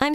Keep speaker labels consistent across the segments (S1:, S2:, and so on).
S1: I'm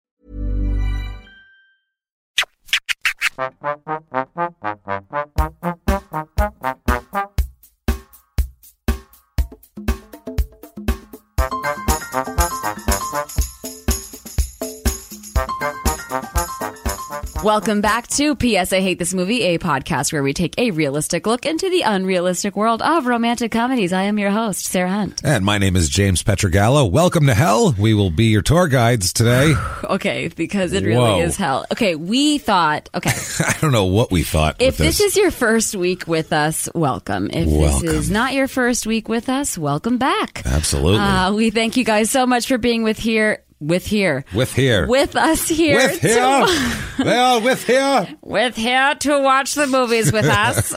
S2: Welcome back to PS I Hate This Movie, a podcast where we take a realistic look into the unrealistic world of romantic comedies. I am your host, Sarah Hunt.
S3: And my name is James Petragallo. Welcome to hell. We will be your tour guides today.
S2: Okay, because it really
S3: Whoa.
S2: is hell. Okay, we thought, okay,
S3: I don't know what we thought.
S2: if
S3: with
S2: this is your first week with us, welcome. If
S3: Welcome.
S2: this is not your first week with us, welcome back.
S3: Absolutely.
S2: Uh, we thank you guys so much for being with here. With here.
S3: With here.
S2: With us here.
S3: with
S2: to-
S3: here, they are with here.
S2: with here to watch the movies with us.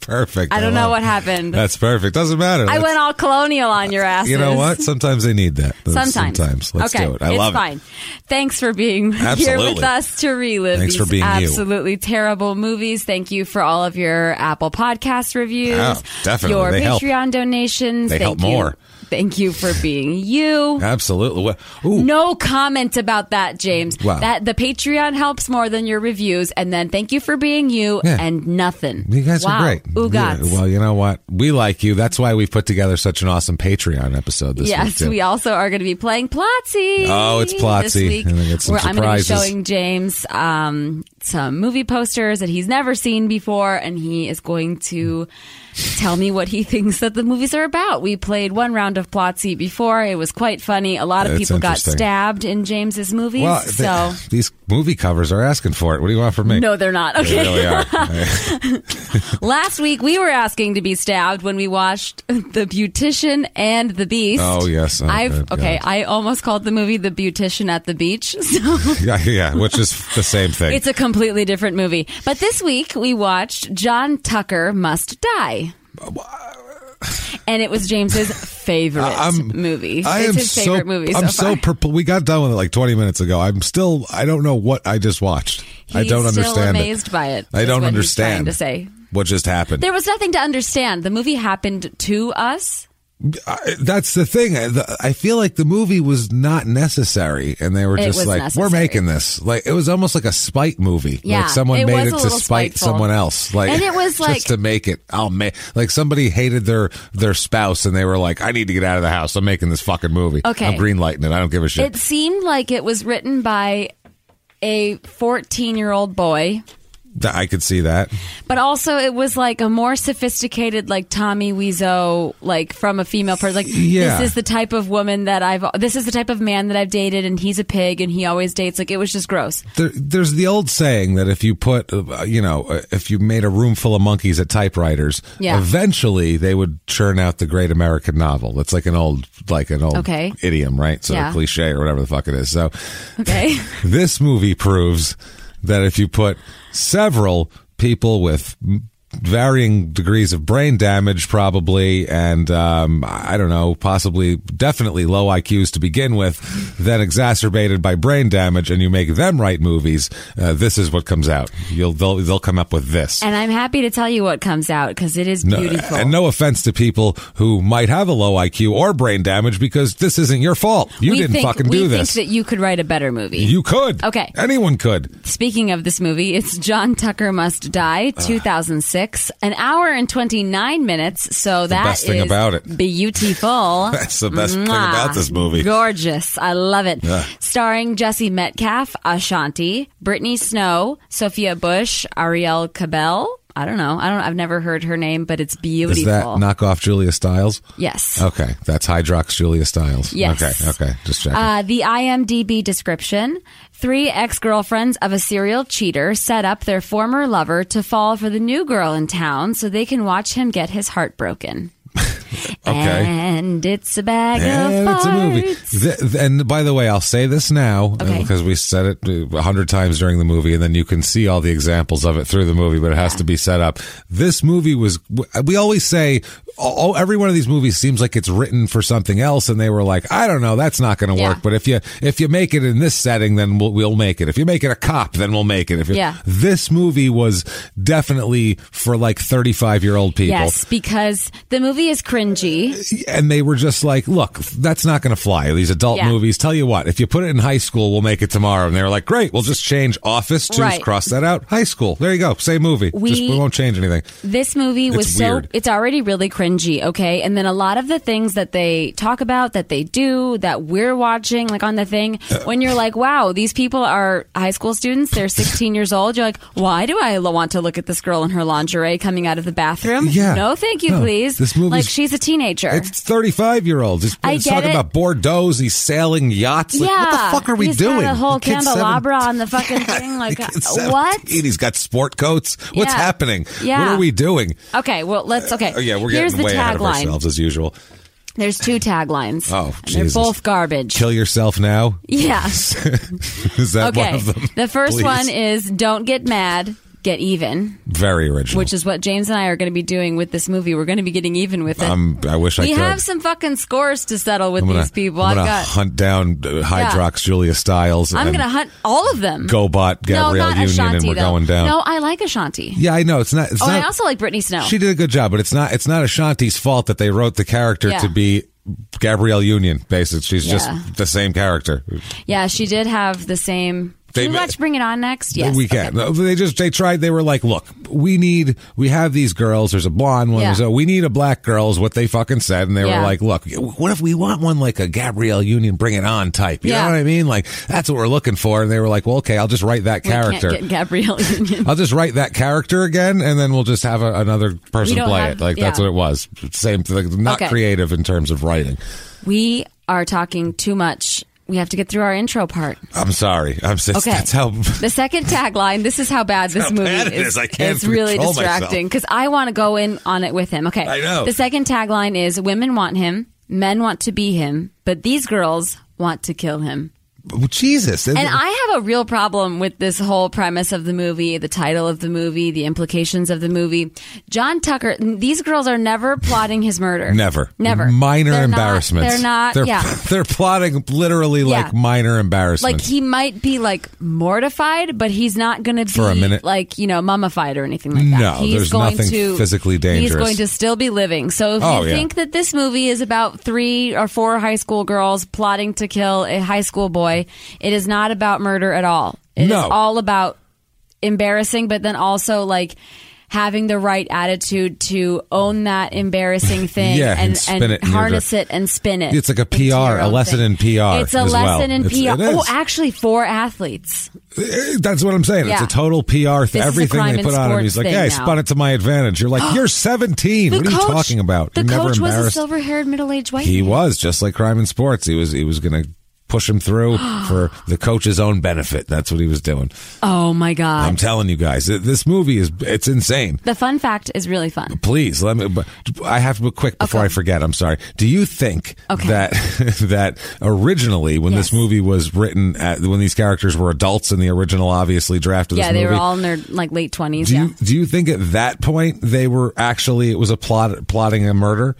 S3: Perfect.
S2: I don't know
S3: love
S2: what
S3: it.
S2: happened.
S3: That's perfect. Doesn't matter.
S2: I
S3: That's-
S2: went all colonial on your ass.
S3: You know what? Sometimes they need that.
S2: Sometimes.
S3: Sometimes. Let's
S2: okay.
S3: do it. I
S2: it's
S3: love it.
S2: fine. Thanks for being here
S3: Absolutely.
S2: with us to relive
S3: Thanks
S2: these
S3: for being you.
S2: absolutely terrible movies. Thank you for all of your Apple Podcast reviews.
S3: Yeah, definitely.
S2: Your
S3: They help.
S2: Patreon donations.
S3: They
S2: Thank
S3: help
S2: you.
S3: more.
S2: Thank you for being you.
S3: Absolutely. Well, Ooh,
S2: No comment about that, James.
S3: Wow.
S2: That the Patreon helps more than your reviews, and then thank you for being you
S3: Yeah.
S2: and nothing.
S3: You guys
S2: wow.
S3: are great.
S2: Oogats.
S3: Yeah, well, you know what? We like you. That's why we've put together such an awesome Patreon episode this week.
S2: Yes,
S3: too.
S2: we also are going to be playing Plotsy.
S3: Oh, it's Plotzy.
S2: This week.
S3: And we get some
S2: Where I'm going to be
S3: surprises.
S2: showing James um, some movie posters that he's never seen before, and he is going to tell me what he thinks that the movies are about. We played one round of Plotsy before; it was quite funny. A lot of
S3: It's
S2: people got
S3: interesting.
S2: stabbed in James's movies,
S3: Well,
S2: so.
S3: they- these movie covers are asking for it. What do you want from me?
S2: No, they're not. Okay.
S3: They really are.
S2: Last week we were asking to be stabbed when we watched The Beautician and the Beast.
S3: Oh, yes. Oh,
S2: I've
S3: good
S2: okay.
S3: God.
S2: I almost called the movie The Beautician at the Beach. So
S3: yeah, yeah, which is the same thing.
S2: it's a completely different movie. But this week we watched John Tucker Must Die. And it was James's favorite
S3: I'm-
S2: movie.
S3: I
S2: it's
S3: am
S2: his favorite
S3: so,
S2: movie.
S3: I'm
S2: so,
S3: so
S2: far.
S3: purple. We got done with it like 20 minutes ago. I'm still. I don't know what I just watched. I
S2: He's
S3: don't
S2: still
S3: understand.
S2: amazed
S3: it.
S2: by it,
S3: I
S2: is
S3: don't
S2: what he's trying
S3: understand.
S2: to say.
S3: what just happened.
S2: There was nothing to understand. The movie happened to us.
S3: I- that's the thing. I, the, I feel like the movie was not necessary, and they were
S2: It
S3: just
S2: was
S3: like,
S2: necessary.
S3: "We're making this." Like it was almost like a spite movie.
S2: Yeah,
S3: like someone
S2: it was
S3: made it
S2: a
S3: to
S2: little
S3: spite
S2: spiteful.
S3: someone else. Like
S2: And it was like-
S3: just to make it. I'll make like somebody hated their their spouse, and they were like, "I need to get out of the house. I'm making this fucking movie.
S2: Okay.
S3: I'm greenlighting it. I don't give a shit."
S2: It seemed like it was written by a 14 year old boy,
S3: Th- I could see that.
S2: but also it was like a more sophisticated, like Tommy Wiseau, like from a female person. Like,
S3: Yeah.
S2: this is the type of woman that I've, this is the type of man that I've dated, and he's a pig and he always dates. Like, it was just gross.
S3: There, there's the old saying that if you put, uh, you know, uh, if you made a room full of monkeys at typewriters,
S2: Yeah.
S3: eventually they would churn out the great American novel. That's like an old, like an old
S2: Okay.
S3: idiom, right? So
S2: Yeah.
S3: cliche or whatever the fuck it is. So
S2: Okay.
S3: this movie proves that if you put several people with m- varying degrees of brain damage, probably, and um, I don't know, possibly, definitely low IQs to begin with, then exacerbated by brain damage, and you make them write movies, uh, this is what comes out. You'll they'll, they'll come up with this.
S2: and I'm happy to tell you what comes out because it is
S3: No-
S2: beautiful.
S3: and no offense to people who might have a low IQ or brain damage, because this isn't your fault. You
S2: we
S3: didn't
S2: think,
S3: fucking do
S2: we
S3: this.
S2: think that you could write a better movie.
S3: you could.
S2: Okay.
S3: Anyone could.
S2: Speaking of this movie, it's John Tucker Must Die,
S3: Ah.
S2: 2006, an hour and 29 minutes. So that
S3: best thing
S2: is
S3: about it.
S2: beautiful.
S3: That's the best thing about this movie.
S2: Gorgeous. I love it.
S3: Yeah.
S2: Starring Jesse Metcalf, Ashanti, Brittany Snow, Sophia Bush, Ariel Cabell. I don't know. I don't. I've never heard her name, but it's beautiful.
S3: Is that knockoff Julia Stiles?
S2: yes.
S3: Okay, that's Hydrox Julia Stiles.
S2: Yes.
S3: Okay, okay, just checking.
S2: Uh, the IMDb description Three ex girlfriends of a serial cheater set up their former lover to fall for the new girl in town so they can watch him get his heart broken.
S3: Okay.
S2: And it's a bag
S3: And
S2: of
S3: it's a movie.
S2: farts.
S3: Th- th- and by the way, I'll say this now uh,
S2: Okay.
S3: because we said it uh, a hundred times during the movie, and then you can see all the examples of it through the movie. But it has to be set up. This movie was. w- We always say, oh, every one of these movies seems like it's written for something else, and they were like, I don't know, that's not going to
S2: Yeah.
S3: work. But if you if you make it in this setting, then we'll, we'll make it. If you make it a cop, then we'll make it. If you,
S2: Yeah.
S3: this movie was definitely for like thirty five year old people
S2: Yes, because the movie is cringy.
S3: and they were just like, "Look, that's not going to fly. These adult
S2: Yeah.
S3: movies. Tell you what, if you put it in high school, we'll make it tomorrow." And they were like, "Great, we'll just change office, choose
S2: Right.
S3: cross that out, high school. There you go, same movie.
S2: We-
S3: just, we won't change anything."
S2: This movie was
S3: It's
S2: so
S3: weird.
S2: it's already really cringy, okay? And then a lot of the things that they talk about, that they do, that we're watching, like on the thing,
S3: Uh.
S2: when you're like, wow, these people are high school students, they're 16 years old, you're like, why do I lo- want to look at this girl in her lingerie coming out of the bathroom?
S3: Yeah.
S2: No, thank you,
S3: No.
S2: please.
S3: This movie's-
S2: like, she's a teenager.
S3: It's thirty-five-year-olds. It's,
S2: I
S3: it's
S2: get
S3: talking
S2: it.
S3: about Bordeaux's. He's sailing yachts. Like, what the fuck are we
S2: He's
S3: doing?
S2: Got a whole
S3: The kid's seven-
S2: candelabra on the fucking thing. Like, uh,
S3: the kid's
S2: what?
S3: 17. He's got sport coats. What's
S2: Yeah.
S3: happening? What
S2: Yeah.
S3: are we doing?
S2: Okay, well, let's. Okay.
S3: Oh yeah, we're
S2: Here's
S3: getting
S2: the
S3: way ahead of
S2: tagline.
S3: ourselves as usual.
S2: There's two taglines.
S3: Oh,
S2: and they're
S3: Jesus.
S2: both garbage.
S3: Kill yourself now.
S2: yeah.
S3: Is that one
S2: Okay.
S3: of them?
S2: The first
S3: Please.
S2: one is don't get mad, get even,
S3: very original.
S2: which is what James and I are going to be doing with this movie. We're going to be getting even with it.
S3: I'm, I wish I
S2: we
S3: could.
S2: have some fucking scores to settle with
S3: Oh I'm gonna,
S2: these people.
S3: I'm
S2: I've
S3: gonna
S2: got.
S3: hunt down uh, Hydrox Julia Stiles.
S2: I'm
S3: and
S2: going to hunt all of them.
S3: Gobot
S2: no,
S3: Gabrielle
S2: not
S3: Union,
S2: Ashanti
S3: and we're
S2: though.
S3: going down.
S2: No, I like Ashanti.
S3: Yeah, I know it's not. It's
S2: oh,
S3: not
S2: and I also like Britney Snow.
S3: she did a good job, but it's not. It's not Ashanti's fault that they wrote the character
S2: Yeah.
S3: to be Gabrielle Union. Basically, she's
S2: Yeah.
S3: just the same character.
S2: Yeah, she did have the same. Can
S3: They-
S2: we watch Bring It On next? Yes.
S3: we
S2: Okay.
S3: can. No, They just they tried. They were like, look, we need. We have these girls. There's a blonde one.
S2: Yeah.
S3: So we need a black girl. Is what they fucking said. And they
S2: Yeah.
S3: were like, look, what if we want one like a Gabrielle Union, bring it on type? You
S2: Yeah.
S3: know what I mean? Like that's what we're looking for. And they were like, well, okay, I'll just write that
S2: We can't
S3: character.
S2: get Gabrielle Union.
S3: I'll just write that character again, and then we'll just have a, another person
S2: We don't
S3: play
S2: have-
S3: it. Like that's
S2: yeah.
S3: what it was. Same, thing. not
S2: Okay.
S3: creative in terms of writing.
S2: we are talking too much. We have to get through our intro part.
S3: I'm sorry. I'm just,
S2: Okay.
S3: that's how.
S2: The second tagline. This is how bad this
S3: how
S2: movie
S3: bad it
S2: is.
S3: is. I can't
S2: it's really
S3: control myself.
S2: distracting because I want to go in on it with him. Okay.
S3: I know.
S2: The second tagline is: Women want him, men want to be him, but these girls want to kill him.
S3: Well, Jesus.
S2: And I have a real problem with this whole premise of the movie, the title of the movie, the implications of the movie. John Tucker, these girls are never plotting his murder.
S3: Never.
S2: Never.
S3: Minor
S2: They're not-
S3: embarrassments.
S2: they're not,
S3: They're,
S2: yeah.
S3: they're plotting literally like
S2: Yeah.
S3: minor
S2: Like
S3: embarrassments.
S2: he might be like mortified, but he's not going to be
S3: For a minute.
S2: like you know mummified or anything like that.
S3: No,
S2: he's
S3: there's
S2: going
S3: nothing
S2: to
S3: physically dangerous.
S2: He's going to still be living. So if
S3: Oh,
S2: you
S3: yeah.
S2: think that this movie is about three or four high school girls plotting to kill a high school boy, it is not about murder at all. It is
S3: No.
S2: all about embarrassing, but then also like having the right attitude to own that embarrassing thing
S3: Yeah, and
S2: and,
S3: spin it in your
S2: harness it and spin it.
S3: It's like a
S2: into your
S3: PR, a
S2: own
S3: lesson
S2: thing.
S3: in PR
S2: It's a
S3: as well.
S2: lesson in
S3: It's-
S2: PR.
S3: it is.
S2: Oh, actually, for athletes.
S3: Eh, That's what I'm saying.
S2: Yeah.
S3: It's a total PR. Th-
S2: This is a
S3: everything
S2: crime
S3: they
S2: and
S3: put on him,
S2: sports
S3: he's like,
S2: thing
S3: "Yeah, I
S2: now."
S3: spun it to my advantage." You're like, "You're 17.
S2: The
S3: what are you
S2: coach-
S3: talking about?"
S2: The
S3: You're never
S2: coach was
S3: embarrassed.
S2: a silver-haired middle-aged white.
S3: He
S2: man.
S3: was just like crime and sports. He was he was going to push him through for the coach's own benefit. That's what he was doing.
S2: Oh my god!
S3: I'm telling you guys, th- this movie is it's insane.
S2: the fun fact is really fun.
S3: Please let me. But I have to be quick before
S2: Okay.
S3: I forget. I'm sorry. Do you think
S2: Okay.
S3: that that originally when
S2: Yes.
S3: this movie was written, at, when these characters were adults in the original, obviously draft of this
S2: Yeah, they
S3: movie,
S2: were all in their like late twenties.
S3: do
S2: Yeah.
S3: you do you think at that point they were actually it was a plot plotting a murder,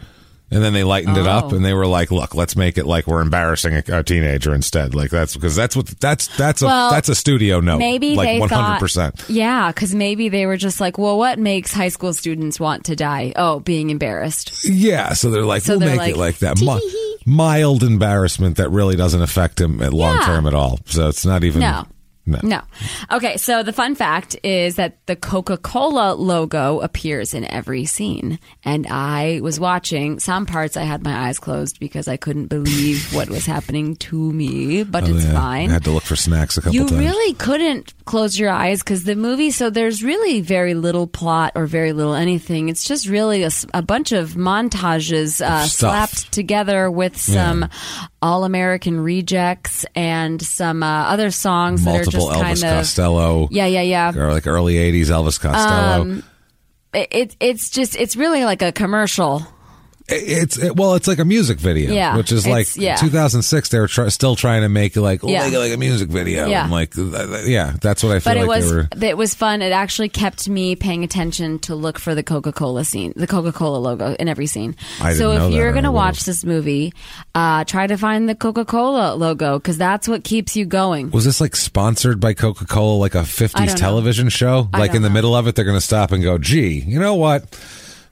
S3: and then they lightened it up
S2: Oh.
S3: and they were like, look, let's make it like we're embarrassing a, a teenager instead, like that's because that's what that's that's a
S2: Well,
S3: that's a studio note,
S2: Maybe
S3: like
S2: they
S3: one hundred
S2: thought,
S3: percent.
S2: yeah, because maybe they were just like, well, what makes high school students want to die? Oh, being embarrassed.
S3: Yeah, so they're like,
S2: So
S3: we'll
S2: they're
S3: make
S2: like,
S3: it like that. Mi-
S2: "Tee-hee-hee."
S3: mild embarrassment that really doesn't affect him at long
S2: Yeah.
S3: term at all. So it's not even
S2: No.
S3: no.
S2: No. Okay, so the fun fact is that the Coca Cola logo appears in every scene. And I was watching some parts, I had my eyes closed because I couldn't believe what was happening to me, but it's
S3: Oh, Yeah,
S2: fine.
S3: I had to look for snacks a couple
S2: You
S3: times.
S2: really couldn't close your eyes because the movie, so there's really very little plot or very little anything. It's just really a, s- a bunch of montages uh,
S3: Stuff.
S2: slapped together with some All American Rejects and some uh, other songs that are
S3: Multiple Elvis
S2: just kind of.
S3: Costello,
S2: Yeah, yeah, yeah. Um,
S3: or like early '80s Elvis Costello.
S2: It, it's just, it's really like a commercial.
S3: It's it, well, it's like a music video,
S2: Yeah,
S3: which is like
S2: it's- yeah.
S3: 2006. They were try still trying to make like oh,
S2: Yeah.
S3: make it like a music video.
S2: Yeah.
S3: I'm like, th- th- yeah, that's what I feel
S2: But it
S3: like
S2: was
S3: they were.
S2: it was fun. It actually kept me paying attention to look for the Coca Cola scene, the Coca Cola logo in every scene.
S3: I didn't
S2: so
S3: know
S2: if
S3: that,
S2: you're
S3: I
S2: gonna
S3: would've.
S2: watch this movie, uh, try to find the Coca Cola logo because that's what keeps you going.
S3: Was this like sponsored by Coca Cola, like a 50s
S2: know.
S3: television show?
S2: I
S3: Like
S2: don't
S3: in the
S2: know.
S3: middle of it, they're going to stop and go, gee, you know what?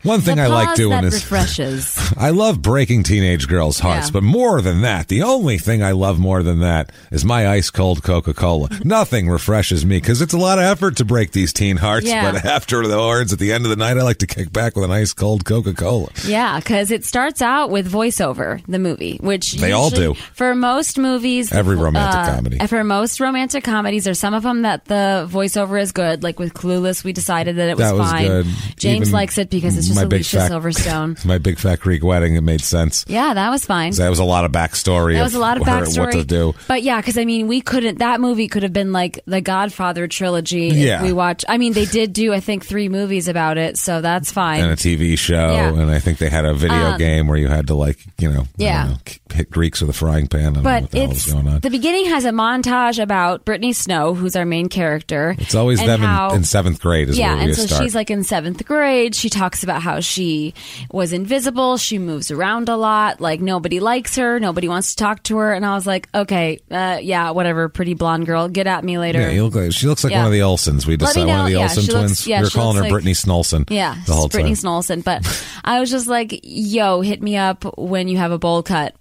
S3: One thing
S2: the
S3: I like
S2: pause
S3: doing
S2: that
S3: is
S2: refreshes.
S3: I love breaking teenage girls' hearts,
S2: Yeah.
S3: but more than that, the only thing I love more than that is my ice cold Coca Cola. Nothing refreshes me because it's a lot of effort to break these teen hearts.
S2: Yeah.
S3: But after the horns at the end of the night, I like to kick back with an ice cold Coca Cola.
S2: Yeah, because it starts out with voiceover, the movie, which
S3: They all
S2: usually-
S3: do.
S2: for most movies. uh,
S3: Every romantic comedy.
S2: For most romantic comedies, there's some of them that the voiceover is good. Like with Clueless, we decided that it was,
S3: That was
S2: fine.
S3: good.
S2: James
S3: Even
S2: likes it because it's just
S3: my big
S2: Alicia
S3: fact-
S2: Silverstone.
S3: My big fat Greek wedding, it made sense.
S2: yeah, that was fine.
S3: That was a lot of backstory.
S2: That was a lot of
S3: her-
S2: backstory.
S3: What to do.
S2: But yeah, because I mean, we couldn't. That movie could have been like the Godfather trilogy. if
S3: Yeah.
S2: we watch. I mean, they did do I think three movies about it, so that's fine.
S3: and a TV show,
S2: Yeah. Um,
S3: and I think they had a video game where you had to like, you know, I don't
S2: Yeah.
S3: know, k- hit Greeks with a frying pan. I don't know
S2: But
S3: what the hell
S2: it's
S3: was going on.
S2: the beginning has a montage about Brittany Snow, who's our main character.
S3: it's always
S2: and
S3: them
S2: how-
S3: in, in seventh grade is
S2: yeah,
S3: where we
S2: and so
S3: start.
S2: she's like in seventh grade. She talks about how she was invisible. She moves around a lot. Like nobody likes her. Nobody wants to talk to her. And I was like, okay, uh, yeah, whatever. Pretty blonde girl, get at me later.
S3: yeah, you look like, she looks like
S2: Yeah.
S3: one of the Olsons. We
S2: Let me
S3: decided one of
S2: know-
S3: the
S2: yeah,
S3: Olsen
S2: she
S3: twins.
S2: looks- yeah,
S3: we were
S2: she
S3: calling her
S2: looks like-
S3: Brittany Snolson.
S2: Yeah,
S3: the whole
S2: Brittany
S3: time.
S2: Snolson. But I was just like, yo, hit me up when you have a bowl cut.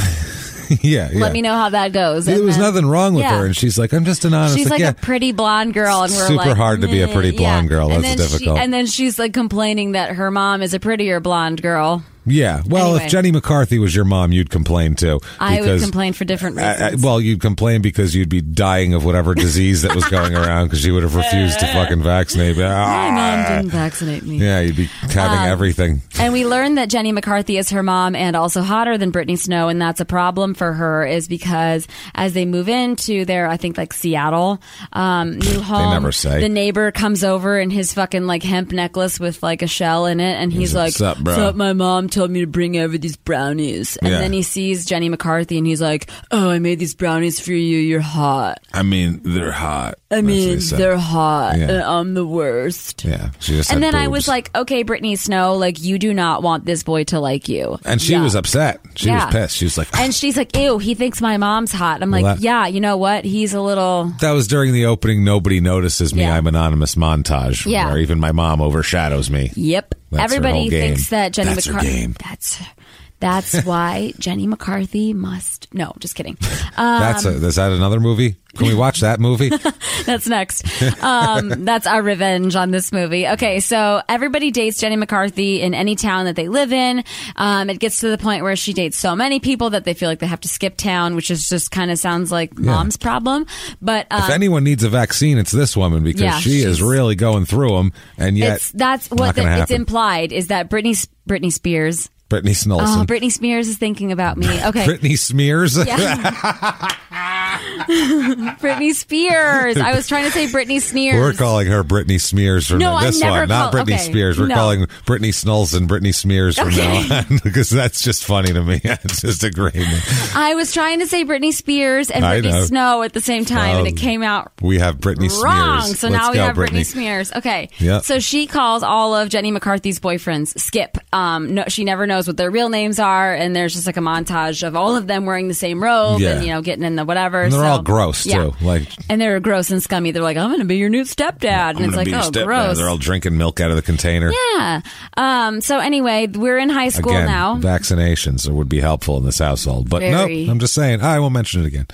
S3: yeah, yeah.
S2: Let me know how that goes.
S3: There
S2: And
S3: was
S2: then-
S3: nothing wrong with
S2: Yeah.
S3: her, and she's like, "I'm just an honest."
S2: She's like
S3: yeah,
S2: a pretty blonde girl, and we're
S3: Super
S2: like,
S3: hard to be a pretty
S2: "Meh,"
S3: blonde girl.
S2: And
S3: That's
S2: then she-
S3: difficult.
S2: and then she's like complaining that her mom is a prettier blonde girl.
S3: yeah. Well,
S2: Anyway.
S3: if Jenny McCarthy was your mom, you'd complain too.
S2: I would
S3: because-
S2: complain for different reasons.
S3: I, I- well, you'd complain because you'd be dying of whatever disease that was going around because you would have refused to fucking vaccinate.
S2: My mom
S3: Ah.
S2: didn't vaccinate me.
S3: Yeah, you'd be having
S2: Um,
S3: everything.
S2: And we learned that Jenny McCarthy is her mom and also hotter than Brittany Snow, and that's a problem for her, is because as they move into their, I think like Seattle um, new home,
S3: never say.
S2: the neighbor comes over in his fucking like hemp necklace with like a shell in it, and he's
S3: like,
S2: like,
S3: "Sup, bro?"
S2: "Sup, my mom told me to bring over these brownies," and
S3: Yeah.
S2: then he sees Jenny McCarthy, and he's like, "Oh, I made these brownies for you. You're hot.
S3: I mean, they're hot.
S2: I mean, they're hot.
S3: Yeah.
S2: and I'm the worst."
S3: yeah. She just
S2: And
S3: had
S2: then I was
S3: boobs.
S2: like, okay, Brittany Snow, like you do not want this boy to like you.
S3: and she
S2: Yeah.
S3: was upset. She
S2: Yeah.
S3: was pissed. She was like,
S2: And she's like, ew, he thinks my mom's hot. I'm like,
S3: Well, that-
S2: yeah, you know what? He's a little.
S3: that was during the opening. Nobody notices me.
S2: Yeah.
S3: I'm anonymous montage.
S2: Yeah.
S3: where even my mom overshadows me.
S2: Yep.
S3: That's her
S2: Everybody
S3: whole game.
S2: thinks that Jenny
S3: That's her
S2: McCarthy.
S3: game.
S2: That's that's why Jenny McCarthy must. No, just kidding.
S3: That's
S2: Um,
S3: a, is that another movie? Can we watch that movie?
S2: That's next. Um, that's our revenge on this movie. Okay, so everybody dates Jenny McCarthy in any town that they live in. Um, it gets to the point where she dates so many people that they feel like they have to skip town, which is just kind of sounds like mom's problem. But um,
S3: if anyone needs a vaccine, it's this woman because
S2: Yeah,
S3: she is
S2: she's-
S3: really going through them. And yet,
S2: it's that's
S3: not
S2: what the,
S3: gonna
S2: it's
S3: happen.
S2: implied is that Britney Britney Spears.
S3: Brittany Snolson.
S2: Oh, Britney Spears is thinking about me. Okay,
S3: Britney Smears.
S2: Britney Spears. I was trying to say Britney Sneers.
S3: We're calling her Britney Smears from
S2: No,
S3: now-
S2: I'm
S3: this
S2: never
S3: one, not
S2: call-
S3: Britney
S2: okay,
S3: Spears. We're
S2: no.
S3: calling Britney Snolson Britney Smears from now on because that's just funny to me. it's just a great name.
S2: I was trying to say Britney Spears and
S3: I know.
S2: Britney Snow at the same time, and
S3: Um,
S2: it came out
S3: We have Britney
S2: Wrong.
S3: Smears.
S2: So
S3: Let's
S2: now we
S3: go,
S2: have Britney,
S3: Britney.
S2: Spears. Okay.
S3: Yeah.
S2: So she calls all of Jenny McCarthy's boyfriends Skip. Um, no, she never knows what their real names are, and there's just like a montage of all of them wearing the same robe
S3: Yeah.
S2: and you know getting in the whatever.
S3: And they're
S2: so-
S3: all gross
S2: Yeah.
S3: too. Like
S2: And they're gross and scummy. They're like, I'm going to be your new stepdad, and
S3: I'm
S2: it's
S3: gonna
S2: like,
S3: be your
S2: oh,
S3: stepdad.
S2: gross.
S3: They're all drinking milk out of the container.
S2: yeah. Um. So anyway, we're in high school
S3: Again,
S2: now.
S3: vaccinations would be helpful in this household, but no,
S2: Very.
S3: nope, I'm just saying. I won't mention it again.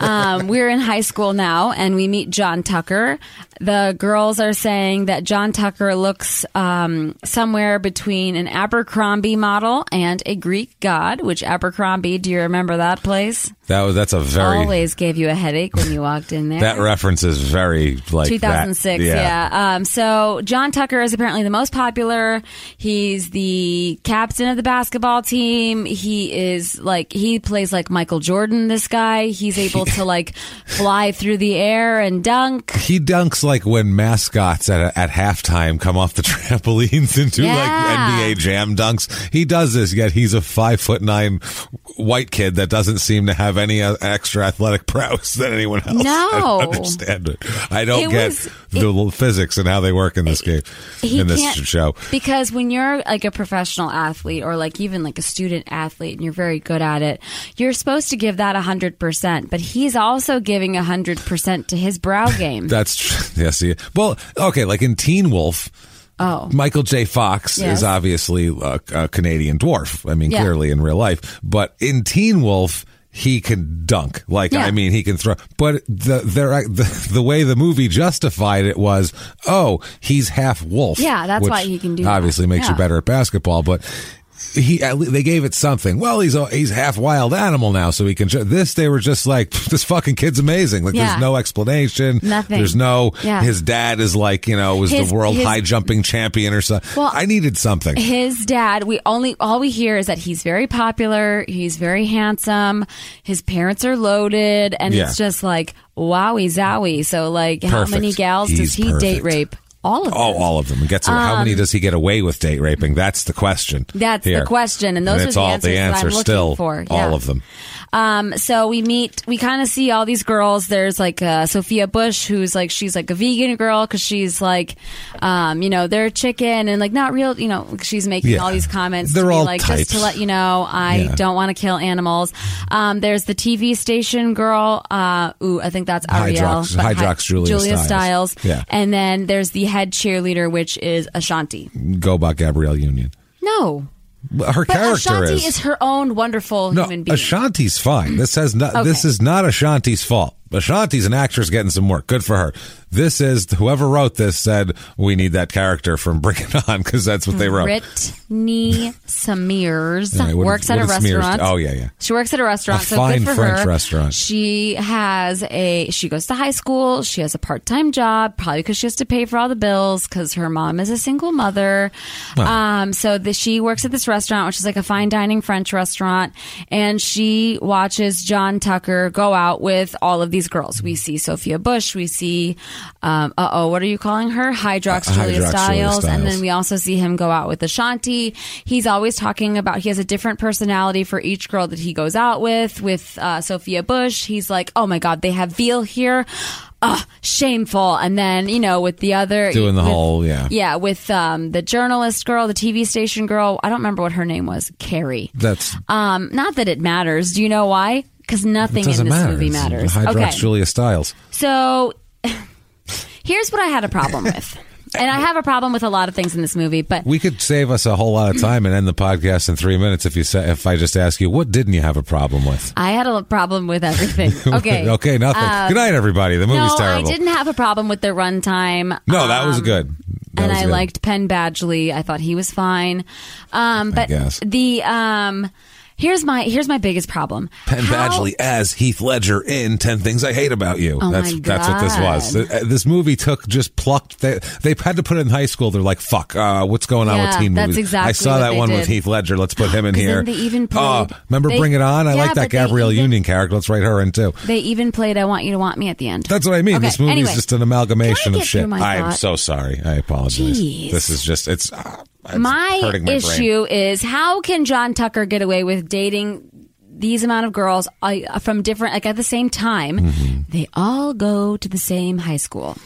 S2: um, we're in high school now, and we meet John Tucker. The girls are saying that John Tucker looks um, somewhere between an Abercrombie model and a Greek god. Which Abercrombie? Do you remember that place?
S3: That was that's a very
S2: Always gave you a headache when you walked in there.
S3: that reference is very like that.
S2: 2006, yeah. Um, so John Tucker is apparently the most popular. He's the captain of the basketball team. He is like he plays like Michael Jordan. This guy, he's able to like fly through the air and dunk.
S3: He dunks like when mascots at, at halftime come off the trampolines and do
S2: Yeah.
S3: like NBA jam dunks. He does this, yet he's a five foot nine white kid that doesn't seem to have any uh, extra athletic prowess than anyone else. I
S2: No.
S3: don't understand it. I don't
S2: It
S3: get
S2: was-
S3: the l physics and how they work in this game,
S2: he
S3: in this
S2: can't-
S3: show.
S2: Because when you're like a professional athlete or like even like a student athlete and you're very good at it, you're supposed to give that 100%, but he's also giving 100% to his brow game.
S3: That's tr- yes. He, well, okay. Like in Teen Wolf,
S2: oh.
S3: Michael J. Fox
S2: Yes.
S3: is obviously a, a Canadian dwarf. I mean,
S2: Yeah.
S3: clearly in real life, but in Teen Wolf, he can dunk. Like,
S2: Yeah.
S3: I mean, he can throw. But the, there, the the way the movie justified it was, oh, he's half wolf.
S2: Yeah, that's
S3: which
S2: why he can do that.
S3: Obviously, makes you
S2: Yeah.
S3: better at basketball, but. He, at le- they gave it something. Well, he's a, he's half wild animal now, so he can. ju- This they were just like, this fucking kid's amazing. Like,
S2: Yeah.
S3: there's no explanation.
S2: Nothing.
S3: There's no.
S2: Yeah.
S3: His dad is like, you know, was
S2: His-
S3: the world
S2: his-
S3: high jumping champion or something.
S2: Well-
S3: I needed something.
S2: His dad, we only all we hear is that he's very popular, he's very handsome, his parents are loaded, and
S3: Yeah.
S2: it's just like wowie zowie. So like, how
S3: Perfect.
S2: many gals
S3: He's
S2: does he date
S3: perfect.
S2: rape? All of them.
S3: Oh, all of them. It Gets how many does he get away with date raping? That's the question.
S2: Um, That's the
S3: here.
S2: question, and those are
S3: it's
S2: the
S3: all
S2: answers
S3: the
S2: that I'm
S3: answer
S2: looking
S3: still.
S2: for, yeah.
S3: All of them.
S2: Um, so we meet, we kind of see all these girls. There's like uh, Sophia Bush, who's like she's like a vegan girl because she's like, um, you know, they're chicken and like not real. You know, she's making
S3: Yeah.
S2: all these comments. to
S3: They're
S2: be
S3: all
S2: like just to
S3: types.
S2: let you know, I
S3: Yeah.
S2: don't want to kill animals. Um, there's the TV station girl. Uh, ooh, I think that's Ariel.
S3: Hydrox-
S2: but
S3: Hydrox Julia Stiles. Yeah.
S2: And then there's the head cheerleader, which is Ashanti.
S3: Go by Gabrielle Union.
S2: No.
S3: Her
S2: But
S3: character
S2: Ashanti is.
S3: is,
S2: her own wonderful
S3: no.
S2: human being.
S3: Ashanti's fine. This has not. This
S2: Okay.
S3: is not Ashanti's fault. Ashanti's an actress getting some work. Good for her. This is whoever wrote this said we need that character from Bring It On because that's what they wrote.
S2: Brittany Smears
S3: All right, what
S2: works
S3: is-
S2: at
S3: what
S2: a
S3: is Smears?
S2: restaurant.
S3: Oh, yeah, yeah.
S2: She works at a restaurant.
S3: A
S2: so
S3: fine
S2: good for
S3: French
S2: her.
S3: restaurant.
S2: She has a. She goes to high school. She has a part-time job, probably because she has to pay for all the bills because her mom is a single mother. Um, so the, she works at this restaurant, which is like a fine dining French restaurant, and she watches John Tucker go out with all of these girls. We see Sophia Bush. We see, um, uh oh, what are you calling her? Hydrox,
S3: Uh,
S2: Julia,
S3: Hydrox Julia
S2: Stiles, and
S3: Stiles.
S2: then we also see him go out with Ashanti. He's always talking about he has a different personality for each girl that he goes out with. With uh, Sophia Bush, he's like, "Oh my God, they have veal here." Ugh, shameful. And then you know, with the other
S3: Doing the
S2: with-
S3: whole yeah.
S2: yeah, with um, the journalist girl, the TV station girl. I don't remember what her name was. Carrie.
S3: That's
S2: Um, not that it matters. Do you know why? Because nothing in this
S3: doesn't matter.
S2: movie
S3: It's
S2: matters.
S3: Hydrox
S2: okay.
S3: Julia Stiles.
S2: So here's what I had a problem with. And I have a problem with a lot of things in this movie, but
S3: We could save us a whole lot of time and end the podcast in three minutes if you say, if I just ask you what didn't you have a problem with?
S2: I had a problem with everything. Okay.
S3: okay, nothing.
S2: Um,
S3: Good night, everybody. The movie's
S2: no,
S3: terrible.
S2: I didn't have a problem with the runtime.
S3: No, that was
S2: Um,
S3: good. That
S2: and
S3: was
S2: I
S3: good.
S2: liked Penn Badgley. I thought he was fine. Um, but
S3: guess.
S2: the um, here's my here's my biggest problem.
S3: Penn
S2: How-
S3: Badgley as Heath Ledger in Ten Things I Hate About You.
S2: Oh
S3: that's
S2: my
S3: that's what this was.
S2: God.
S3: Th- uh, This movie took just plucked. They they had to put it in high school. They're like, fuck, uh, what's going on with
S2: Yeah,
S3: teen
S2: that's
S3: movies? I
S2: exactly
S3: saw
S2: what
S3: that
S2: they
S3: one with
S2: did.
S3: Heath Ledger. Let's put him in
S2: 'Cause
S3: here.
S2: then they even
S3: Oh,
S2: played-
S3: remember
S2: they-
S3: Bring It On? I
S2: Yeah,
S3: like that
S2: but they
S3: Gabrielle
S2: even-
S3: Union character. Let's write her in too.
S2: They even played "I Want You to Want Me" at the end.
S3: That's what I mean.
S2: Okay,
S3: This movie
S2: anyway.
S3: is just an amalgamation
S2: Can I
S3: of
S2: get through
S3: shit.
S2: my
S3: I am
S2: thought?
S3: so sorry. I apologize.
S2: Jeez.
S3: This is just it's, uh, it's
S2: my,
S3: hurting my
S2: issue is how can John Tucker get away with dating these amount of girls uh, from different like at the same time?
S3: Mm-hmm.
S2: They all go to the same high school.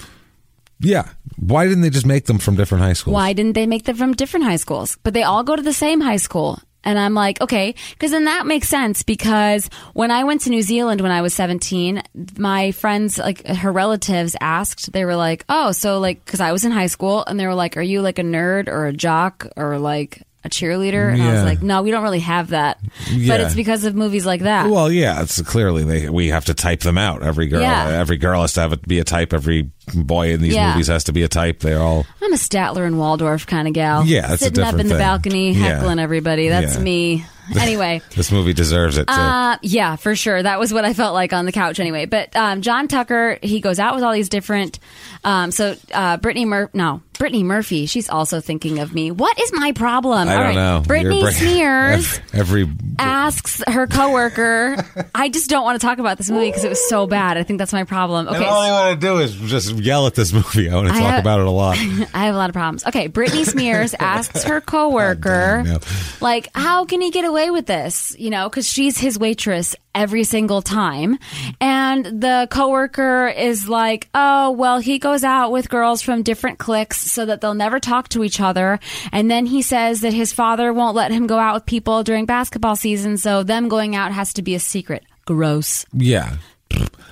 S3: Brain. Yeah. Why didn't they just make them from different high schools?
S2: Why didn't they make them from different high schools? But they all go to the same high school. And I'm like, okay, because then that makes sense. Because when I went to New Zealand when I was 17, my friends, like her relatives, asked, they were like, oh, so like, because I was in high school, and they were like, are you like a nerd or a jock or like a cheerleader? And I was
S3: Yeah.
S2: like, no, we don't really have that. But
S3: Yeah.
S2: it's because of movies like that.
S3: Well, yeah, it's clearly they we have to type them out. Every girl,
S2: Yeah.
S3: every girl has to have a, be a type. Every boy in these
S2: Yeah.
S3: movies has to be a type. They're all
S2: I'm a Statler and Waldorf kind of gal.
S3: Yeah, that's a
S2: Sitting up
S3: different
S2: in the
S3: thing.
S2: balcony,
S3: Yeah.
S2: heckling everybody. That's
S3: Yeah.
S2: me. Anyway.
S3: this movie deserves it. Too.
S2: Uh, yeah, for sure. That was what I felt like on the couch anyway. But um, John Tucker, he goes out with all these different. Um, so uh, Brittany Murphy, no, Brittany Murphy, she's also thinking of me. What is my problem?
S3: I
S2: All
S3: don't
S2: right.
S3: know.
S2: Brittany
S3: You're bra-
S2: Smears
S3: Every, every
S2: asks her coworker, I just don't want to talk about this movie because it was so bad. I think that's my problem. Okay.
S3: and all I want to do is just yell at this movie. I want to
S2: I
S3: talk
S2: have-
S3: about it a lot.
S2: I have a lot of problems. Okay, Brittany Smears asks her coworker,
S3: Oh, damn, yeah.
S2: like, how can he get away with this? You know, because she's his waitress every single time, and the coworker is like, oh, well, he goes out with girls from different cliques so that they'll never talk to each other, and then he says that his father won't let him go out with people during basketball season, so them going out has to be a secret. Gross.
S3: Yeah.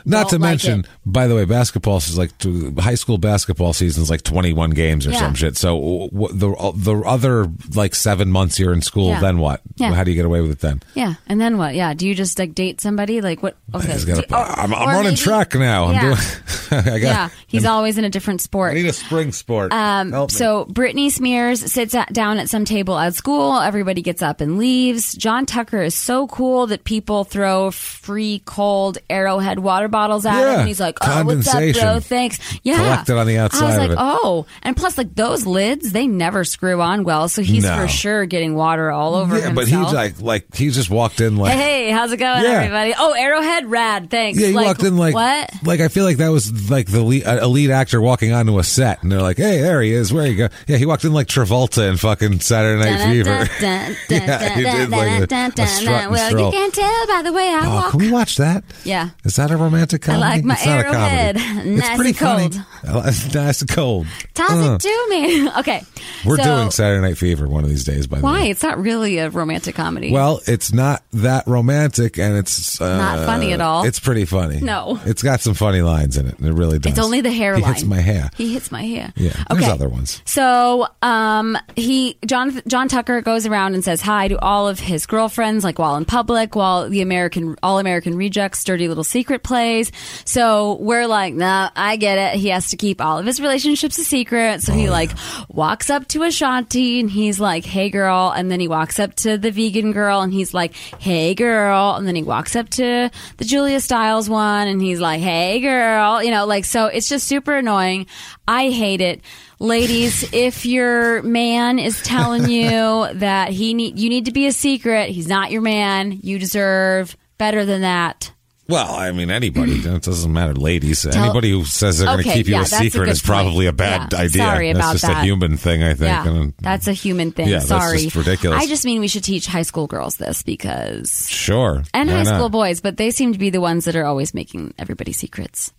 S3: Not
S2: Don't
S3: to
S2: like
S3: mention,
S2: it.
S3: by the way, basketball is like to, high school basketball season is like twenty one games or
S2: Yeah.
S3: some shit. So w- the the other like seven months you're in school,
S2: Yeah.
S3: then what?
S2: Yeah.
S3: How do you get away with it then?
S2: Yeah, and then what? Yeah, do you just like date somebody? Like what? Okay,
S3: He's gotta-
S2: Do- or-
S3: I'm, I'm
S2: or
S3: running
S2: maybe-
S3: track now.
S2: Yeah.
S3: I'm doing. I got.
S2: yeah, he's always in a different
S3: I
S2: sport.
S3: need a spring sport.
S2: Um,
S3: Help me.
S2: so Brittany Smears sits at, down at some table at school. Everybody gets up and leaves. John Tucker is so cool that people throw free cold Arrowhead water bottles at him.
S3: Yeah.
S2: And he's like, "Oh, what's up, bro?
S3: Condensation.
S2: Thanks." Yeah,
S3: Collected on the outside
S2: I was
S3: of
S2: like,
S3: it.
S2: "Oh," and plus, like those lids, they never screw on well, so he's
S3: No.
S2: for sure getting water all over
S3: yeah,
S2: himself.
S3: but he's like, like he just walked in like.
S2: "Hey, hey, how's it going,
S3: Yeah.
S2: everybody? Oh, Arrowhead, rad, thanks."
S3: Yeah, he
S2: like,
S3: walked in like
S2: what?
S3: Like I feel like that was like the lead, a lead actor walking onto a set, and they're like, "Hey, there he is. Where you go?" Yeah, he walked in like Travolta in fucking Saturday Night Fever. Yeah, he did like a- a strut and
S2: Well, you
S3: stroll.
S2: can tell by the way I
S3: Oh,
S2: walk.
S3: can we watch that?
S2: Yeah.
S3: Is that a romantic
S2: I
S3: comedy?
S2: like my
S3: it's not a
S2: Arrowhead.
S3: comedy.
S2: Nice
S3: it's pretty
S2: and cold.
S3: funny. It's nice and cold.
S2: Toss
S3: Uh,
S2: it to me. okay.
S3: We're
S2: so-
S3: doing Saturday Night Fever one of these days. By the
S2: Why?
S3: way,
S2: It's not really a romantic comedy.
S3: well, it's not that romantic, and it's uh,
S2: Not funny at all.
S3: It's pretty funny.
S2: No.
S3: it's got some funny lines in it. It really does.
S2: it's only the hairline.
S3: He hits my hair.
S2: He hits my hair.
S3: Yeah,
S2: Okay.
S3: there's other ones.
S2: So, um, he John John Tucker goes around and says hi to all of his girlfriends, like while in public, while the American All American Rejects, Dirty Little Secret plays. So we're like, nah, I get it. He has to keep all of his relationships a secret. So he like walks up to Ashanti and he's like, "Hey, girl," and then he walks up to the vegan girl and he's like, "Hey, girl," and then he walks up to the Julia Stiles one and he's like, "Hey, girl," you know, like so. It's just super annoying. I hate it ladies if your man is telling you that he need you need to be a secret he's not your man you deserve better than that
S3: Well, I mean, anybody. it doesn't matter, ladies. anybody who says they're going
S2: Okay,
S3: to keep you
S2: yeah,
S3: a
S2: that's a
S3: secret
S2: good
S3: is probably
S2: point.
S3: a bad
S2: Yeah,
S3: idea.
S2: sorry
S3: that's
S2: about
S3: just a
S2: that.
S3: human thing, I think.
S2: yeah
S3: and-
S2: that's a human thing
S3: Yeah, that's
S2: sorry
S3: just ridiculous.
S2: i just mean we should teach high school girls this because
S3: sure.
S2: and
S3: why
S2: high school
S3: not?
S2: boys but they seem to be the ones that are always making everybody secrets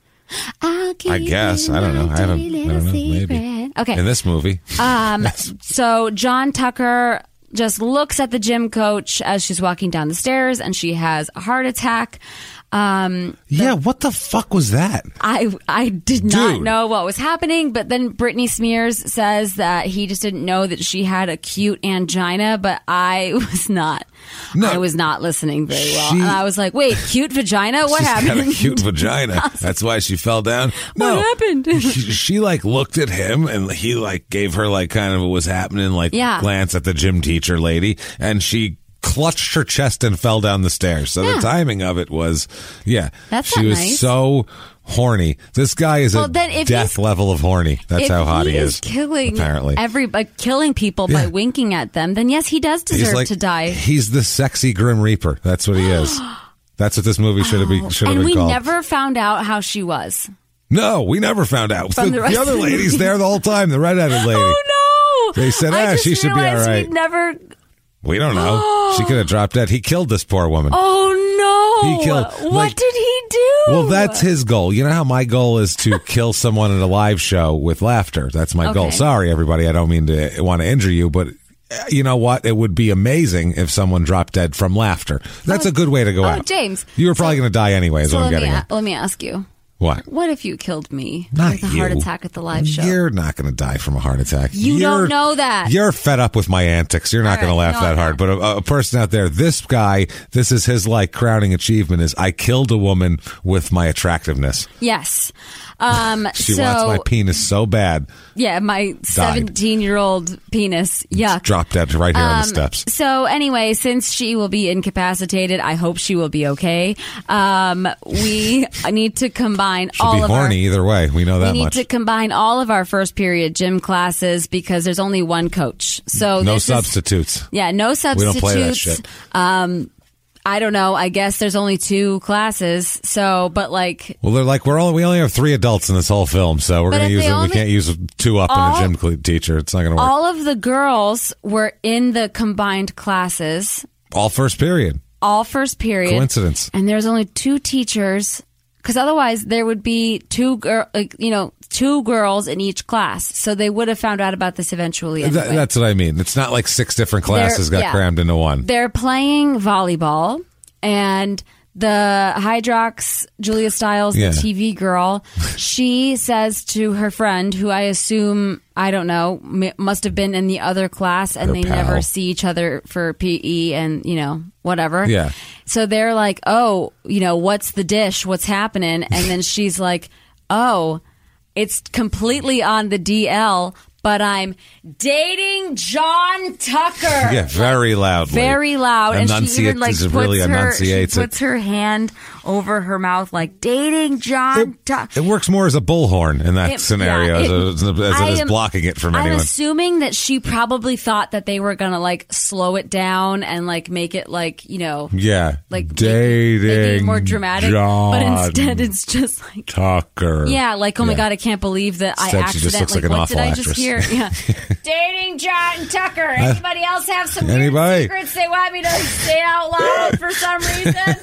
S2: I'll give
S3: I guess.
S2: you
S3: I don't know.
S2: my
S3: I haven't.
S2: dirty
S3: I don't know.
S2: little
S3: Maybe.
S2: secret. Okay. Um,
S3: In this movie,
S2: So John Tucker just looks at the gym coach as she's walking down the stairs and she has a heart attack. Um,
S3: yeah. What the fuck was that?
S2: I I did not
S3: Dude.
S2: know what was happening, but then Brittany Smears says that he just didn't know that she had acute angina, but I was not.
S3: No.
S2: I was not listening very well.
S3: She-
S2: and I was like, wait, cute vagina? What
S3: She's
S2: happened?
S3: got a cute vagina. That's why she fell down. No,
S2: happened?
S3: she, she like looked at him, and he like gave her like kind of what was happening, like
S2: Yeah.
S3: glance at the gym teacher lady, and she clutched her chest and fell down the stairs. So
S2: Yeah.
S3: the timing of it was, yeah,
S2: That's
S3: she
S2: not
S3: was
S2: nice.
S3: so horny. This guy is
S2: Well,
S3: a
S2: then if he's-
S3: death level of horny. That's
S2: If
S3: how hot he,
S2: is killing
S3: Apparently,
S2: every like, killing people by
S3: Yeah.
S2: winking at them. Then yes, he does deserve to die.
S3: He's the sexy Grim Reaper. That's what he is. That's what this movie should have been. Should have
S2: Oh, and
S3: been
S2: we
S3: called.
S2: never found out how she was.
S3: no, we never found out.
S2: From
S3: The,
S2: the rest
S3: other
S2: of the
S3: lady's
S2: movie.
S3: there the whole time. The red-headed lady.
S2: Oh no!
S3: They said,
S2: I
S3: "Ah,
S2: just
S3: she should be all
S2: realized
S3: right."
S2: We'd never.
S3: We don't know. she could have dropped dead. He killed this poor woman.
S2: Oh no!
S3: He killed-
S2: what
S3: like-
S2: did he do?
S3: Well, that's his goal. You know how my goal is to kill someone at a live show with laughter. That's my goal.
S2: Okay.
S3: Sorry, everybody. I don't mean to want to injure you, but uh, you know what? It would be amazing if someone dropped dead from laughter. That's a good way to go
S2: oh,
S3: out.
S2: James.
S3: You were probably going to die anyway, is
S2: So
S3: what I'm
S2: let me
S3: getting
S2: a-
S3: at.
S2: let me ask you:
S3: What?
S2: What if you killed me
S3: Not
S2: with a
S3: you.
S2: heart attack at the live show?
S3: You're not going to die from a heart attack.
S2: You
S3: You're-
S2: don't know that.
S3: You're fed up with my antics. You're not
S2: All
S3: going to
S2: right,
S3: laugh
S2: no,
S3: that
S2: I'm
S3: hard.
S2: not.
S3: But a, a person out there, this guy, this is his like crowning achievement is I killed a woman with my attractiveness.
S2: yes. Um,
S3: She
S2: so
S3: wants my penis so bad.
S2: yeah, my seventeen-year-old penis. Yuck.
S3: Drop dead right here
S2: Um,
S3: on the steps.
S2: So anyway, since she will be incapacitated, I hope she will be okay. Um, we need to combine combine
S3: Should
S2: all
S3: be
S2: of our
S3: horny either way. We know that
S2: we need
S3: much.
S2: to combine all of our first period gym classes because there's only one coach. So
S3: no
S2: this is-
S3: substitutes.
S2: yeah, no
S3: We
S2: substitutes.
S3: don't play that shit.
S2: Um, I don't know. I guess there's only two classes. So, but like
S3: Well, they're like we're only we only have three adults in this whole film, so we're
S2: But
S3: going to
S2: if
S3: use
S2: they
S3: it. We
S2: only-
S3: can't use two up
S2: All-
S3: and a gym cle- teacher. It's not going to work. All,
S2: all of the girls were in the combined classes,
S3: first period.
S2: all first period.
S3: Coincidence.
S2: And there's only two teachers because otherwise there would be two girl, like, you know, two girls in each class. So they would have found out about this eventually.
S3: Th-
S2: Anyway.
S3: that's what I mean. It's not like six different
S2: They're-
S3: classes got
S2: yeah.
S3: crammed into one.
S2: They're playing volleyball and the Hydrox Julia Stiles,
S3: Yeah.
S2: the TV girl, she says to her friend, who I assume I don't know m- must have been in the other class, and
S3: Her
S2: they
S3: pal.
S2: never see each other for PE and you know whatever.
S3: Yeah.
S2: So they're like, oh, you know, what's the dish? What's happening? And then she's like, oh, it's completely on the DL, but I'm dating John Tucker.
S3: yeah, very loudly.
S2: Very loud, and she even like
S3: Enunciates-
S2: puts
S3: really
S2: her she
S3: enunciates it.
S2: puts her hand over her mouth, like dating John Tucker.
S3: It works more as a bullhorn in that
S2: It-
S3: scenario
S2: yeah,
S3: as, it, as
S2: I
S3: it is
S2: am-
S3: blocking it from
S2: I'm
S3: anyone.
S2: assuming that she probably thought that they were gonna like slow it down and like make it like you know
S3: yeah,
S2: like
S3: dating
S2: make, make it more dramatic,
S3: John
S2: but instead it's just like.
S3: Tucker.
S2: Yeah, like oh my
S3: Yeah.
S2: god, I can't believe that I
S3: Instead, she just looks
S2: accidentally.
S3: like an
S2: what did I
S3: awful
S2: just
S3: actress. Uh,
S2: hear? Yeah, dating John Tucker. Anybody else have some weird
S3: Anybody?
S2: secrets they want me to say out loud for some reason?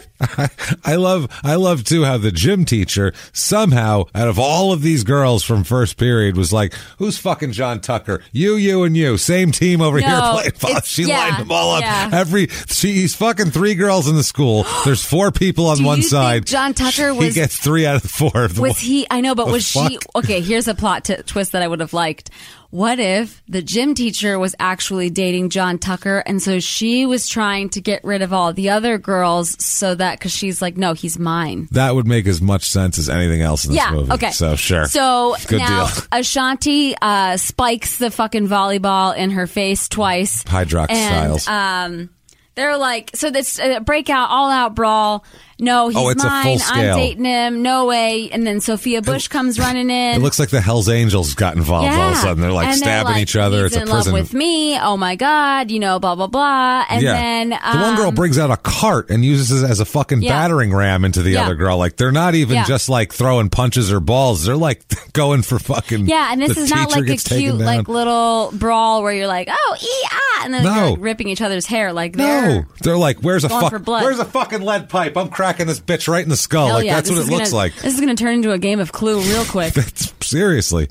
S3: I love I love too how the gym teacher somehow out of all of these girls from first period was like, Who's fucking John Tucker? You, you, and you. Same team over
S2: No,
S3: here playing ball.
S2: it's-
S3: She
S2: yeah,
S3: lined them all up.
S2: yeah.
S3: Every she, he's fucking three girls in the school. There's four people on
S2: Do
S3: one
S2: you think
S3: side.
S2: John Tucker
S3: he
S2: was-
S3: gets three out of the four of the
S2: Was he? I know, but
S3: The
S2: was she?
S3: fuck?
S2: Okay, here's a plot t- twist that I would have liked. What if the gym teacher was actually dating John Tucker, and so she was trying to get rid of all the other girls so that because she's like, no, he's mine.
S3: that would make as much sense as anything else in this
S2: yeah.
S3: movie.
S2: Okay.
S3: So sure.
S2: So
S3: Good
S2: now
S3: deal.
S2: Ashanti uh, spikes the fucking volleyball in her face twice.
S3: Hydrox
S2: and,
S3: styles.
S2: Um, they're like, so this uh, breakout, all out brawl. No, he's
S3: Oh, it's a full
S2: mine. I'm
S3: scale.
S2: dating him. No way. And then Sophia Bush comes running in.
S3: it looks like the Hell's Angels got involved all of a sudden. They're like
S2: And
S3: stabbing
S2: like,
S3: each other.
S2: He's
S3: it's
S2: in
S3: a prison
S2: love with me. Oh my god. You know, blah blah blah. And then um,
S3: the one girl brings out a cart and uses it as a fucking
S2: Yeah.
S3: battering ram into the
S2: Yeah.
S3: other girl. Like they're not even
S2: Yeah.
S3: just like throwing punches or balls. They're like going for fucking.
S2: Yeah, and this
S3: the
S2: is not
S3: teacher
S2: like a
S3: gets taken
S2: cute
S3: down.
S2: like little brawl where you're like, oh, ee ah, and then
S3: No.
S2: they're like ripping each other's hair like
S3: no,
S2: they're-
S3: they're like, where's a
S2: Going
S3: fuck?
S2: for blood.
S3: Where's a fucking lead pipe? I'm cracking this bitch right in the skull.
S2: Hell
S3: Oh, like
S2: yeah,
S3: that's
S2: this
S3: what it
S2: is gonna-
S3: looks like.
S2: This is going to turn into a game of Clue real quick.
S3: That's seriously.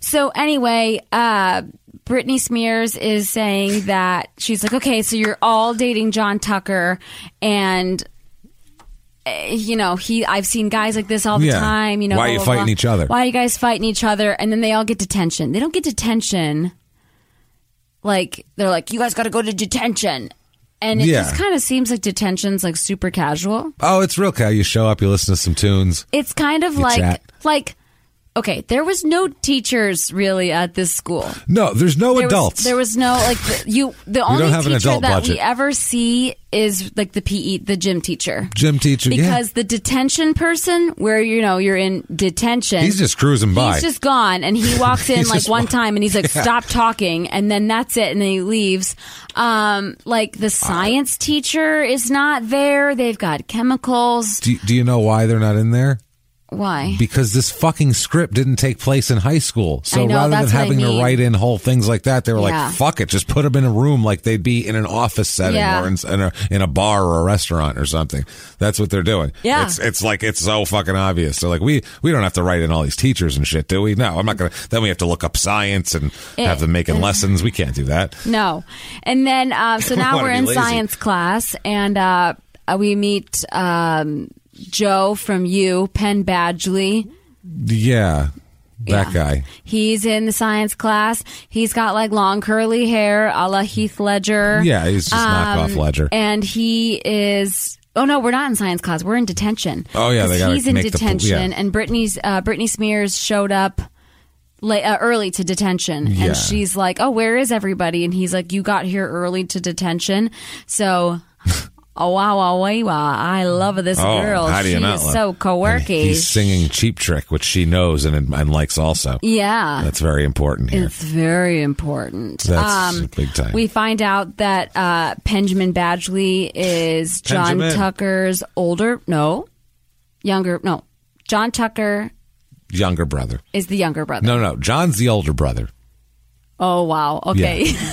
S2: So anyway, uh, Brittany Smears is saying that she's like, okay, so you're all dating John Tucker, and uh, you know he. I've seen guys like this all the
S3: Yeah.
S2: time. You know,
S3: Why are you fighting each other?
S2: Why are you guys fighting each other? And then they all get detention. They don't get detention. Like they're like, you guys got to go to detention, and it
S3: Yeah.
S2: just kind of seems like detention's like super casual.
S3: Oh, it's real. Cow. You show up, you listen to some tunes.
S2: It's kind of
S3: You
S2: like
S3: chat.
S2: like okay, there was no teachers really at this school.
S3: No, there's no
S2: There was-
S3: adults.
S2: there was no like the, you. The only
S3: don't have an
S2: teacher
S3: adult
S2: that we
S3: budget.
S2: ever see is like the PE, the gym teacher,
S3: gym teacher.
S2: because the detention person, where you know you're in detention,
S3: yeah. he's just cruising by.
S2: He's just gone, and he walks in
S3: He's
S2: like
S3: just
S2: one
S3: wa-
S2: time, and he's like, "Stop talking," and then that's it, and then he leaves. Um, like the science teacher is not there. They've got chemicals.
S3: do, do you know why they're not in there?
S2: Why?
S3: because this fucking script didn't take place in high school. So
S2: I know,
S3: rather than
S2: that's what I
S3: having
S2: mean.
S3: to write in whole things like that, they were
S2: Yeah.
S3: like, "Fuck it, just put them in a room like they'd be in an office setting
S2: Yeah.
S3: or in, in, a, in a bar or a restaurant or something." That's what they're doing.
S2: Yeah.
S3: it's it's like it's so fucking obvious. So like we we don't have to write in all these teachers and shit, do we? No, I'm not gonna. Then we have to look up science and have them making lessons. We can't do that.
S2: No. And then, uh, so
S3: We
S2: now
S3: wanna
S2: we're
S3: be
S2: in
S3: lazy.
S2: science class, and uh, we meet um, Joe from you, Penn Badgley.
S3: Yeah, that
S2: Yeah.
S3: guy.
S2: He's in the science class. He's got like long curly hair, a la Heath Ledger.
S3: Yeah, he's just
S2: Um,
S3: knockoff Ledger.
S2: And he is. Oh no, we're not in science class. We're in detention.
S3: Oh, yeah, they
S2: 'Cause
S3: gotta
S2: he's in
S3: make the pol-
S2: detention,
S3: yeah.
S2: and Brittany's uh, Brittany Smears showed up. Late, uh, early to detention,
S3: Yeah.
S2: and she's like, "Oh, where is everybody?" And he's like, "You got here early to detention, so Oh wow, wow, wow, wow. I love this
S3: Oh,
S2: girl.
S3: how do you
S2: she
S3: not
S2: is
S3: love-
S2: so
S3: And
S2: quirky.
S3: he's singing Cheap Trick, which she knows and, and likes also.
S2: yeah.
S3: That's very important here.
S2: It's very important. Um,
S3: That's big time.
S2: We find out that uh, Benjamin Badgley is John
S3: Benjamin.
S2: Tucker's older, no, younger, no. John Tucker
S3: Younger brother.
S2: is the younger brother.
S3: No, no. John's the older brother.
S2: Oh wow. Okay.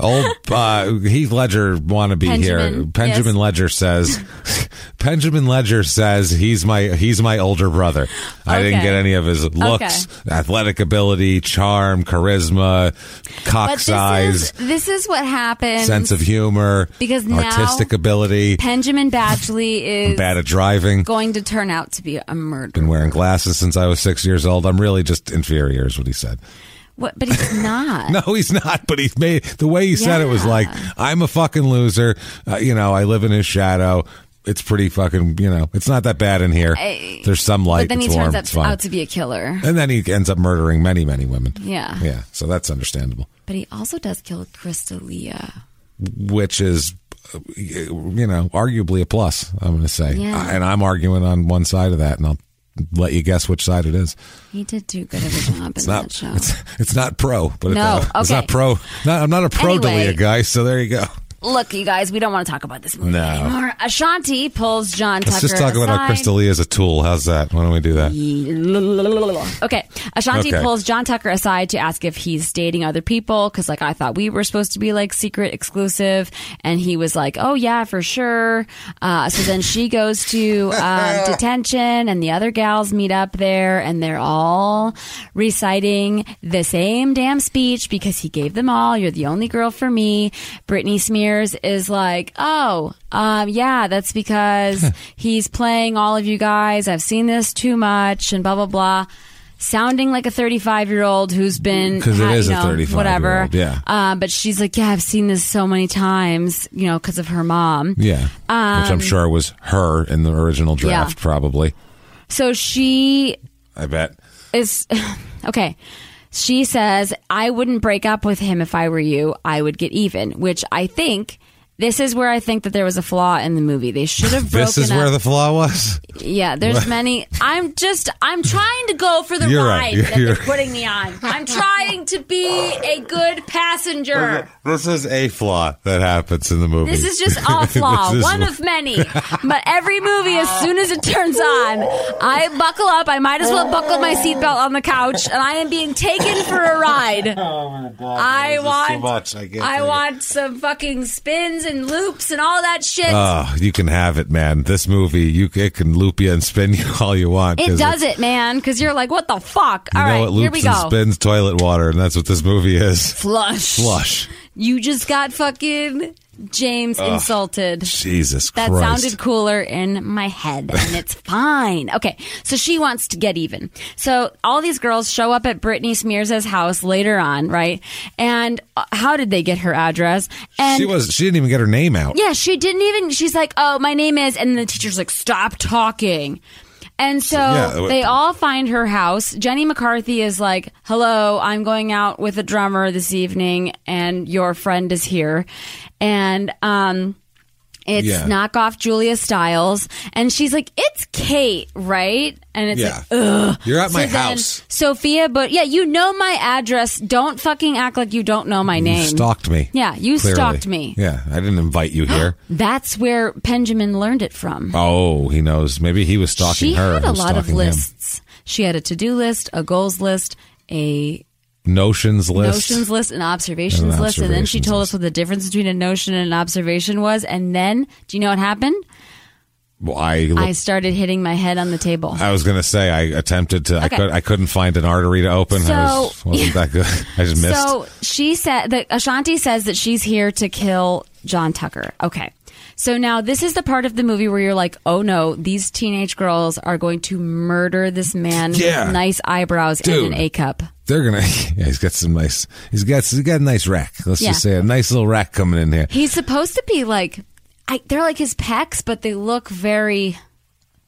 S3: Old uh, Heath Ledger wannabe here.
S2: Benjamin,
S3: Benjamin
S2: yes.
S3: Ledger says, Benjamin Ledger says he's my he's my older brother. I didn't
S2: Okay.
S3: get any of his looks, athletic ability, charm, charisma,
S2: but
S3: cock
S2: this
S3: size,
S2: is this is what happens.
S3: sense of humor,
S2: Because now-
S3: artistic ability.
S2: Benjamin Badgley is
S3: bad at driving.
S2: going to turn out to be a murderer.
S3: Been wearing glasses since I was six years old. I'm really just inferior, is what he said.
S2: What? But he's not.
S3: No, he's not. But he's made the way he said it was
S2: Yeah.
S3: like, "I'm a fucking loser." Uh, you know, I live in his shadow. It's pretty fucking. You know, it's not that bad in here. There's some light.
S2: But then
S3: it's
S2: he
S3: warm.
S2: turns
S3: it's
S2: up,
S3: fine.
S2: out to be a killer.
S3: and then he ends up murdering many, many women.
S2: Yeah.
S3: yeah. So that's understandable.
S2: But he also does kill Crystalia.
S3: Which is, uh, you know, arguably a plus. I'm going to say,
S2: Yeah.
S3: and I'm arguing on one side of that, and I'll let you guess which side it is.
S2: He did do good of a job in
S3: It's not.
S2: that show.
S3: It's it's not pro, but
S2: No,
S3: it's, uh, it's
S2: okay.
S3: not pro. Not, I'm not a pro
S2: Anyway.
S3: Dalia guy. So there you go.
S2: Look, you guys, we don't want to talk about this movie
S3: No.
S2: anymore. Ashanti pulls John
S3: Let's
S2: Tucker
S3: just talk about how
S2: aside.
S3: Crystal Lee is a tool. How's that? Why don't we do that?
S2: Okay, Ashanti
S3: Okay.
S2: pulls John Tucker aside to ask if he's dating other people because, like, I thought we were supposed to be like secret exclusive, and he was like, "Oh yeah, for sure." Uh, so then she goes to um, detention, and the other gals meet up there, and they're all reciting the same damn speech because he gave them all. You're the only girl for me. Britney Smears is like, "Oh, um, yeah, that's because he's playing all of you guys. I've seen this too much, and blah blah blah." Sounding like a 35 year old who's been,
S3: 'Cause it
S2: ha-
S3: is
S2: you
S3: a
S2: know,
S3: 35-year-old,
S2: whatever.
S3: yeah.
S2: Uh, but she's like, yeah, I've seen this so many times, you know, because of her mom.
S3: Yeah, which I'm sure was her in the original draft,
S2: Um, Yeah.
S3: probably.
S2: So she
S3: I bet.
S2: is okay. She says, I wouldn't break up with him if I were you. I would get even, which I think this is where I think that there was a flaw in the movie. They should have broken
S3: This is
S2: up.
S3: where the flaw was.
S2: yeah, there's many. I'm just, I'm trying to go for the
S3: You're
S2: ride
S3: right. You're-
S2: that
S3: you're-
S2: they're putting me on. I'm trying to be a good passenger.
S3: This is a flaw that happens in the movie.
S2: This is just a flaw,
S3: This is-
S2: one of many. But every movie, as soon as it turns on, I buckle up. I might as well buckle my seatbelt on the couch, and I am being taken for a ride. I want, I want some fucking spins and loops and all that shit.
S3: Oh, you can have it, man. This movie, you it can loop you and spin you all you want.
S2: it
S3: 'cause
S2: does it, man, because you're like, what the fuck?
S3: You
S2: all
S3: know
S2: right,
S3: what loops
S2: here we
S3: and
S2: go.
S3: spins toilet water, and that's what this movie is.
S2: Flush.
S3: Flush.
S2: You just got fucking James
S3: Ah.
S2: insulted.
S3: Jesus
S2: That
S3: Christ.
S2: sounded cooler in my head, and it's fine. Okay, so she wants to get even. So all these girls show up at Britney Spears' house later on, right? And uh, how did they get her address? And
S3: she was. She didn't even get her name out.
S2: yeah, she didn't even. She's like, "Oh, my name is," and the teacher's like, "Stop talking." And so
S3: Yeah, it-
S2: they all find her house. Jenny McCarthy is like, "Hello, I'm going out with a drummer this evening, and your friend is here." And um, it's
S3: Yeah.
S2: knockoff Julia Stiles, and she's like, "It's Kate, right?" And it's
S3: Yeah.
S2: like, "Ugh."
S3: You're at my
S2: So then
S3: house.
S2: Sophia. But yeah, you know my address. Don't fucking act like you don't know my
S3: You
S2: name.
S3: stalked me.
S2: Yeah, you
S3: clearly.
S2: stalked me.
S3: Yeah, I didn't invite you here.
S2: That's where Benjamin learned it from.
S3: oh, he knows. Maybe he was stalking
S2: she
S3: her.
S2: had a
S3: who's
S2: lot of
S3: stalking him.
S2: lists. She had a to-do list, a goals list, a
S3: Notions list.
S2: notions list, an observations
S3: And an
S2: list, and then she
S3: observations
S2: told
S3: list.
S2: us what the difference between a notion and an observation was. And then, do you know what happened?
S3: Well, I,
S2: I started hitting my head on the table.
S3: I was gonna say I attempted to. I,
S2: Okay.
S3: could, I couldn't find an artery to open. I was,
S2: So-
S3: wasn't that good. I just missed.
S2: So she said that Ashanti says that she's here to kill John Tucker. Okay. So now this is the part of the movie where you're like, oh no, these teenage girls are going to murder this man
S3: Yeah.
S2: with nice eyebrows
S3: Dude.
S2: and an A cup.
S3: They're gonna. Yeah, he's got some nice. He's got. He's got a nice rack. Let's
S2: Yeah.
S3: just say a nice little rack coming in here.
S2: He's supposed to be like, I, they're like his pecs, but they look very.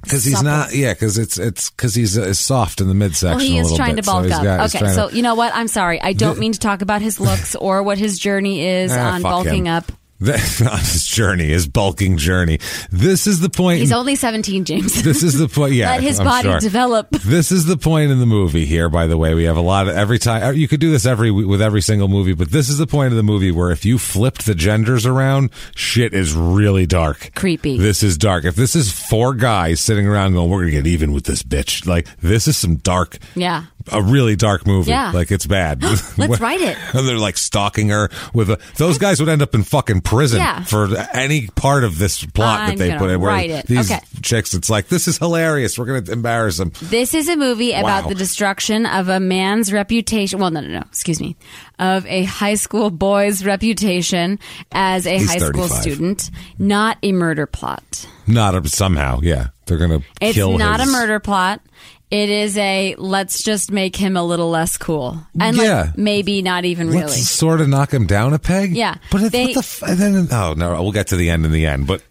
S3: Because he's not. Yeah. Because it's. It's because he's uh, soft in the midsection.
S2: Oh, he
S3: a
S2: is
S3: little
S2: trying
S3: bit,
S2: to bulk
S3: so he's
S2: up.
S3: got- he's
S2: okay,
S3: trying
S2: so
S3: to-
S2: you know what? I'm sorry. I don't mean to talk about his looks or what his journey is
S3: Ah,
S2: on
S3: fuck
S2: bulking
S3: him.
S2: up.
S3: That, on his journey, his bulking journey. This is the point.
S2: He's only 17, James.
S3: this is the point. Yeah,
S2: Let his
S3: I'm
S2: body
S3: sure.
S2: develop.
S3: This is the point in the movie here. By the way, we have a lot of every time you could do this every with every single movie, but this is the point of the movie where if you flipped the genders around, shit is really dark,
S2: Creepy.
S3: This is dark. If this is four guys sitting around going, "We're gonna get even with this bitch," like this is some dark.
S2: Yeah.
S3: A really dark movie.
S2: Yeah.
S3: Like it's bad.
S2: Let's write it.
S3: And they're like stalking her with a, those guys would end up in fucking prison
S2: Yeah.
S3: for any part of this plot
S2: I'm
S3: that they
S2: gonna
S3: put in. where
S2: write it.
S3: These
S2: Okay.
S3: chicks, it's like, this is hilarious. We're going to embarrass them.
S2: This is a movie about
S3: Wow.
S2: the destruction of a man's reputation. Well, no, no, no. Excuse me. Of a high school boy's reputation as a
S3: He's
S2: high school
S3: 35.
S2: student, not a murder plot.
S3: Not a, somehow. Yeah. They're going to
S2: It's
S3: kill
S2: not
S3: his-
S2: a murder plot. It is a let's just make him a little less cool. And
S3: Yeah.
S2: like maybe not even really.
S3: Let's sort of knock him down a peg.
S2: Yeah.
S3: But it's,
S2: They-
S3: what the f- and then, oh, no, we'll get to the end in the end. But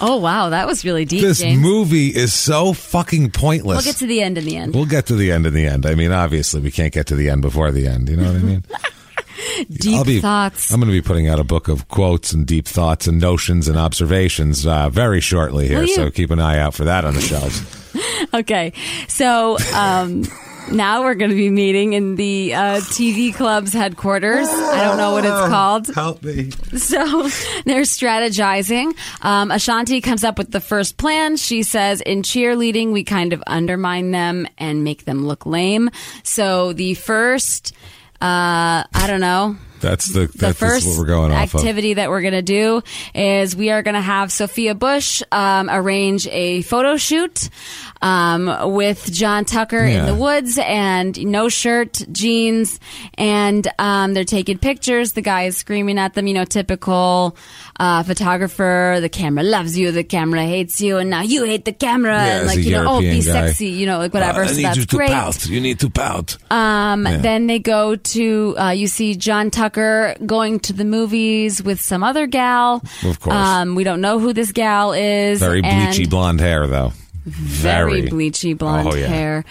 S2: oh wow, that was really deep,
S3: this
S2: James.
S3: movie is so fucking pointless.
S2: we'll get to the end in the end.
S3: We'll get to the end in the end. I mean, obviously, we can't get to the end before the end. You know what I mean?
S2: deep
S3: I'll be,
S2: thoughts.
S3: I'm going to be putting out a book of quotes and deep thoughts and notions and observations uh, very shortly here.
S2: Will you?
S3: So keep an eye out for that on the shelves.
S2: Okay, so um, now we're going to be meeting in the uh, TV club's headquarters. I don't know what it's called.
S3: Help me.
S2: So they're strategizing. Um, Ashanti comes up with the first plan. She says, in cheerleading, we kind of undermine them and make them look lame. So the first, uh, I don't know.
S3: That's the,
S2: The
S3: that's
S2: first
S3: what we're going off of.
S2: activity that we're going to do is we are going to have Sophia Bush um, arrange a photo shoot um, with John Tucker in
S3: Yeah.
S2: the woods and no shirt, jeans, and um, they're taking pictures. The guy is screaming at them, you know, typical uh, photographer. The camera loves you, the camera hates you, and now you hate the camera.
S3: Yeah,
S2: and
S3: as
S2: like,
S3: a
S2: you know, oh, be
S3: European guy.
S2: sexy, you know, like whatever. so that's great.
S3: Uh, You need to pout.
S2: Um, Then they go to, uh, you see John Tucker going to the movies with some other gal.
S3: Of course.
S2: Um, we don't know who this gal is.
S3: very
S2: and
S3: bleachy blonde hair, though.
S2: Very, bleachy blonde
S3: Oh, yeah.
S2: hair.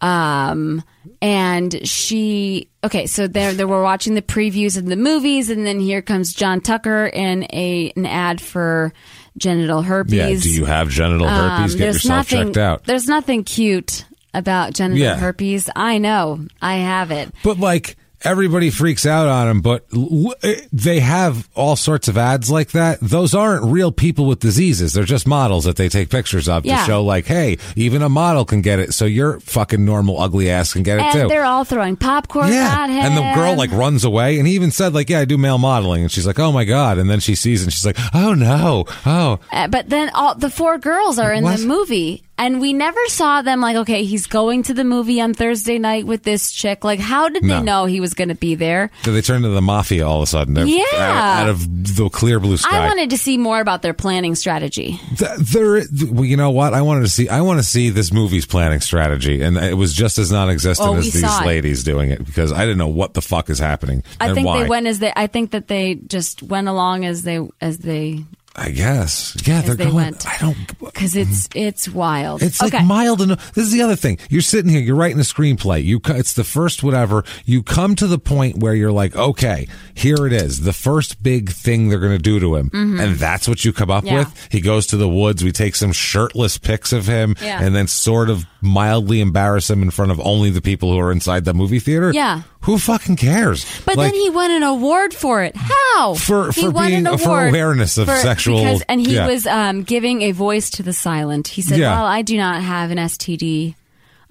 S2: Um, and she, okay, so there, there we're watching the previews of the movies, and then here comes John Tucker in a, an ad for genital herpes.
S3: Yeah. Do you have genital herpes?
S2: Um,
S3: Get yourself
S2: nothing,
S3: checked out.
S2: There's nothing cute about genital
S3: Yeah.
S2: herpes. I know. I have it.
S3: But like everybody freaks out on them, but l- l- they have all sorts of ads like that. Those aren't real people with diseases. They're just models that they take pictures of
S2: Yeah.
S3: to show like, hey, even a model can get it. So your fucking normal ugly ass can get it
S2: and
S3: too.
S2: they're all throwing popcorn
S3: yeah.
S2: at him.
S3: And the girl like runs away and he even said like, yeah, I do male modeling. And she's like, oh my God. And then she sees and she's like, oh no. Oh,
S2: Uh, but then all the four girls are in
S3: What?
S2: the movie, and we never saw them. Like, okay, he's going to the movie on Thursday night with this chick. Like, how did
S3: No.
S2: they know he was going to be there?
S3: so they turn into the mafia all of a sudden. They're
S2: Yeah.
S3: out, out of the clear blue sky.
S2: I wanted to see more about their planning strategy.
S3: Th- there, th- well, you know what? I wanted to see. I want to see this movie's planning strategy, and it was just as non-existent
S2: Oh, we
S3: as
S2: saw
S3: these
S2: it.
S3: ladies doing it because I didn't know what the fuck is happening
S2: I
S3: and
S2: think
S3: why.
S2: they went as they. I think that they just went along as they as they
S3: I guess. Yeah, they're
S2: they
S3: going.
S2: went.
S3: I don't.
S2: because it's it's wild.
S3: Mm-hmm. It's
S2: okay.
S3: like mild enough. This is the other thing. You're sitting here. You're writing a screenplay. You. co- It's the first whatever. You come to the point where you're like, okay, here it is. The first big thing they're going to do to him, and that's what you come up
S2: Mm-hmm. Yeah.
S3: with. He goes to the woods. We take some shirtless pics of him,
S2: Yeah.
S3: and then sort of mildly embarrass him in front of only the people who are inside the movie theater.
S2: Yeah.
S3: Who fucking cares?
S2: But
S3: Like,
S2: then he won an award for it. How?
S3: For-
S2: he
S3: for
S2: won
S3: being- uh,
S2: an
S3: for
S2: award
S3: awareness of sexual-
S2: because- and he
S3: yeah.
S2: was um, giving a voice to the silent. He said,
S3: Yeah.
S2: "Well, I do not have an STD.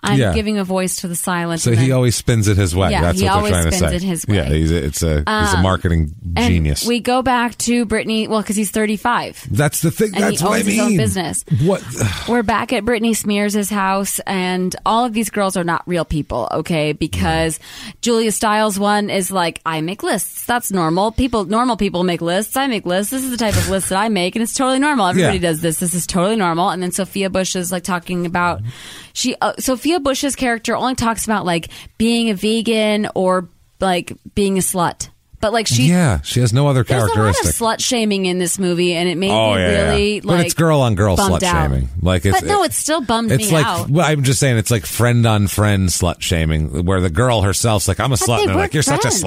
S2: I'm
S3: Yeah.
S2: giving a voice to the silent."
S3: So
S2: And
S3: he
S2: then-
S3: always spins it his way.
S2: Yeah,
S3: That's
S2: he
S3: what they're
S2: always
S3: trying to
S2: spins
S3: say.
S2: it his way.
S3: Yeah, he's a, it's a he's a
S2: Um,
S3: marketing
S2: and
S3: genius.
S2: We go back to Britney. Well, because he's 35.
S3: That's the thing.
S2: And he
S3: That's what I
S2: owns
S3: mean.
S2: his own business.
S3: What?
S2: We're back at Britney Spears' house, and all of these girls are not real people, okay? Because Julia Stiles one is like, I make lists. That's normal. People, normal people make lists. I make lists. This is the type of list that I make, and it's totally normal. Everybody
S3: Yeah.
S2: does this. This is totally normal. And then Sophia Bush is like talking about she. Uh, Sophia Bush's character only talks about like being a vegan or like being a slut. But like she,
S3: yeah, she has no other
S2: there's a lot of
S3: characteristic. Oh,
S2: slut shaming in this movie, and it made me really like.
S3: but it's girl on girl
S2: bummed
S3: slut
S2: out.
S3: shaming. Like, it's,
S2: but no, it still bummed
S3: it's
S2: me
S3: like
S2: out.
S3: well, I'm just saying it's like friend on friend slut shaming, where the girl herself's like, "I'm a slut,"
S2: they
S3: and they're
S2: were
S3: like, "You're such a
S2: friends.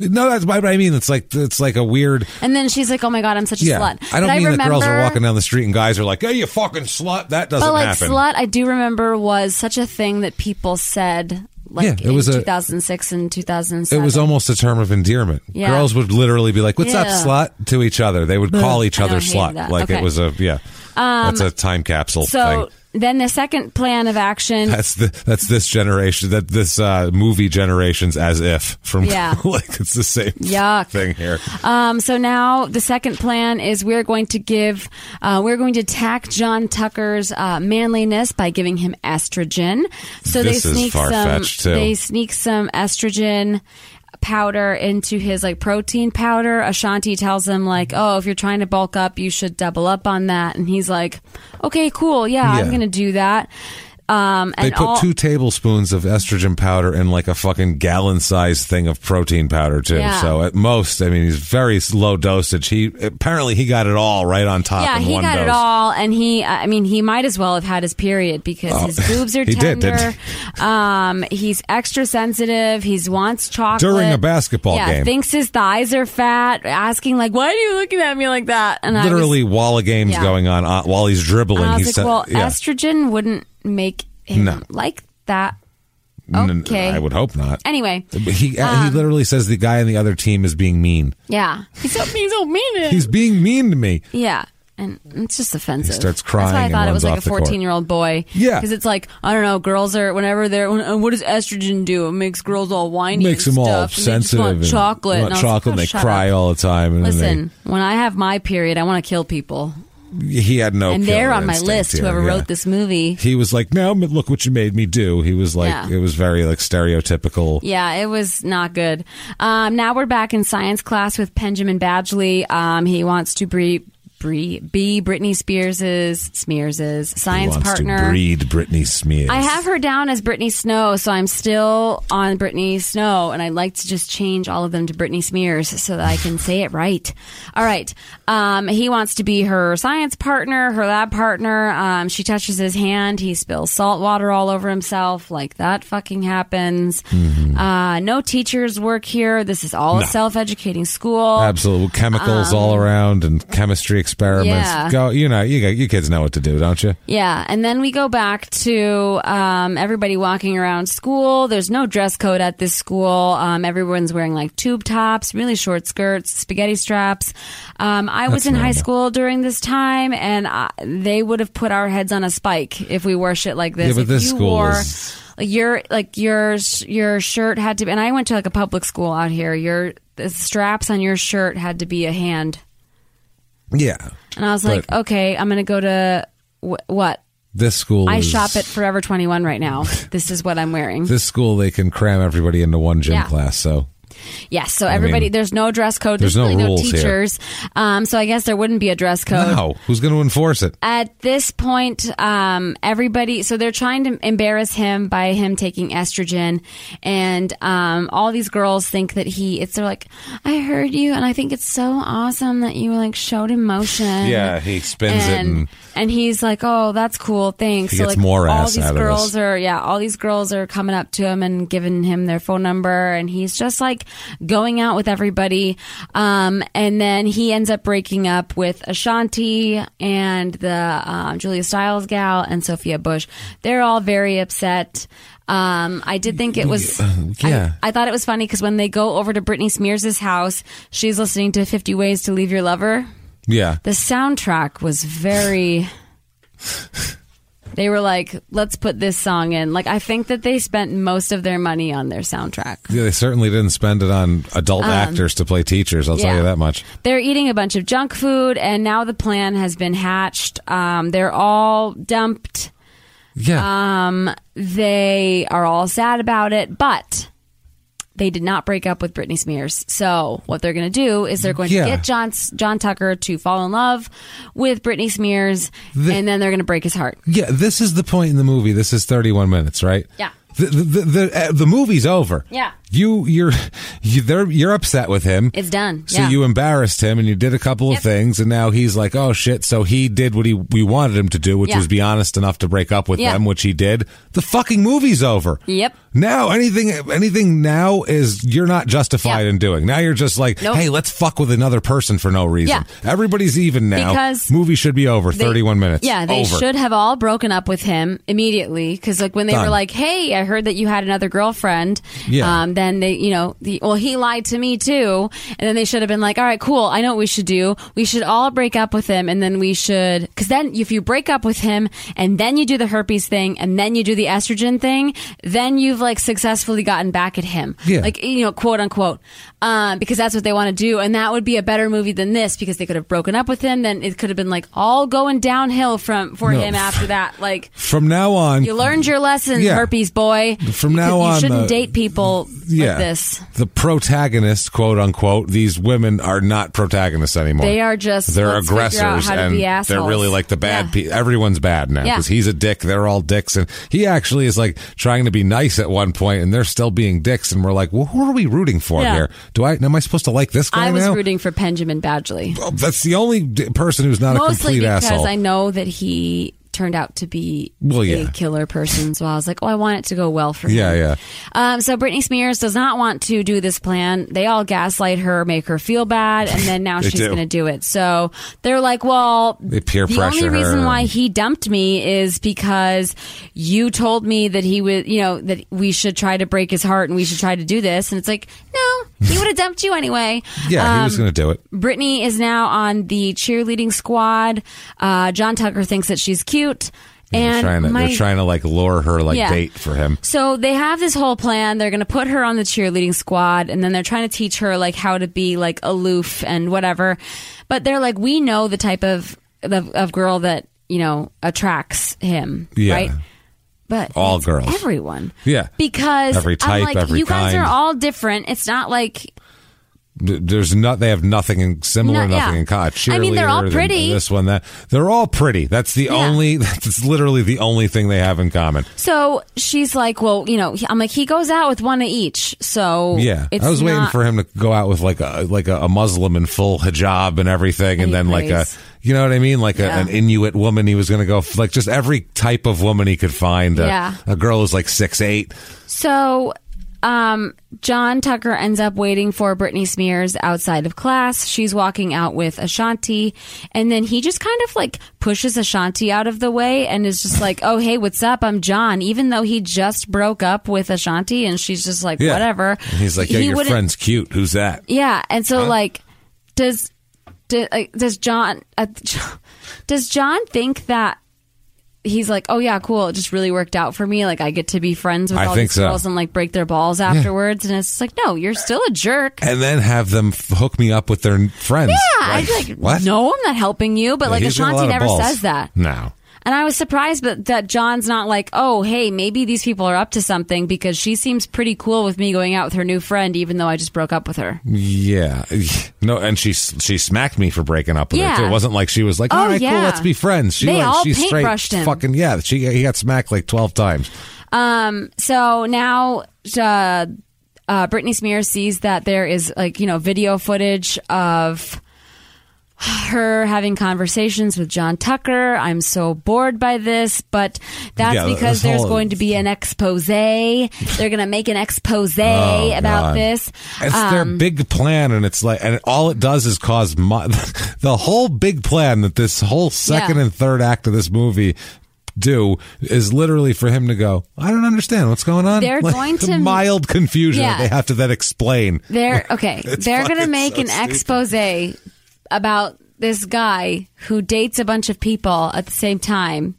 S3: slut." No, that's what I mean. It's like it's like a weird.
S2: And then she's like, "Oh my god, I'm such a
S3: Yeah,
S2: slut."
S3: I
S2: But
S3: don't mean that girls are
S2: remember-
S3: walking down the street and guys are like, "Hey, you fucking slut." That doesn't
S2: But like
S3: happen.
S2: slut, I do remember was such a thing that people said. Like
S3: Yeah, it
S2: in
S3: was a-
S2: 2006 and 2007.
S3: It was almost a term of endearment.
S2: Yeah.
S3: Girls would literally be like, "What's up,
S2: Yeah.
S3: slut?" to each other. They would call each
S2: I
S3: other
S2: don't hate
S3: slut.
S2: that.
S3: Like
S2: Okay.
S3: it
S2: Um,
S3: was a yeah. that's a time capsule
S2: so.
S3: thing.
S2: Then the second plan of action
S3: That's the that's this generation that this uh, movie generations as if from
S2: Yeah.
S3: like it's the same
S2: Yuck.
S3: thing here.
S2: Um, so now the second plan is we're going to give, uh, we're going to attack John Tucker's uh, manliness by giving him estrogen. So
S3: This
S2: they
S3: is
S2: sneak some,
S3: far-fetched, too.
S2: they sneak some estrogen powder into his like protein powder. Ashanti tells him like, "Oh, if you're trying to bulk up, you should double up on that." And he's like, "Okay, cool, yeah, I'm
S3: Yeah.
S2: going to do that." Um, and
S3: They put
S2: all-
S3: two tablespoons of estrogen powder in like a fucking gallon sized thing of protein powder too.
S2: Yeah.
S3: So at most, I mean, he's very low dosage. He apparently he got it all right on top.
S2: Yeah,
S3: in
S2: he
S3: one
S2: got
S3: dose.
S2: it all, and he—I mean, he might as well have had his period because his boobs are
S3: Oh, He did,
S2: tender.
S3: didn't
S2: um, he's extra sensitive. He wants chocolate
S3: During a basketball
S2: yeah,
S3: game.
S2: Thinks his thighs are fat. Asking like, "Why are you looking at me like that?" And
S3: Literally, while a game's
S2: Yeah.
S3: going on, uh, while he's dribbling,
S2: I was, and I
S3: he's
S2: was like,
S3: sa-
S2: "Well,
S3: yeah.
S2: estrogen wouldn't make him
S3: No.
S2: like that."
S3: N-
S2: Okay. Um,
S3: I would hope not.
S2: Anyway,
S3: But he he literally says the guy on the other team is being mean.
S2: yeah, he's so he's so mean.
S3: He's being mean to me.
S2: Yeah. And it's just offensive.
S3: He starts
S2: That's why I
S3: crying
S2: thought
S3: and
S2: it was
S3: runs
S2: like a
S3: off the court.
S2: 14 year old boy.
S3: Yeah.
S2: Because it's like, I don't know, girls are, whenever they're, when- uh, what does estrogen do? It makes girls all whiny.
S3: Makes
S2: and
S3: them all
S2: stuff, and they just
S3: sensitive.
S2: want
S3: and
S2: chocolate.
S3: want
S2: and I was
S3: chocolate.
S2: like,
S3: and
S2: oh,
S3: they
S2: shut
S3: cry
S2: up.
S3: all the time. And then
S2: Listen, when I have my period, I want to kill people.
S3: they, he had no.
S2: and
S3: killer
S2: they're on my
S3: instinct
S2: list,
S3: here,
S2: whoever
S3: yeah.
S2: wrote this movie.
S3: He was like, "Now but look what you made me do." He was like,
S2: Yeah.
S3: it was very like stereotypical.
S2: Yeah, it was not good. Um, now we're back in science class with Benjamin Badgley. Um, he wants to be, be, be Britney Spears' Smears'
S3: He
S2: science
S3: wants
S2: partner.
S3: to breed Britney Spears.
S2: I have her down as Britney Snow, so I'm still on Britney Snow, and I'd like to just change all of them to Britney Smears so that I can say it right. All right. Um, he wants to be her science partner, her lab partner. Um, she touches his hand. He spills salt water all over himself. Like that fucking happens. Uh, no teachers work here. This is all a self educating school.
S3: absolute chemicals all around and chemistry experiments.
S2: um, yeah.
S3: Go, you know, you you kids know what to do, don't you?
S2: Yeah, and then we go back to um, everybody walking around school. There's no dress code at this school. Um, everyone's wearing like tube tops, really short skirts, spaghetti straps. Um, I was
S3: That's
S2: in high
S3: normal.
S2: school during this time, and I, they would have put our heads on a spike if we wore shit like this.
S3: Yeah, but
S2: If
S3: this
S2: you
S3: school
S2: wore,
S3: is-
S2: like, your like your sh- your shirt had to. be And I went to like a public school out here. Your the straps on your shirt had to be a hand,
S3: Yeah.
S2: and I was like,
S3: But-
S2: okay, I'm gonna go to wh- what
S3: This school.
S2: I
S3: is-
S2: shop at Forever 21 right now. This is what I'm wearing.
S3: this school. They can cram everybody into one gym
S2: Yeah.
S3: class. So
S2: Yes, so everybody,
S3: mean,
S2: there's no dress code.
S3: there's
S2: There's, really
S3: no
S2: no
S3: rules here.
S2: teachers. Um, so I guess there wouldn't be a dress code.
S3: now, who's going to enforce it?
S2: At this point, um, everybody, so they're trying to embarrass him by him taking estrogen. And um, all these girls think that he, it's, they're like, I heard you, and I think it's so awesome that you like showed emotion.
S3: Yeah, he spins it
S2: and,
S3: and-
S2: and he's like, "Oh, that's cool, thanks."
S3: He
S2: so
S3: gets
S2: like
S3: more
S2: all
S3: ass
S2: these
S3: out of
S2: girls
S3: us.
S2: are yeah, all these girls are coming up to him and giving him their phone number, and he's just like going out with everybody. Um, and then he ends up breaking up with Ashanti and the um, Julia Stiles gal and Sophia Bush. They're all very upset. Um, I did think it was,
S3: Yeah.
S2: I, I thought it was funny because when they go over to Britney Spears' house, she's listening to 50 Ways to Leave Your Lover.
S3: Yeah.
S2: The soundtrack was very. they were like, let's put this song in. Like, I think that they spent most of their money on their soundtrack.
S3: Yeah, they certainly didn't spend it on adult actors to play teachers. I'll tell
S2: Um, yeah.
S3: you that much.
S2: They're eating a bunch of junk food, and now the plan has been hatched. Um, they're all dumped. Uh,
S3: Yeah,
S2: They are all sad about it, but they did not break up with Britney Spears. So what they're going to do is they're going
S3: Yeah.
S2: to get John John Tucker to fall in love with Britney Spears,
S3: The-
S2: and then they're going to break his heart.
S3: yeah. This is the point in the movie. This is thirty-one minutes, right?
S2: Yeah.
S3: The the the, the, uh, the movie's over.
S2: Yeah.
S3: you you're you, they're, you're upset with him.
S2: It's done.
S3: So
S2: Yeah.
S3: you embarrassed him, and you did a couple of things, and now he's like, "Oh shit!" So he did what he we wanted him to do, which
S2: Yeah.
S3: was be honest enough to break up with
S2: Yeah.
S3: them, which he did. The fucking movie's over.
S2: Yep.
S3: Now anything anything now is you're not justified
S2: Yeah.
S3: in doing. Now you're just like,
S2: Nope.
S3: "Hey, let's fuck with another person for no reason."
S2: Yeah.
S3: Everybody's even now.
S2: Because
S3: movie should be over.
S2: they-
S3: Thirty-one minutes.
S2: Yeah, they
S3: Over.
S2: should have all broken up with him immediately because, like, when they were
S3: Done.
S2: like, "Hey, I heard that you had another girlfriend,"
S3: Yeah.
S2: um, then they, you know, the, well, he lied to me too, and then they should have been like, "All right, cool. I know what we should do. We should all break up with him, and then we should, because then if you break up with him and then you do the herpes thing and then you do the estrogen thing, then you've like successfully gotten back at him,
S3: Yeah.
S2: like you know, quote unquote, uh, because that's what they want to do. And that would be a better movie than this because they could have broken up with him. Then it could have been like all going downhill from for
S3: No.
S2: him after that. Like
S3: From now on,
S2: you learned your lesson,
S3: Yeah.
S2: herpes boy.
S3: From
S2: You
S3: now
S2: could-
S3: on, uh,
S2: you shouldn't
S3: the-
S2: date people like this.
S3: The protagonist, quote unquote, these women are not protagonists anymore.
S2: They are just-
S3: they're
S2: let's figure out
S3: aggressors
S2: how to
S3: and
S2: be
S3: they're
S2: assholes.
S3: really like the bad
S2: Yeah.
S3: people. Everyone's bad now
S2: Yeah.
S3: because he's a dick. They're all dicks, and he actually is like trying to be nice at one point, and they're still being dicks. And we're like, well, who are we rooting for
S2: Yeah.
S3: here? Do I am I supposed to like this guy
S2: I was
S3: now?
S2: rooting for Benjamin Badgley
S3: Oh, that's the only d- person who's not a
S2: mostly
S3: complete
S2: because
S3: asshole.
S2: I know that he turned out to be
S3: Well, yeah.
S2: a killer person. So I was like, oh, I want it to go well for
S3: Yeah,
S2: him.
S3: yeah.
S2: Um, so Britney Spears does not want to do this plan. They all gaslight her, make her feel bad, and then now
S3: They
S2: she's
S3: do.
S2: going to do it. So they're like, well,
S3: They peer
S2: the
S3: pressure
S2: only
S3: her
S2: reason why
S3: and-
S2: he dumped me is because you told me that he would, you know, that we should try to break his heart and we should try to do this. And it's like, no, he would have dumped you anyway.
S3: yeah, he
S2: Um,
S3: was going to do it.
S2: Brittany is now on the cheerleading squad. Uh, John Tucker thinks that she's cute.
S3: They're
S2: And
S3: trying, to,
S2: my-
S3: they're trying to like lure her, like
S2: Yeah.
S3: date for him.
S2: so they have this whole plan. They're going to put her on the cheerleading squad and then they're trying to teach her like how to be like aloof and whatever. But they're like, we know the type of, of, of girl that, you know, attracts him.
S3: Yeah.
S2: Right. But
S3: All
S2: it's
S3: girls.
S2: everyone.
S3: Yeah.
S2: Because
S3: Every type,
S2: I'm like,
S3: every
S2: you guys
S3: kind.
S2: are all different. It's not like
S3: Th- there's not they have nothing in similar
S2: No, yeah.
S3: nothing in common
S2: I mean, they're all
S3: Cheerleader, then
S2: pretty.
S3: this one that they're all pretty that's the only that's literally the only thing they have in common
S2: So she's like, well, you know, he- I'm like, he goes out with one of each. So
S3: yeah
S2: it's
S3: i was waiting
S2: not-
S3: for him to go out with like a like a, a muslim in full hijab and everything and
S2: he
S3: then like a
S2: prays.
S3: you know what i mean like
S2: Yeah.
S3: a, an inuit woman he was gonna go f- like just every type of woman he could find a,
S2: Yeah.
S3: a girl who's like six eight
S2: So, um, John Tucker ends up waiting for Britney Smears outside of class. She's walking out with Ashanti, and then he just kind of like pushes Ashanti out of the way and is just like, "Oh, hey, what's up? I'm John." Even though he just broke up with Ashanti, and she's just like,
S3: yeah
S2: "Whatever."
S3: and he's like yeah
S2: He
S3: your
S2: wouldn't-
S3: friend's cute who's that
S2: Yeah, and so like, does do, like, does John uh, does John think that he's like, oh yeah, cool, it just really worked out for me. Like I get to be friends with
S3: I
S2: all
S3: think
S2: these
S3: so.
S2: girls and like break their balls afterwards, and it's like, no, you're still a jerk.
S3: and then have them f- hook me up with their n- friends
S2: Yeah, I'd be like,
S3: what
S2: no, I'm not helping you. But like
S3: he's got a lot
S2: Ashanti
S3: of
S2: never
S3: balls.
S2: says that.
S3: no
S2: And I was surprised but that John's not like, oh, hey, maybe these people are up to something because she seems pretty cool with me going out with her new friend, even though I just broke up with her.
S3: Yeah, no, and she she smacked me for breaking up with
S2: Yeah.
S3: her. Too. It wasn't like she was like,
S2: Oh,
S3: "All right, cool,
S2: yeah.
S3: let's be friends." She
S2: They
S3: like
S2: all
S3: she straight
S2: paintbrushed him.
S3: fucking yeah. She he got smacked like twelve times.
S2: Um, so now uh, uh, Britney Spears sees that there is like you know video footage of her having conversations with John Tucker. I'm so bored by this, but that's
S3: Yeah,
S2: because
S3: this
S2: there's
S3: whole-
S2: going to be an expose. They're going to make an expose about
S3: Oh, God.
S2: this.
S3: It's their
S2: Um,
S3: big plan, and it's like, and all it does is cause mo- the whole big plan that this whole second
S2: Yeah.
S3: and third act of this movie do is literally for him to go. I don't understand what's going on.
S2: They're going to-
S3: mild confusion.
S2: Yeah.
S3: that They have to then explain.
S2: They're okay.
S3: It's
S2: they're gonna
S3: fucking
S2: make
S3: so
S2: an
S3: stupid.
S2: expose about this guy who dates a bunch of people at the same time,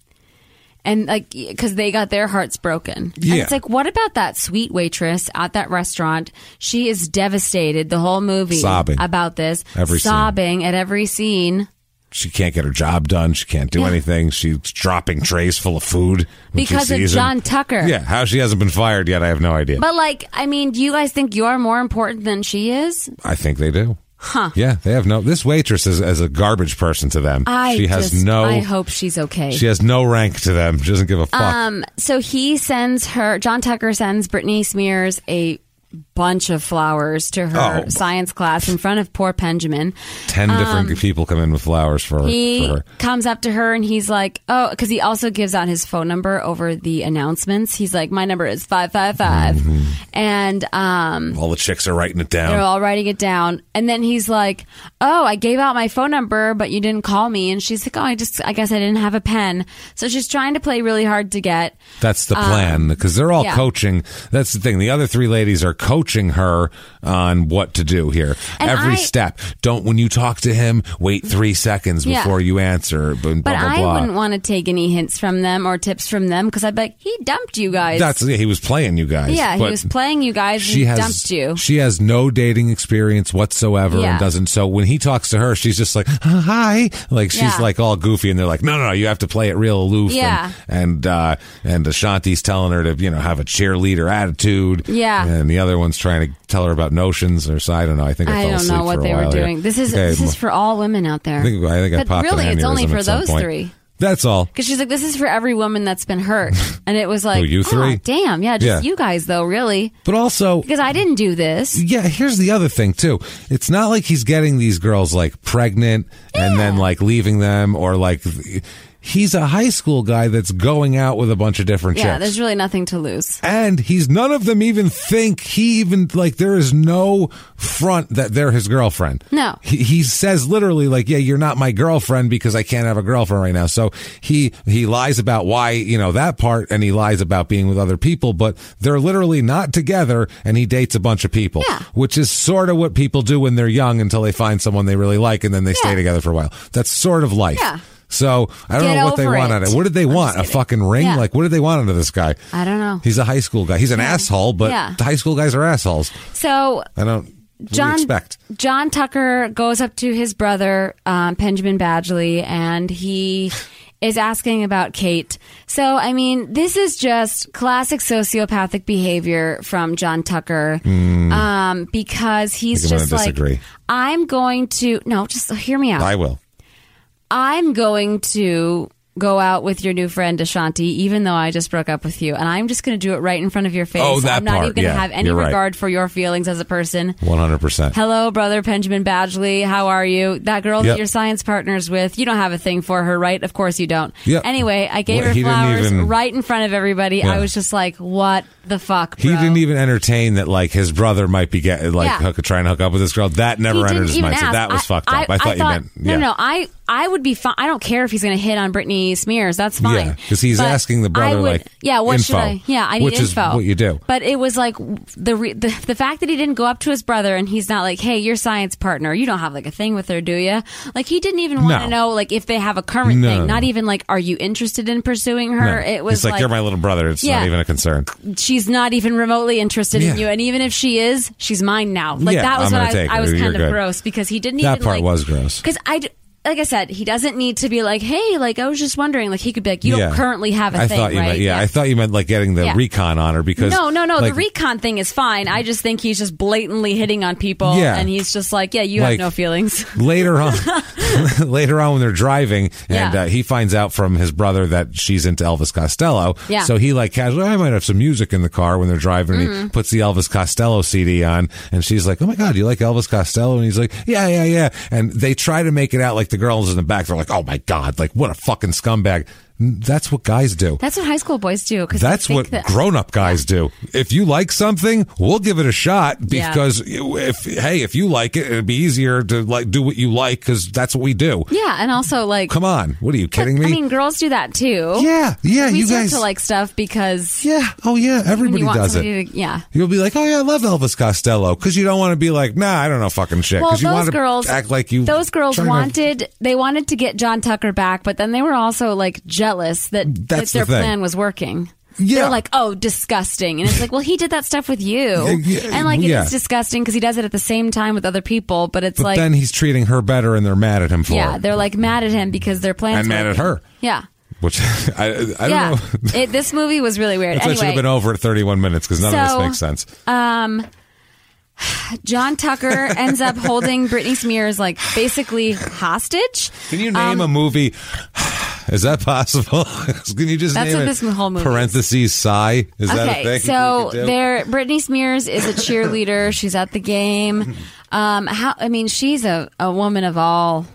S2: and like because they got their hearts broken. And
S3: Yeah.
S2: it's like, what about that sweet waitress at that restaurant? She is devastated the whole movie,
S3: Sobbing.
S2: about this,
S3: Every scene.
S2: sobbing at every scene.
S3: She can't get her job done. She can't do anything. She's dropping trays full of food when she
S2: Because of
S3: sees him.
S2: John Tucker.
S3: Yeah, how she hasn't been fired yet, I have no idea.
S2: But like, I mean, do you guys think you're more important than she is?
S3: I think they do. Huh? Yeah, they have no. This waitress is as a garbage person to them.
S2: I
S3: she has
S2: just-
S3: no.
S2: I hope she's okay.
S3: she has no rank to them. She doesn't give a fuck.
S2: Um, so he sends her, John Tucker sends Brittany Smears a bunch of flowers to her
S3: Oh.
S2: science class in front of poor Benjamin.
S3: Ten different people come in with flowers for,
S2: um, He
S3: for her.
S2: comes up to her and he's like, "Oh, because he also gives out his phone number over the announcements. He's like, my number is five five five,
S3: Mm-hmm.
S2: and um,
S3: All the chicks are writing it down.
S2: they're all writing it down. And then he's like, "Oh, I gave out my phone number, but you didn't call me." And she's like, "Oh, I just, I guess I didn't have a pen." So she's trying to play really hard to get.
S3: That's the plan because they're all
S2: Um, yeah.
S3: coaching. That's the thing. The other three ladies are coaching her on what to do here.
S2: And
S3: Every
S2: I-
S3: step. Don't when you talk to him, wait three seconds
S2: Yeah.
S3: before you answer. Blah,
S2: But
S3: blah,
S2: I
S3: blah.
S2: wouldn't want to take any hints from them or tips from them because I'd be like, "He dumped you guys."
S3: That's yeah, he was playing you guys.
S2: yeah, he
S3: but
S2: was playing you guys. and
S3: She
S2: he
S3: has
S2: dumped you.
S3: She has no dating experience whatsoever
S2: Yeah.
S3: and doesn't. So when he talks to her, she's just like hi, like she's
S2: Yeah.
S3: like all goofy, and they're like, no, no, no, you have to play it real aloof.
S2: Yeah.
S3: and and, uh, and Ashanti's telling her to you know have a cheerleader attitude.
S2: Yeah.
S3: and the other one's trying to tell her about notions or so. I don't know. I think I,
S2: I
S3: fell
S2: don't
S3: asleep
S2: know what
S3: for a
S2: they were
S3: while here.
S2: doing. This is
S3: Okay,
S2: this is for all women out there.
S3: I think I, think I
S2: but
S3: popped an
S2: really, it's only
S3: aneurysm
S2: for
S3: at some
S2: those
S3: point.
S2: three.
S3: That's all.
S2: Because she's like, this is for every woman that's been hurt, and it was like,
S3: Who, you
S2: "Ah,
S3: three?
S2: damn, yeah, just
S3: Yeah.
S2: you guys though, really,
S3: But also,
S2: because I didn't do this.
S3: Yeah, here's the other thing too. It's not like he's getting these girls like pregnant and then like leaving them or like th- he's a high school guy that's going out with a bunch of different
S2: Yeah,
S3: chicks.
S2: there's really nothing to lose.
S3: and he's none of them even think he even like there is no front that they're his girlfriend.
S2: No.
S3: He, he says literally like, "Yeah, you're not my girlfriend because I can't have a girlfriend right now." So he he lies about why, you know, that part and he lies about being with other people, but they're literally not together and he dates a bunch of people,
S2: Yeah.
S3: which is sort of what people do when they're young until they find someone they really like and then they stay
S2: Yeah.
S3: together for a while. That's sort of life.
S2: Yeah.
S3: So I don't
S2: Get
S3: know what they
S2: over
S3: want
S2: it.
S3: out of it. What did they want? A fucking ring?
S2: Yeah.
S3: Like what did they want out of this guy?
S2: I don't know.
S3: He's a high school guy. He's an asshole, but
S2: Yeah.
S3: the high school guys are assholes.
S2: So
S3: I don't. What do you
S2: John
S3: expect?
S2: John Tucker goes up to his brother um, Benjamin Badgley, and he is asking about Kate. So I mean, this is just classic sociopathic behavior from John Tucker, um, because he's
S3: think I'm
S2: just
S3: Hmm. gonna
S2: like,
S3: disagree.
S2: I'm going to no, just hear me out.
S3: I will.
S2: I'm going to go out with your new friend Ashanti, even though I just broke up with you, and I'm just going to do it right in front of your face.
S3: Oh, that
S2: I'm not
S3: part,
S2: even going to
S3: yeah,
S2: have any
S3: you're right.
S2: regard for your feelings as a person.
S3: One hundred percent.
S2: Hello, brother Benjamin Badgley. How are you? That girl
S3: Yep.
S2: that your science partner's with, you don't have a thing for her, right? Of course you don't.
S3: Yep.
S2: Anyway, I gave
S3: Well,
S2: her
S3: he didn't
S2: flowers
S3: even-
S2: right in front of everybody.
S3: Yeah.
S2: I was just like, what the fuck,
S3: He
S2: bro?
S3: didn't even entertain that, like his brother might be get, like
S2: Yeah.
S3: hook, trying to hook up with this girl. That never
S2: He didn't
S3: entered his
S2: even
S3: mind. So
S2: ask.
S3: that was
S2: I-
S3: fucked up. I, thought, you meant yeah.
S2: No, no, I, I would be fine. I don't care if he's going to hit on Britney Smears. That's fine.
S3: Yeah, 'cause he's
S2: But
S3: asking the
S2: I
S3: brother,
S2: would-
S3: like,
S2: yeah, what should
S3: info,
S2: I? Yeah, I need
S3: which is
S2: info.
S3: what you do.
S2: But it was like the, re, the the fact that he didn't go up to his brother and he's not like, hey, your science partner, you don't have like a thing with her, do you? Like he didn't even want to
S3: No.
S2: know like if they have a current
S3: No.
S2: thing. Not even like, are you interested in pursuing her?
S3: No.
S2: It was
S3: He's like, you're my little brother. It's
S2: Yeah.
S3: not even a concern.
S2: she's not even remotely interested in
S3: Yeah.
S2: you, and even if she is, she's mine now. Like
S3: Yeah,
S2: that was what
S3: I'm gonna
S2: I was,
S3: take her.
S2: I was
S3: You're
S2: kind of
S3: good.
S2: gross because he didn't
S3: That
S2: even
S3: part
S2: like,
S3: was gross.
S2: because I. d- Like I said, he doesn't need to be like, "Hey, like I was just wondering." Like he could be like, "You
S3: yeah.
S2: don't currently have a
S3: I
S2: thing,
S3: thought you
S2: right?"
S3: meant. Yeah, I thought you meant like getting the
S2: Yeah.
S3: recon on her because
S2: no, no, no.
S3: like,
S2: the recon thing is fine. I just think he's just blatantly hitting on people,
S3: Yeah.
S2: and he's just like, "Yeah, you have
S3: Like-
S2: no feelings."
S3: later on later on when they're driving and
S2: Yeah.
S3: uh, he finds out from his brother that she's into Elvis Costello
S2: Yeah.
S3: so he like casually I might have some music in the car when they're driving and
S2: Mm-hmm.
S3: he puts the Elvis Costello CD on and she's like oh my god you like Elvis Costello and he's like yeah yeah yeah and they try to make it out like the girls in the back they're like oh my god like what a fucking scumbag that's what guys do
S2: That's what high school boys do. Cause they
S3: that's
S2: think
S3: what
S2: that-
S3: grown-up guys do. If you like something, we'll give it a shot
S2: Yeah.
S3: because if hey, if you like it, it'd be easier to like do what you like because that's what we do.
S2: yeah, and also like,
S3: Come on, what are you
S2: but,
S3: kidding me?
S2: I mean, girls do that too.
S3: yeah, yeah,
S2: we
S3: you
S2: start
S3: guys.
S2: to like stuff because
S3: yeah, oh yeah,
S2: when
S3: everybody
S2: you want
S3: does it.
S2: somebody to, yeah.
S3: You'll be like, oh yeah, I love Elvis Costello because you don't want to be like, nah, I don't know fucking shit
S2: Well,
S3: because
S2: those
S3: you want to
S2: girls
S3: act like you.
S2: Those girls
S3: trying to-
S2: wanted they wanted to get John Tucker back, but then they were also like jealous that that
S3: That's
S2: their
S3: the thing.
S2: plan was working.
S3: Yeah.
S2: They're like, oh, disgusting, and it's like, well, he did that stuff with you,
S3: yeah,
S2: and like
S3: yeah.
S2: it is disgusting because he does it at the same time with other people, but it's
S3: But
S2: like,
S3: then he's treating her better, and they're mad at him for
S2: yeah,
S3: it.
S2: they're like mad at him because their plans
S3: and mad at
S2: working.
S3: her,
S2: Yeah,
S3: which I, I don't
S2: yeah.
S3: know.
S2: it, this movie was really weird.
S3: That's why it should have
S2: anyway,
S3: been over at 31 minutes because none of
S2: So-
S3: this makes sense.
S2: Um, John Tucker ends up holding Britney Spears like basically hostage.
S3: Can you name a movie Is that possible? Can you just
S2: That's
S3: name
S2: what
S3: it?
S2: this whole movie is.
S3: parentheses sigh? Is that a
S2: Okay,
S3: thing?
S2: so
S3: we could do?
S2: there, Britney Spears is a cheerleader. she's at the game. Um, how? I mean, she's a, a woman of all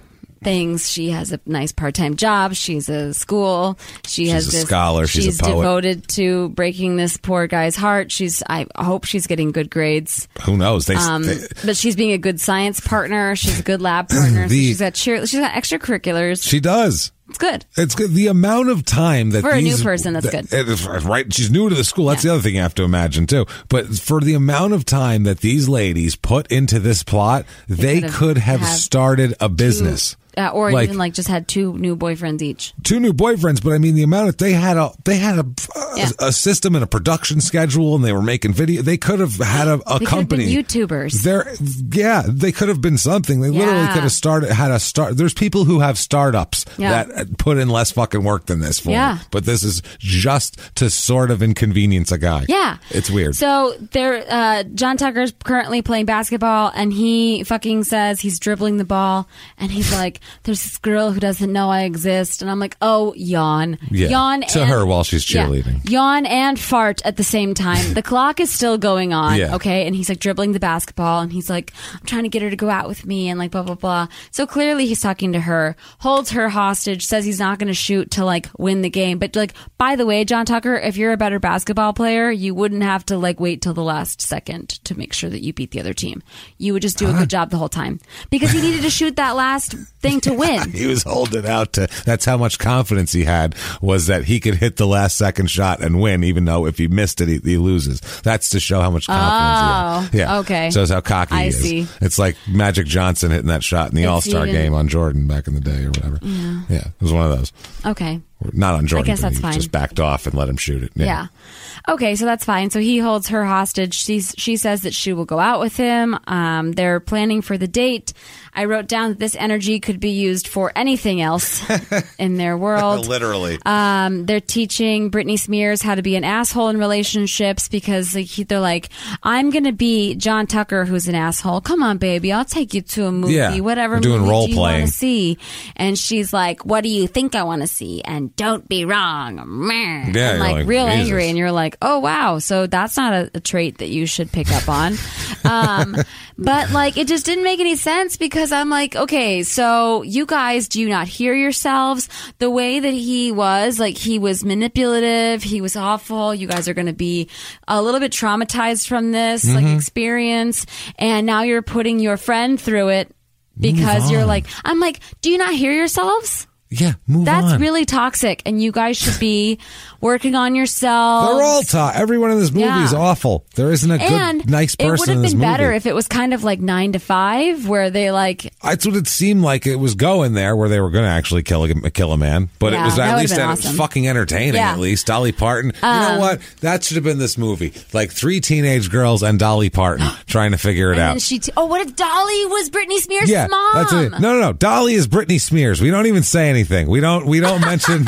S2: things. She has a nice part time job. She's a school. She has
S3: a
S2: this,
S3: scholar. She's a poet.
S2: devoted to breaking this poor guy's heart. She's. I hope she's getting good grades.
S3: Who knows? They,
S2: Um,
S3: they-
S2: but she's being a good science partner. She's a good lab partner. so
S3: The-
S2: she's got cheer. She's got extracurriculars.
S3: she does.
S2: it's good.
S3: It's good. The amount of time that
S2: For a new
S3: these-
S2: person, that's
S3: that-
S2: good.
S3: it is- right? She's new to the school. That's the other thing you have to imagine too. But for the amount of time that these ladies put into this plot, they,
S2: could've
S3: could have,
S2: had
S3: started a business.
S2: Uh, or
S3: Like-
S2: even like just had two new boyfriends each.
S3: two new boyfriends, but I mean the amount of they had a they had a, a,
S2: Yeah.
S3: a system and a production schedule, and they were making video. They could have had a, a
S2: They could have been
S3: company.
S2: YouTubers.
S3: They're yeah, they could have been something. They literally
S2: Yeah.
S3: could have started had a start. There's people who have startups
S2: Yeah.
S3: that uh, put in less fucking work than this for. them.
S2: Yeah.
S3: but this is just to sort of inconvenience a guy.
S2: Yeah,
S3: it's weird.
S2: So there, uh, John Tucker's currently playing basketball, and he fucking says he's dribbling the ball, and he's like, "There's this girl who doesn't know I exist," and I'm like, "Oh, yawn,
S3: Yeah,
S2: yawn."
S3: to
S2: and-
S3: her while she's
S2: Yeah.
S3: cheerleading.
S2: yawn and fart at the same time. The clock is still going on.
S3: Yeah.
S2: Okay, and he's like dribbling the basketball, and he's like, "I'm trying to get her to go out with me," and like blah blah blah. So clearly he's talking to her, holds her hostage, says he's not going to shoot to like win the game. But like, by the way, John Tucker, if you're a better basketball player, you wouldn't have to like wait till the last second to make sure that you beat the other team. You would just do a good job the whole time because he needed to shoot that last thing to win.
S3: He was holding out to. That's how much confidence he had was that he could hit the last second shot and win, even though if he missed it, he, he loses. That's to show how much confidence. he had.
S2: Oh, okay.
S3: Shows how cocky
S2: I
S3: he is.
S2: see.
S3: It's like Magic Johnson hitting that shot in the
S2: It's
S3: All Star
S2: even-
S3: game on Jordan back in the day or whatever. Yeah, it was one of those.
S2: Okay.
S3: Not on Jordan.
S2: guess
S3: but
S2: that's
S3: he
S2: fine.
S3: Just backed off and let him shoot it.
S2: Yeah. Okay, so that's fine. So he holds her hostage. She's, she says that she will go out with him. Um, they're planning for the date. I wrote down that this energy could be used for anything else in their world.
S3: Literally.
S2: Um, they're teaching Britney Spears how to be an asshole in relationships because like, he, they're like, I'm going to be John Tucker, who's an asshole. Come on, baby. I'll take you to a movie,
S3: Yeah,
S2: whatever
S3: we're doing
S2: movie
S3: role
S2: do you wanna
S3: playing.
S2: see. And she's like, What do you think I want to see? And don't be wrong. Meh.
S3: Yeah,
S2: and
S3: you're
S2: like,
S3: like,
S2: real
S3: Jesus.
S2: angry. And you're like, Oh, wow. So that's not a, a trait that you should pick up on. um, but like, it just didn't make any sense because I'm like, Okay, so you guys, do you not hear yourselves? The way that he was, like, he was manipulative. He was awful. You guys are going to be a little bit traumatized from this
S3: Mm-hmm.
S2: like experience. And now you're putting your friend through it because you're like I'm like, do you not hear yourselves?
S3: yeah. Move
S2: That's
S3: on.
S2: really toxic, and you guys should be working on yourselves.
S3: They're all taught. Everyone in this movie is
S2: Yeah.
S3: awful. There isn't a
S2: and
S3: good, nice
S2: it would
S3: person
S2: have
S3: in
S2: been
S3: this movie.
S2: better if it was kind of like nine to five, where they like
S3: That's what it seemed like it was going there, where they were going to actually kill a, kill a man. But it
S2: Yeah,
S3: was
S2: that
S3: at
S2: would've
S3: least
S2: been
S3: that it
S2: awesome.
S3: was fucking entertaining.
S2: Yeah. Um,
S3: At least Dolly Parton. you know what? That should have been this movie. Like three teenage girls and Dolly Parton trying to figure it
S2: and
S3: out.
S2: then she. T- oh, what if Dolly was Britney Spears'
S3: yeah,
S2: mom?
S3: that's it. No, no, no. Dolly is Britney Spears. We don't even say anything. We don't. We don't mention.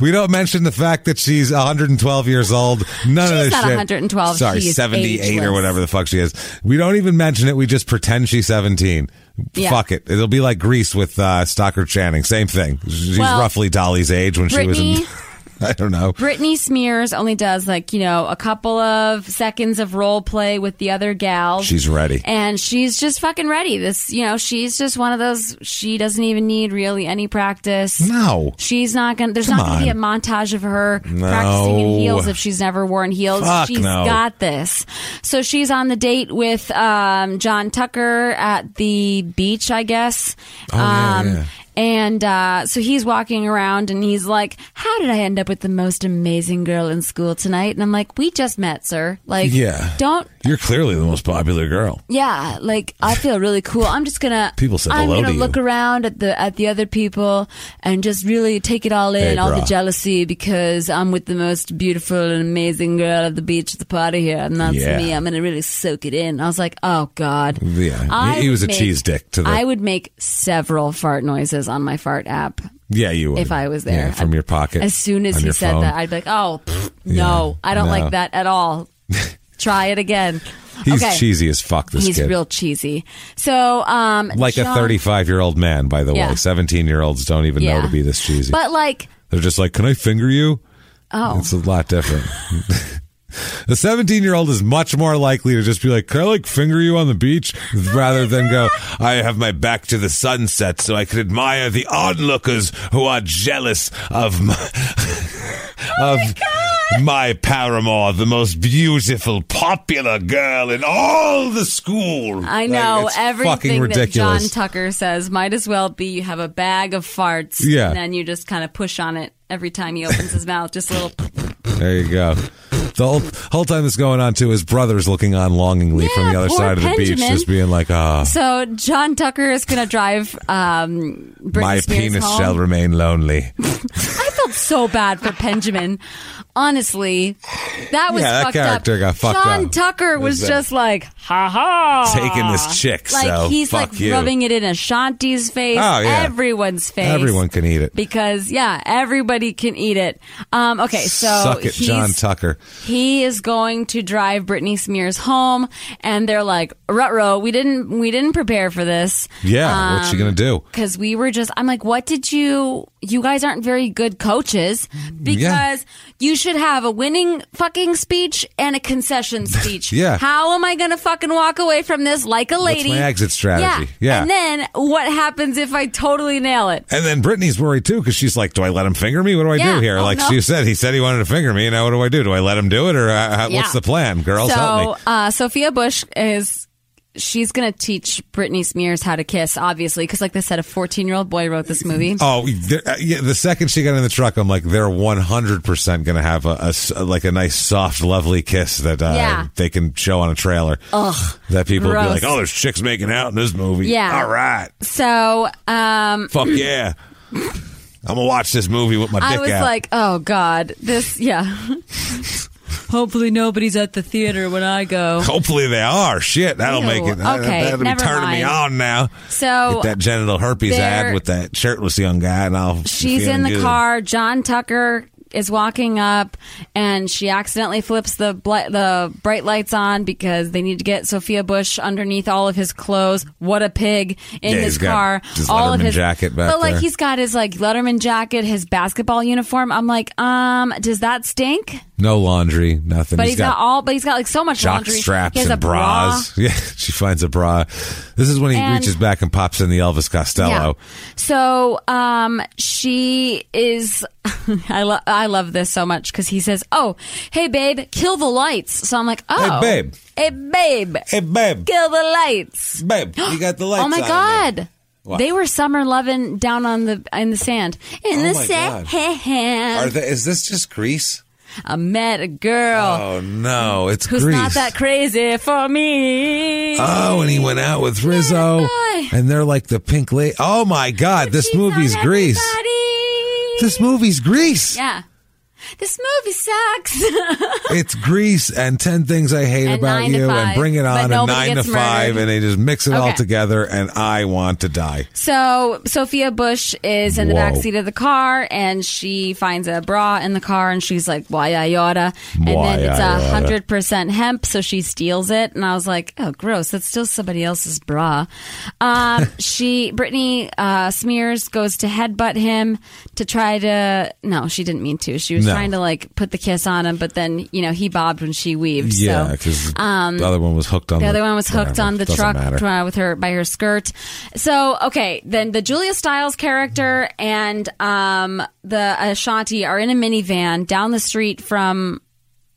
S3: We don't mention the fact that she's 112 years old. None of
S2: She's
S3: this
S2: not
S3: shit.
S2: 112.
S3: Sorry,
S2: She is
S3: 78 or
S2: ageless.
S3: whatever the fuck she is. We don't even mention it. We just pretend she's 17.
S2: Yeah.
S3: Fuck it. It'll be like Greece with uh, Stockard Channing. Same thing. She's
S2: Well,
S3: roughly Dolly's age when she was in.
S2: Britney-
S3: I don't know.
S2: Britney Spears only does like you know a couple of seconds of role play with the other gals.
S3: She's ready.
S2: and she's just fucking ready. This, you know, she's just one of those. She doesn't even need really any practice.
S3: No.
S2: she's not gonna. There's
S3: Come
S2: not gonna be a
S3: on.
S2: montage of her practicing in
S3: No.
S2: heels if she's never worn heels.
S3: Fuck
S2: She's
S3: no.
S2: got this. So she's on the date with um, John Tucker at the beach, I guess.
S3: Oh, yeah,
S2: um,
S3: yeah.
S2: And uh, so he's walking around and he's like, How did I end up with the most amazing girl in school tonight? And I'm like, We just met, sir. Like,
S3: Yeah.
S2: don't
S3: You're clearly the most popular girl.
S2: yeah, like I feel really cool. I'm just gonna
S3: People said
S2: I'm
S3: hello
S2: gonna
S3: to
S2: look
S3: you.
S2: around at the at the other people and just really take it all in,
S3: Hey,
S2: all the
S3: brah.
S2: jealousy because I'm with the most beautiful and amazing girl at the beach at the party here, and that's
S3: Yeah.
S2: me. I'm gonna really soak it in. I was like, oh god,
S3: Yeah. He-
S2: I
S3: he
S2: would
S3: was a
S2: make-
S3: cheese dick to the-
S2: I would make several fart noises on my fart app
S3: Yeah, you would.
S2: if I was there
S3: Yeah, from your pocket.
S2: As soon as
S3: on
S2: he
S3: your
S2: said
S3: phone.
S2: that, I'd be like, oh pfft, no, I don't
S3: no.
S2: like that at all. Try it again.
S3: He's
S2: Okay.
S3: cheesy as fuck. This
S2: He's
S3: kid,
S2: real cheesy. So, um,
S3: like a
S2: John-
S3: thirty-five-year-old man. By the
S2: Yeah.
S3: way, seventeen-year-olds don't even
S2: Yeah.
S3: know to be this cheesy.
S2: But like,
S3: They're just like, "Can I finger you?"
S2: oh,
S3: It's a lot different. The 17 year old is much more likely to just be like, Can I like finger you on the beach? rather than go, I have my back to the sunset so I can admire the onlookers who are jealous of my,
S2: Oh
S3: of my paramour, the most beautiful, popular girl in all the school.
S2: I
S3: Like,
S2: know
S3: it's
S2: everything
S3: fucking
S2: that John
S3: ridiculous.
S2: Tucker says might as well be you have a bag of farts,
S3: Yeah.
S2: and then you just kind of push on it every time he opens his mouth, just a little.
S3: There you go. The whole, whole time that's going on, too, his brother's looking on longingly from the
S2: Yeah,
S3: other
S2: poor
S3: side of the beach,
S2: Benjamin.
S3: just being like, ah.
S2: So John Tucker is going to drive. Um, Britney
S3: My
S2: Spears
S3: penis
S2: home.
S3: shall remain lonely.
S2: I felt so bad for Benjamin. Honestly, that was
S3: Yeah, that
S2: fucked
S3: character
S2: up.
S3: got fucked
S2: John
S3: up.
S2: Tucker was
S3: Exactly.
S2: just like, ha ha,
S3: Taking this chick,
S2: Like
S3: so
S2: he's
S3: fuck
S2: like
S3: you.
S2: rubbing it in Ashanti's face,
S3: Oh, yeah.
S2: everyone's face,
S3: Everyone can eat it.
S2: because yeah, everybody can eat it. Um, okay, so
S3: Suck it,
S2: he's-
S3: John Tucker.
S2: He is going to drive Britney Spears home, and they're like, "Rutro, we didn't we didn't prepare for this."
S3: Yeah, what's
S2: um,
S3: she gonna do?
S2: Because we were just, I'm like, what did you? You guys aren't very good coaches because you should have a winning fucking speech and a concession speech.
S3: Yeah.
S2: How am I gonna fucking walk away from this like a lady?
S3: my exit strategy? Yeah.
S2: And then what happens if I totally nail it?
S3: And then Brittany's worried too because she's like, "Do I let him finger me? What do I
S2: Yeah,
S3: do here?"
S2: oh,
S3: like
S2: no.
S3: she said, he said he wanted to finger me. Now what do I do? Do I let him do it, or uh, how-
S2: Yeah.
S3: what's the plan, girls?
S2: so,
S3: help me.
S2: uh, Sophia Bush is. She's gonna teach Britney Spears how to kiss, obviously, because like they said, a 14 year old boy wrote this movie.
S3: Oh, there- uh, yeah, the second she got in the truck, I'm like, they're 100 percent gonna have a, a s- like a nice, soft, lovely kiss that uh,
S2: Yeah.
S3: they can show on a trailer. Ugh, that people will be
S2: gross.
S3: like, "Oh, there's chicks making out in this movie."
S2: Yeah.
S3: all right,
S2: So, um,
S3: fuck yeah, I'm gonna watch this movie with my
S2: I
S3: dick
S2: was
S3: out.
S2: like, oh God, this, yeah. Hopefully nobody's at the theater when I go.
S3: Hopefully they are. Shit, that'll
S2: Ew,
S3: make it. that-
S2: okay,
S3: that'll be
S2: never
S3: turning
S2: mind.
S3: me on now.
S2: So
S3: Get that genital herpes
S2: they're-
S3: ad with that shirtless young guy, and I'll. be
S2: she's
S3: feeling
S2: in the
S3: good.
S2: car. John Tucker is walking up, and she accidentally flips the bli- the bright lights on because they need to get Sophia Bush underneath all of his clothes. What a pig in
S3: Yeah,
S2: his
S3: he's got
S2: car!
S3: his
S2: all of
S3: Letterman
S2: his
S3: jacket back
S2: but like
S3: there.
S2: he's got his like Letterman jacket, his basketball uniform. I'm like, um, does that stink?
S3: No laundry, nothing.
S2: But he's got, all, but he's got like so much
S3: jock
S2: laundry.
S3: straps
S2: he has
S3: and
S2: a bra.
S3: bras. Yeah, she finds a bra. This is when he
S2: And-
S3: reaches back and pops in the Elvis Costello.
S2: Yeah. So um, she is. I lo- I love this so much because he says, "Oh, hey babe, kill the lights." So I'm like, "Oh,
S3: Hey, babe.
S2: hey babe,
S3: Hey, babe,
S2: kill the lights."
S3: babe, you got the lights.
S2: oh my
S3: on
S2: god.
S3: What?
S2: They were summer loving down on the in the sand. In
S3: Oh
S2: the
S3: my God.
S2: sand,
S3: Are they, is this just grease?
S2: I met a girl
S3: Oh no, it's
S2: Uh, who's
S3: grease.
S2: not that crazy for me.
S3: Oh, and he went out with Rizzo,
S2: boy.
S3: and they're like the pink lady. Oh my God, this
S2: She's on
S3: movie's Grease.
S2: everybody.
S3: This movie's Grease.
S2: yeah, this movie sucks.
S3: It's Grease and Ten Things I Hate
S2: And
S3: About
S2: Nine to
S3: You and
S2: Five.
S3: Bring It
S2: But
S3: On and
S2: nobody
S3: Nine to
S2: gets
S3: Five,
S2: murdered.
S3: and they just mix it all
S2: Okay.
S3: together. And I want to die.
S2: So Sophia Bush is in the
S3: Whoa.
S2: back seat of the car, and she finds a bra in the car, and she's like, "Why I oughta?" And
S3: Why
S2: then it's
S3: I
S2: a
S3: oughta.
S2: hundred percent hemp, so she steals it, and I was like, "Oh, gross! That's still somebody else's bra." Um, she Brittany uh, Smears goes to headbutt him to try to. No, she didn't mean to. She was
S3: No.
S2: trying to like put the kiss on him, but then you know he bobbed when she weaved.
S3: Yeah,
S2: so. um,
S3: because the other one was hooked on
S2: The other one was hooked
S3: whatever,
S2: on the
S3: doesn't
S2: truck
S3: matter.
S2: uh, with her by her skirt. So okay, then the Julia Stiles character and um, the Ashanti are in a minivan down the street from.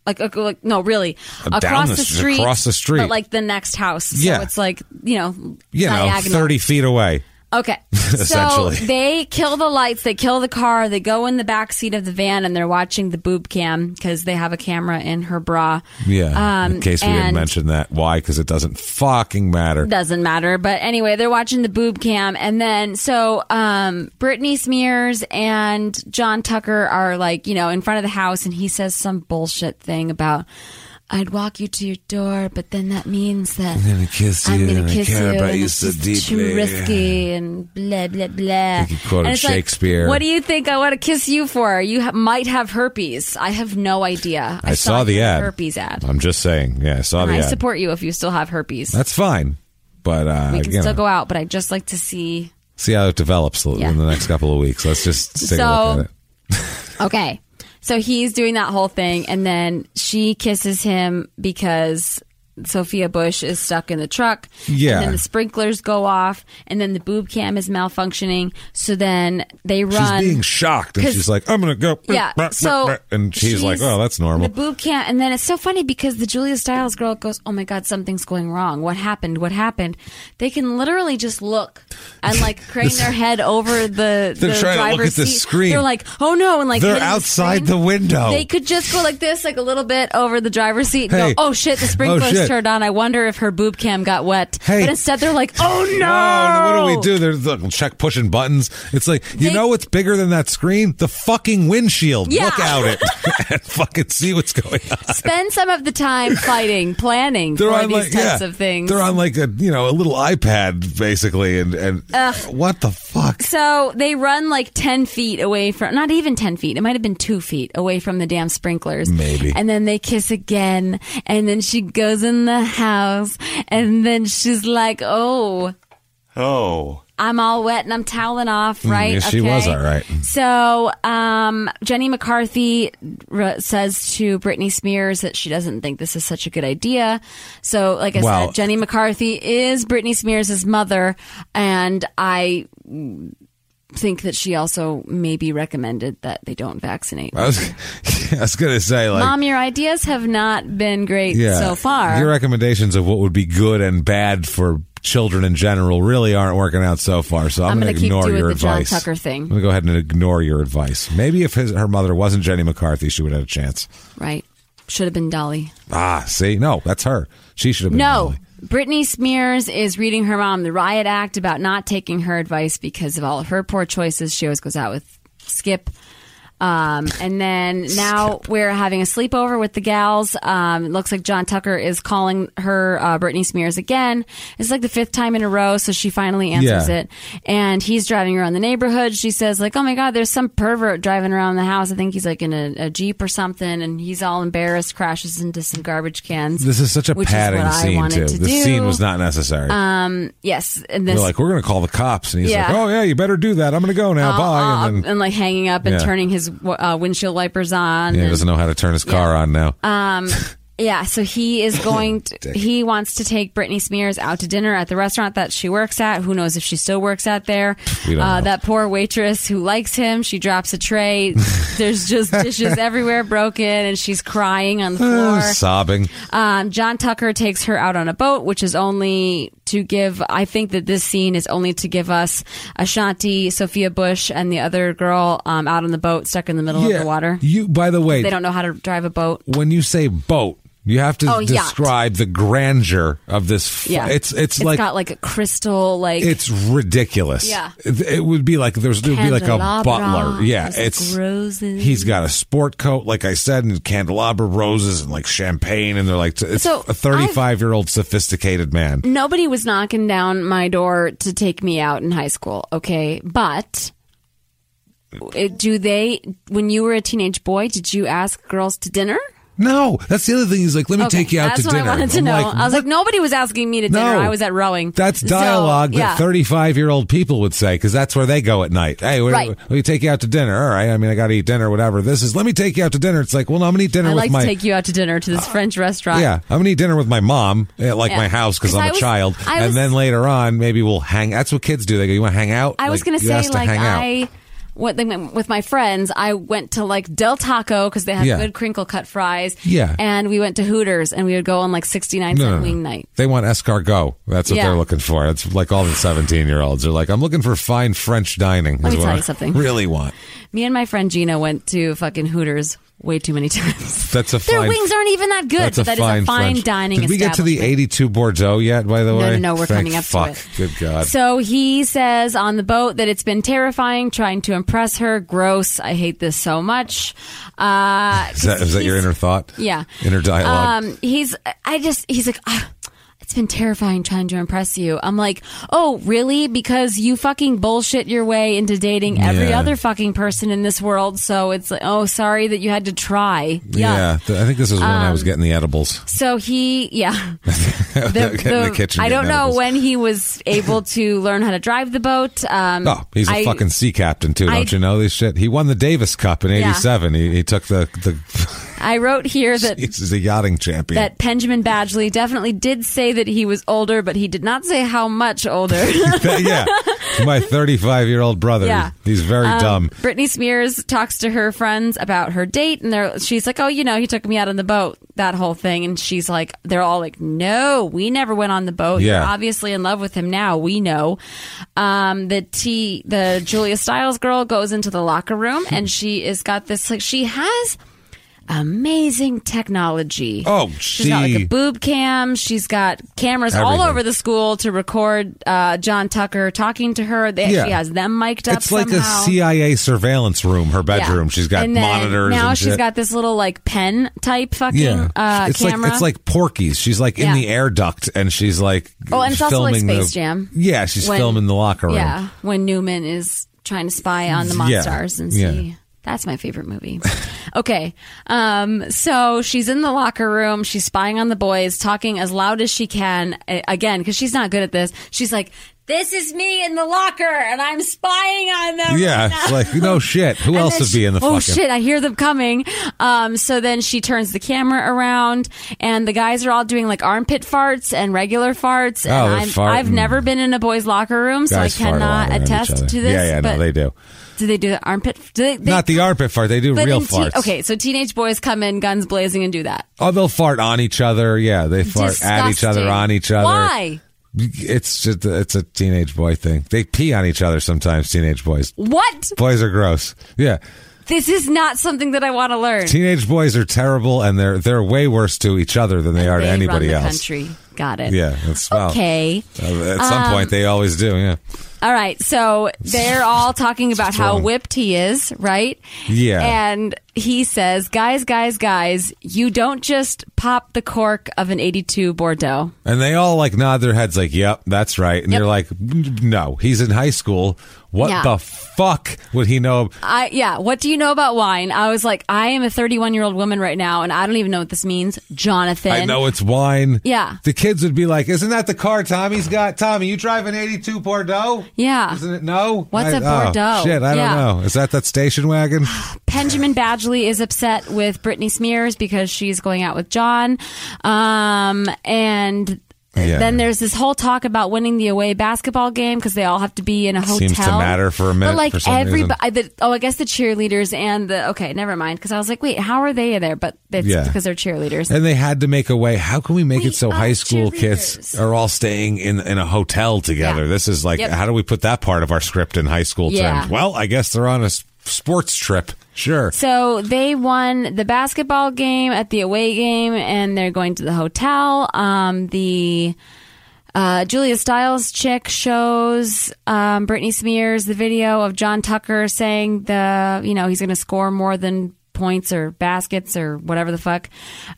S2: Like, uh, like no, really,
S3: Uh,
S2: across
S3: down the
S2: the
S3: s-
S2: street,
S3: across the street.
S2: but like the next house. So
S3: Yeah.
S2: it's like you know,
S3: You know,
S2: diagonal.
S3: thirty feet away.
S2: Okay.
S3: Essentially.
S2: So they kill the lights, they kill the car, they go in the back seat of the van and they're watching the boob cam because they have a camera in her bra. Um,
S3: Yeah, in case we didn't
S2: and-
S3: mention that, why? Because it doesn't fucking matter.
S2: Doesn't matter. But anyway, they're watching the boob cam. And then, so um, Brittany Smears and John Tucker are like, you know, in front of the house, and he says some bullshit thing about, I'd walk you to your door, but then that means that
S3: I'm gonna kiss you,
S2: I'm gonna
S3: and I
S2: kiss
S3: care
S2: you,
S3: about
S2: and
S3: you
S2: it's
S3: so
S2: just
S3: deeply.
S2: Too risky and blah blah blah.
S3: think you quoted
S2: And it's like,
S3: Shakespeare.
S2: what do you think I want to kiss you for? You ha- might have herpes. I have no idea.
S3: I saw the
S2: you had
S3: ad.
S2: a herpes ad.
S3: I'm just saying. Yeah, I saw
S2: And
S3: the
S2: I
S3: ad.
S2: support you if you still have herpes.
S3: That's fine, but uh,
S2: we can
S3: you
S2: still
S3: know,
S2: go out, but I just like to see.
S3: see how it develops l-
S2: Yeah.
S3: in the next couple of weeks. Let's just take a
S2: So-
S3: look at it.
S2: Okay. So he's doing that whole thing, and then she kisses him because Sophia Bush is stuck in the truck.
S3: Yeah.
S2: And then the sprinklers go off, and then the boob cam is malfunctioning. So then they run.
S3: She's being shocked, and
S2: 'Cause-
S3: she's like, "I'm gonna go."
S2: yeah. So
S3: and she's, like, "Oh, that's normal."
S2: The boob cam, and then it's so funny because the Julia Stiles girl goes, "Oh my god, something's going wrong. What happened? What happened?" They can literally just look and like crane their head over the.
S3: They're
S2: the
S3: trying to look
S2: driver's
S3: at the
S2: seat.
S3: screen.
S2: They're like, "Oh no!" And like
S3: They're
S2: hitting
S3: outside the
S2: screen.
S3: window.
S2: They could just go like this, like a little bit over the driver's seat. and
S3: Hey.
S2: go, "Oh shit, the sprinklers
S3: shit.
S2: turned on. I wonder if her boob cam got wet."
S3: Hey.
S2: But instead, they're like, "Oh no!"
S3: Oh, what do we do? They're they'll check pushing buttons. It's like you
S2: They-
S3: know what's bigger than that screen? The fucking windshield.
S2: Yeah.
S3: Look out it and fucking see what's going on.
S2: Spend some of the time fighting, planning for these types
S3: yeah,
S2: of things.
S3: They're on like a you know a little iPad basically, and and what the fuck?
S2: So they run like 10 feet away from, not even 10 feet, it might have been two feet away from the damn sprinklers.
S3: Maybe.
S2: And then they kiss again. And then she goes in the house. And then she's like, oh,
S4: Oh.
S2: I'm all wet and I'm toweling off, right?
S3: Mm, yes, she was all right.
S2: So um, Jenny McCarthy r- says to Britney Spears that she doesn't think this is such a good idea. So, like I
S3: Wow.
S2: said, Jenny McCarthy is Britney Spears' mother, and I mm, think that she also maybe recommended that they don't vaccinate.
S3: I was I was gonna say like.
S2: Mom, your ideas have not been great
S3: yeah,
S2: so far.
S3: Your recommendations of what would be good and bad for children in general really aren't working out so far. So I'm,
S2: I'm gonna
S3: going to
S2: keep
S3: ignore
S2: doing
S3: your
S2: the John
S3: advice.
S2: Tucker thing.
S3: I'm going to go ahead and ignore your advice. Maybe if his, her mother wasn't Jenny McCarthy, she would have had a chance.
S2: right. Should have been Dolly.
S3: Ah, see, no, that's her. She should have been.
S2: No.
S3: Molly.
S2: Britney Spears is reading her mom the riot act about not taking her advice because of all of her poor choices. She always goes out with Skip. Um, and then now we're having a sleepover with the gals. Um, it looks like John Tucker is calling her uh, Britney Spears again. It's like the fifth time in a row, so she finally answers
S3: Yeah.
S2: it. And he's driving around the neighborhood. She says, like, "Oh my God, there's some pervert driving around the house. I think he's like in a, a jeep or something." And he's all embarrassed, crashes into some garbage cans.
S3: This is such a
S2: which is
S3: padding
S2: what I
S3: scene
S2: wanted
S3: too.
S2: To
S3: the
S2: do.
S3: scene was not necessary.
S2: Yes, and
S3: They're
S2: this.
S3: like, we're going to call the cops, and he's like,
S2: Yeah.
S3: oh yeah, you better do that. I'm going to go now. Bye.
S2: uh,
S3: And then
S2: and like hanging up and
S3: Yeah.
S2: turning his uh, windshield wipers on.
S3: yeah, he
S2: and- Uh,
S3: doesn't know how to turn his car on now.
S2: yeah, so he is going. To, he wants to take Britney Spears out to dinner at the restaurant that she works at. Who knows if she still works out there?
S3: We don't
S2: uh,
S3: know.
S2: That poor waitress who likes him. She drops a tray. There's just dishes everywhere, broken, and she's crying on the floor.
S3: Uh, Sobbing.
S2: Um, John Tucker takes her out on a boat, which is only to give. I think that this scene is only to give us Ashanti, Sophia Bush, and the other girl um, out on the boat, stuck in the middle of the water.
S3: You. By the way,
S2: They don't know how to drive a boat.
S3: when you say boat, you have to
S2: Oh, yacht.
S3: describe the grandeur of this. F-
S2: Yeah,
S3: it's it's like
S2: got like a crystal, like
S3: it's ridiculous.
S2: Yeah.
S3: it, it would be like there's there would be like a
S2: candelabra.
S3: butler. Yeah,
S2: There's, like,
S3: it's
S2: roses.
S3: He's got a sport coat, like I said, and candelabra roses and like champagne, and they're like t- it's
S2: So,
S3: a 35 year old sophisticated man.
S2: Nobody was knocking down my door to take me out in high school, okay? But uh, do they, when you were a teenage boy, did you ask girls to dinner?
S3: No, that's the other thing. He's like, let me
S2: Okay,
S3: take you out
S2: that's
S3: to
S2: what
S3: dinner.
S2: I wanted to
S3: I'm
S2: know.
S3: like,
S2: I was like,
S3: "What
S2: nobody was asking me to dinner. I was at rowing.
S3: That's
S2: So,
S3: dialogue
S2: yeah.
S3: that 35 year old people would say because that's where they go at night. Hey, we,
S2: Right.
S3: we take you out to dinner. All right. I mean, I got to eat dinner, whatever. This is, let me take you out to dinner. It's like, well, no, I'm going to eat dinner
S2: I
S3: with
S2: like
S3: my. Uh,
S2: to take you out to dinner to this French restaurant.
S3: yeah, I'm gonna eat dinner with my mom at like
S2: Yeah.
S3: my house because
S2: 'Cause
S3: I'm
S2: I
S3: a
S2: was-
S3: child,
S2: I
S3: and
S2: was-
S3: then later on maybe we'll hang. That's what kids do. They go, "You want to hang out?"
S2: I was
S3: Like,
S2: gonna
S3: you
S2: say
S3: asked to
S2: like
S3: hang out.
S2: I went like, with my friends. I went to like Del Taco because they have
S3: Yeah.
S2: good crinkle cut fries.
S3: Yeah.
S2: and we went to Hooters and we would go on like sixty nine cent wing night.
S3: They want escargot. That's what
S2: Yeah.
S3: they're looking for. It's like all the 17 year olds are like, I'm looking for fine French dining. Let
S2: me tell you something.
S3: Really want.
S2: Me and my friend Gina went to fucking Hooters way too many times.
S3: That's a
S2: Their
S3: fine-
S2: wings aren't even that good,
S3: That's
S2: but that is a fine
S3: French.
S2: dining
S3: Did we get to the
S2: establishment.
S3: 82 Bordeaux yet, by the
S2: No,
S3: way?
S2: no, no, we're
S3: Thank
S2: coming up to
S3: fuck.
S2: it.
S3: Good God.
S2: So he says on the boat that it's been terrifying trying to impress her. Gross. I hate this so much. Uh,
S3: is that, is that your
S2: he's-
S3: inner thought?
S2: Yeah.
S3: Inner dialogue.
S2: Um, he's, I just, he's like, ah, it's been terrifying trying to impress you. I'm like, oh, really? Because you fucking bullshit your way into dating every
S3: Yeah.
S2: other fucking person in this world. So it's like, oh, sorry that you had to try.
S3: yeah. th- I think this is when
S2: Um,
S3: I was getting the edibles.
S2: So he, yeah.
S3: Get in the kitchen.
S2: I don't
S3: getting
S2: know
S3: edibles.
S2: when he was able to learn how to drive the boat. Um,
S3: Oh, he's a
S2: I-
S3: fucking sea captain too. Don't
S2: I-
S3: you know this shit? He won the Davis Cup in
S2: Yeah.
S3: '87. He, he took the the.
S2: I wrote here that
S3: he's a yachting champion.
S2: that Benjamin Badgley definitely did say that he was older, but he did not say how much older.
S3: yeah, my 35 year old brother.
S2: Yeah. Um,
S3: he's very dumb.
S2: Britney Spears talks to her friends about her date, and they're she's like, "Oh, you know, he took me out on the boat, that whole thing." And she's like, "They're all like, no, we never went on the boat. You're
S3: Yeah.
S2: obviously in love with him now. We know." Um, the T, the Julia Stiles girl goes into the locker room, and she is got this like she has. Amazing technology.
S3: Oh,
S2: she's got like
S3: she-
S2: a boob cam. She's got cameras all
S3: Everything.
S2: over the school to record uh, John Tucker talking to her. They,
S3: Yeah.
S2: She has them mic'd up.
S3: It's like
S2: somehow.
S3: a CIA surveillance room. Her
S2: Yeah.
S3: bedroom. She's got
S2: And then
S3: monitors.
S2: Now
S3: and
S2: she's
S3: shit.
S2: got this little like pen type fucking
S3: yeah.
S2: uh,
S3: it's
S2: camera.
S3: like it's like Porky's. She's like
S2: Yeah.
S3: in the air duct, and she's like
S2: Oh, and it's also like
S3: filming the-
S2: Space Jam.
S3: Yeah, she's
S2: When-
S3: filming the locker room.
S2: yeah, when Newman is trying to spy on the
S3: Yeah.
S2: monstars and
S3: Yeah.
S2: see. That's my favorite movie. okay, um, so she's in the locker room. She's spying on the boys, talking as loud as she can. A- Again, because she's not good at this. She's like, "This is me in the locker, and I'm spying on them."
S3: Yeah,
S2: right now."
S3: it's like no shit. Who
S2: And
S3: else
S2: then
S3: would be
S2: she-
S3: in the
S2: oh
S3: fucking?
S2: shit i hear them coming um, so then she turns the camera around and the guys are all doing like armpit farts and regular farts and
S3: Oh, they're
S2: I'm,
S3: farting.
S2: i've never been in a boys locker room so
S3: Guys
S2: i
S3: fart a
S2: cannot
S3: lot around each
S2: attest
S3: other.
S2: to this
S3: Yeah, yeah,
S2: but
S3: no, they do.
S2: do they do the armpit do they, they
S3: Not the armpit fart. They do
S2: but
S3: real
S2: in teen-
S3: farts.
S2: okay so teenage boys come in guns blazing and do that
S3: Oh, they'll fart on each other. Yeah, they fart at each
S2: Disgusting.
S3: other, on each other.
S2: why
S3: It's just it's a teenage boy thing. They pee on each other sometimes. Teenage boys.
S2: what
S3: Boys are gross. Yeah,
S2: this is not something that i want to learn
S3: teenage boys are terrible, and they're they're way worse to each other than they are
S2: They
S3: to
S2: run
S3: anybody
S2: the
S3: else.
S2: country got it
S3: Yeah, that's well.
S2: okay Um,
S3: uh, At some point, they always do. Yeah,
S2: All right, so they're all talking about how
S3: wrong.
S2: whipped he is, right?
S3: Yeah.
S2: And he says, "Guys, guys, guys, you don't just pop the cork of an 82 Bordeaux."
S3: and they all like nod their heads, like, "Yep, that's right." And
S2: Yep.
S3: you're like, "No, he's in high school. What
S2: Yeah.
S3: the fuck would he know?"
S2: I yeah, what do you know about wine? I was like, "I am a 31-year-old woman right now and I don't even know what this means." Jonathan.
S3: I know it's wine.
S2: Yeah.
S3: The kids would be like, Isn't that the car Tommy's got? Tommy, you drive an 82 Bordeaux?
S2: Yeah.
S3: Isn't it? No?
S2: What's
S3: I-
S2: a Bordeaux?
S3: Oh, shit, I
S2: Yeah.
S3: don't know. Is that that station wagon?
S2: Benjamin Badgley is upset with Britney Smears because she's going out with John. Um, and
S3: Yeah.
S2: then there's this whole talk about winning the away basketball game because they all have to be in a hotel.
S3: Seems to matter for a minute
S2: But like
S3: for some reason.
S2: everybody, the, oh, I guess the cheerleaders and the okay, never mind. Because I was like, wait, how are they there? But it's
S3: Yeah.
S2: because they're cheerleaders.
S3: And they had to make a way. How can we make it so
S2: are
S3: high school kids
S2: cheerleaders.
S3: are all staying in in a hotel together?
S2: Yeah.
S3: This is like,
S2: Yep.
S3: how do we put that part of our script in high school
S2: Yeah.
S3: terms? Well, I guess they're on a s- sports trip. Sure.
S2: So they won the basketball game at the away game, and they're going to the hotel. Um, the uh, Julia Stiles chick shows um, Britney Spears the video of John Tucker saying the you know he's going to score more than points or baskets or whatever the fuck.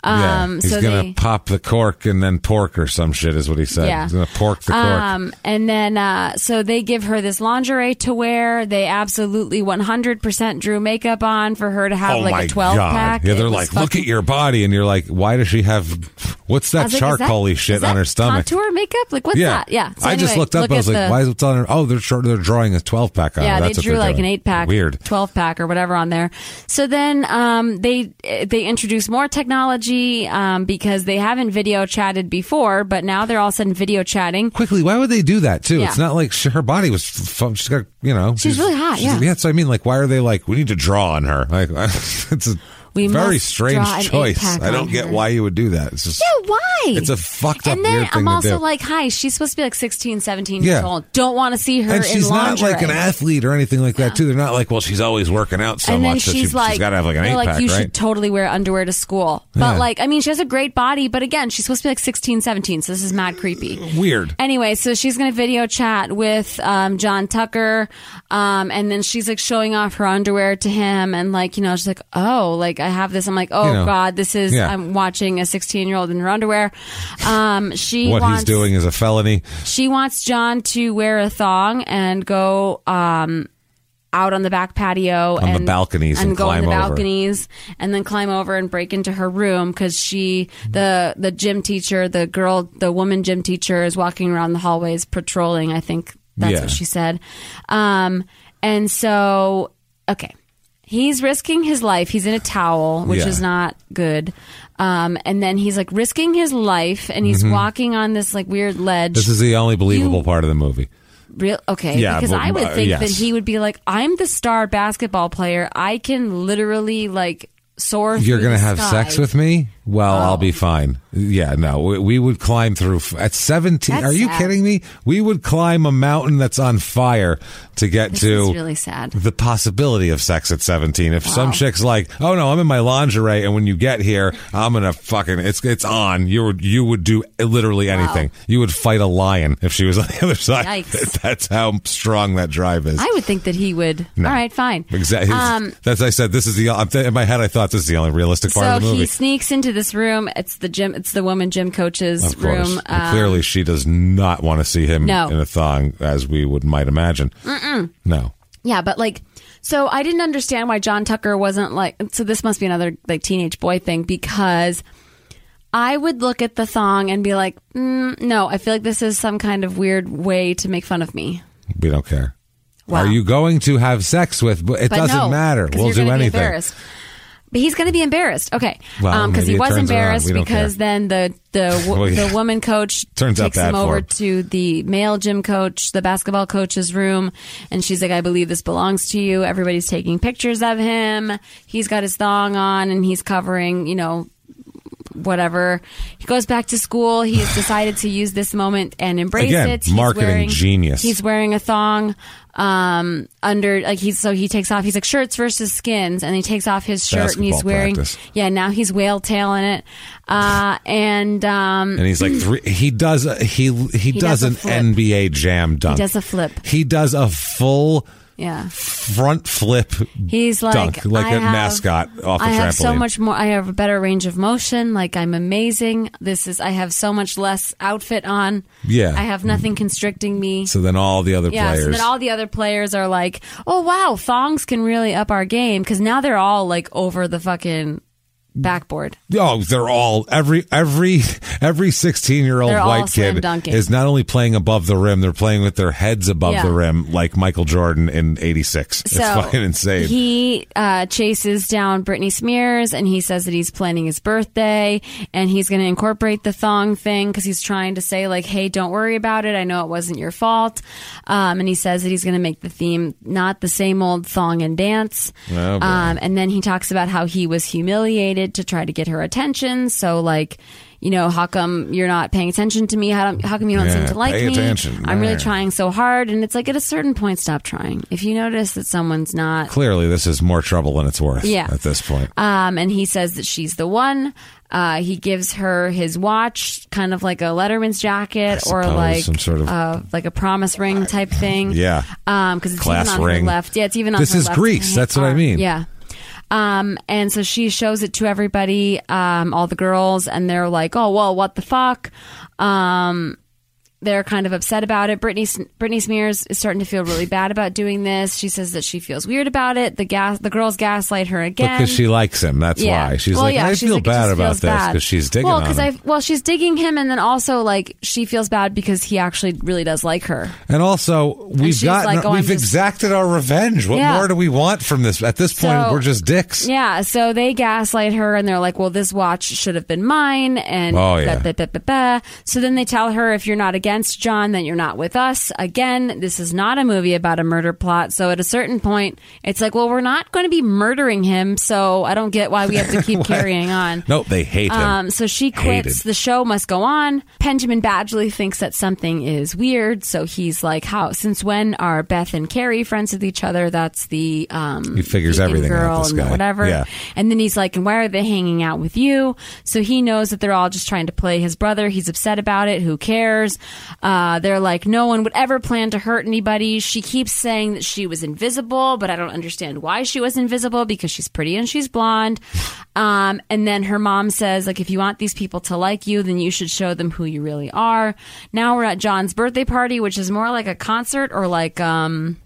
S3: Yeah.
S2: Um,
S3: He's
S2: so
S3: gonna
S2: they.
S3: pop the cork and then pork or some shit is what he said.
S2: Yeah.
S3: He's gonna pork the cork.
S2: Um, and then, uh, so they give her this lingerie to wear. They absolutely 100% drew makeup on for her to have
S3: oh my
S2: like a 12
S3: God.
S2: pack.
S3: Yeah,
S2: It
S3: they're
S2: was
S3: like, look
S2: fucking
S3: at your body, and you're like, why does she have? What's
S2: I
S3: that
S2: was like, is that-
S3: charcoaly shit
S2: is that
S3: on her stomach?
S2: Contour makeup? Like what's that? Yeah. So
S3: I just
S2: anyway,
S3: looked up.
S2: look
S3: and I was
S2: at
S3: like,
S2: the-
S3: why is it on her? Oh, they're short, they're drawing a twelve pack on. her.
S2: Yeah, they
S3: That's what
S2: drew
S3: they're
S2: like an
S3: doing.
S2: eight pack,
S3: Weird.
S2: twelve pack, or whatever on there. So then um, they eh, they introduce more technology um, because they haven't video chatted before, but now they're all of a sudden video chatting.
S3: Quickly, why would they do that too?
S2: Yeah.
S3: It's not like she, her body was. f- f- She's got, you know,
S2: She's really hot, yeah.
S3: yeah. So I mean, like, why are they like? We need to draw on her. Like, it's a
S2: We
S3: Very
S2: must
S3: strange
S2: draw an
S3: choice.
S2: APAC
S3: I
S2: on
S3: don't get
S2: her.
S3: why you would do that. It's just
S2: Yeah, why?
S3: It's a fucked up
S2: And then
S3: weird thing
S2: I'm
S3: to
S2: also
S3: do.
S2: like, hi, she's supposed to be like 16, 17
S3: Yeah.
S2: years old. Don't want to see her
S3: and
S2: in
S3: she's not
S2: lingerie.
S3: like an athlete or anything like that too. They're not like, well, she's always working out so
S2: and then
S3: much that
S2: she's
S3: she,
S2: like,
S3: has got to have like an
S2: they're
S3: eight
S2: like,
S3: pack,
S2: you
S3: right?
S2: should totally wear underwear to school. But
S3: Yeah.
S2: like, I mean, she has a great body, but again, she's supposed to be like 16, 17, so this is mad creepy.
S3: Weird.
S2: Anyway, so she's going to video chat with um, John Tucker, um, and then she's like showing off her underwear to him, and like you know, she's like, "Oh, like I have this." I'm like, "Oh
S3: You know,
S2: God, this is."
S3: yeah.
S2: I'm watching a 16 year old in her underwear. Um, she
S3: what
S2: wants,
S3: he's doing is a felony.
S2: She wants John to wear a thong and go um, out on the back patio
S3: the
S2: and
S3: balconies and
S2: go on the
S3: climb over.
S2: balconies and then climb over and break into her room because she the the gym teacher the girl the woman gym teacher is walking around the hallways patrolling. I think that's
S3: Yeah.
S2: what she said. Um, and so okay. He's risking his life. He's in a towel, which
S3: Yeah.
S2: is not good. Um, and then he's like risking his life, and he's walking on this like weird ledge.
S3: Mm-hmm. This is the only believable
S2: You-
S3: part of the movie.
S2: Real okay,
S3: Yeah,
S2: because
S3: but-
S2: I would
S3: uh,
S2: think that
S3: yes.
S2: he would be like, "I'm the star basketball player. I can literally like soar."
S3: You're
S2: through
S3: going to
S2: the
S3: have
S2: sky."
S3: sex with me? Well, I'll
S2: Oh.
S3: be fine. Yeah, no, we, we would climb through f- at 17.
S2: That's
S3: are you
S2: sad.
S3: kidding me? We would climb a mountain that's on fire to get
S2: This
S3: to
S2: is really sad.
S3: the possibility of sex at 17. If some chick's like, "Oh no, I'm in my lingerie and when you get here, I'm going to fucking it's it's on." You would you would do literally anything. You would fight a lion if she was on the other side.
S2: Yikes.
S3: That's how strong that drive is.
S2: I would think that he would. All right, fine.
S3: Exactly.
S2: Um,
S3: That's I said. This is the I'm th- in my head. I thought this is the only realistic part
S2: so
S3: of the
S2: he
S3: movie.
S2: sneaks into this room. It's the gym. It's the woman gym coach's
S3: Of course,
S2: room. um,
S3: And clearly she does not want to see him
S2: No.
S3: in a thong, as we would might imagine. No,
S2: Yeah, but like, so I didn't understand why John Tucker wasn't like. So this must be another like teenage boy thing because I would look at the thong and be like, mm, no, I feel like this is some kind of weird way to make fun of me.
S3: we don't care.
S2: Wow.
S3: Are you going to have sex with? But it
S2: But
S3: doesn't
S2: no,
S3: matter.
S2: 'cause
S3: We'll
S2: you're
S3: do
S2: gonna be
S3: anything.
S2: embarrassed. But he's going to be embarrassed. Okay,
S3: Well,
S2: because
S3: maybe
S2: he
S3: it
S2: was
S3: turns around.
S2: embarrassed
S3: We don't
S2: because then the the wo-
S3: Well, yeah.
S2: the woman coach
S3: Turns out
S2: takes him
S3: bad for
S2: over
S3: him.
S2: to the male gym coach, the basketball coach's room, and she's like, "I believe this belongs to you." Everybody's taking pictures of him. He's got his thong on and he's covering, you know, whatever. He goes back to school. He has decided to use this moment and embrace
S3: Again,
S2: it. He's
S3: marketing
S2: wearing-
S3: genius.
S2: He's wearing a thong um, under like he's so he takes off. He's like shirts versus skins, and he takes off his shirt and he's
S3: Basketball
S2: wearing
S3: practice.
S2: yeah. Now he's whale tailing it, uh, and um,
S3: And he's like three. He does. A, he he,
S2: does
S3: does,
S2: a
S3: an
S2: flip.
S3: NBA jam dunk.
S2: does a flip.
S3: He does a full
S2: yeah.
S3: front flip.
S2: He's like
S3: dunk, like
S2: I
S3: a
S2: have-
S3: mascot off a
S2: I have so
S3: trampoline.
S2: much more. I have a better range of motion. Like I'm amazing. This is. I have so much less outfit on.
S3: Yeah.
S2: I have nothing constricting me.
S3: So then all the other
S2: Yeah,
S3: players.
S2: so then all the other players are like, "Oh wow, thongs can really up our game" because now they're all like over the fucking backboard.
S3: Oh, they're all every every every sixteen year old
S2: They're all
S3: white
S2: slam
S3: kid
S2: dunking.
S3: is not only playing above the rim, they're playing with their heads above
S2: Yeah.
S3: the rim like Michael Jordan in '86.
S2: So
S3: it's fucking insane.
S2: He uh, chases down Britney Spears and he says that he's planning his birthday and he's going to incorporate the thong thing because he's trying to say like, "Hey, don't worry about it. I know it wasn't your fault." Um, and he says that he's going to make the theme not the same old thong and dance.
S3: Oh, boy.
S2: um, and then he talks about how he was humiliated to try to get her attention. So like. You know how come you're not paying attention to me? How, how come you don't seem
S3: Yeah,
S2: to like
S3: pay
S2: me?
S3: attention.
S2: I'm really
S3: Yeah.
S2: trying so hard, and it's like at a certain point, stop trying. If you notice that someone's not
S3: Clearly, this is more trouble than it's worth.
S2: Yeah.
S3: At this point,
S2: um, and he says that she's the one. Uh, he gives her his watch, kind of like a Letterman's jacket, or
S3: suppose,
S2: like
S3: some sort of-
S2: uh, like a promise ring type thing.
S3: Yeah.
S2: um, because it's
S3: Class
S2: even on
S3: ring.
S2: her left. Yeah, it's even on
S3: This
S2: her
S3: is
S2: left
S3: Greece,
S2: hand-
S3: that's what I
S2: arm.
S3: mean.
S2: Yeah. Um, and so she shows it to everybody, um, all the girls, and they're like, "Oh, well, what the fuck?" Um, they're kind of upset about it. Britney Britney Spears is starting to feel really bad about doing this. She says that she feels weird about it. The gas, the girls gaslight her again
S3: because she likes him, that's why she's like, I
S2: she's
S3: feel
S2: like, it
S3: bad
S2: just
S3: about
S2: feels
S3: this because she's digging
S2: Well,
S3: on
S2: because
S3: him.
S2: I well, she's digging him, and then also like she feels bad because he actually really does like her.
S3: And also, we've
S2: she's
S3: gotten,
S2: like, "Oh, I'm
S3: we've
S2: just-"
S3: exacted our revenge. What
S2: Yeah.
S3: more do we want from this? At this point,
S2: So-
S3: we're just dicks.
S2: Yeah, so they gaslight her, and they're like, "Well, this watch should have been mine," and
S3: Oh, yeah.
S2: ba- ba- ba- ba- ba. so then they tell her, "If you're not a against John, then you're not with us. Again, this is not a movie about a murder plot. So at a certain point, it's like, well, we're not going to be murdering him. So I don't get why we have to keep carrying on.
S3: No, they hate him.
S2: Um, so she quits.
S3: Hated.
S2: The show must go on. Benjamin Badgley thinks that something is weird. So he's like, how, since when are Beth and Carrie friends with each other? That's the, um,
S3: He figures
S2: vegan
S3: everything out,
S2: girl
S3: this
S2: and
S3: guy.
S2: whatever.
S3: Yeah.
S2: And then he's like, and why are they hanging out with you? So he knows that they're all just trying to play his brother. He's upset about it. Who cares? Uh, they're like, no one would ever plan to hurt anybody. She keeps saying that she was invisible, but I don't understand why she was invisible because she's pretty and she's blonde. Um, and then her mom says, like, if you want these people to like you, then you should show them who you really are. Now we're at John's birthday party, which is more like a concert or like, um,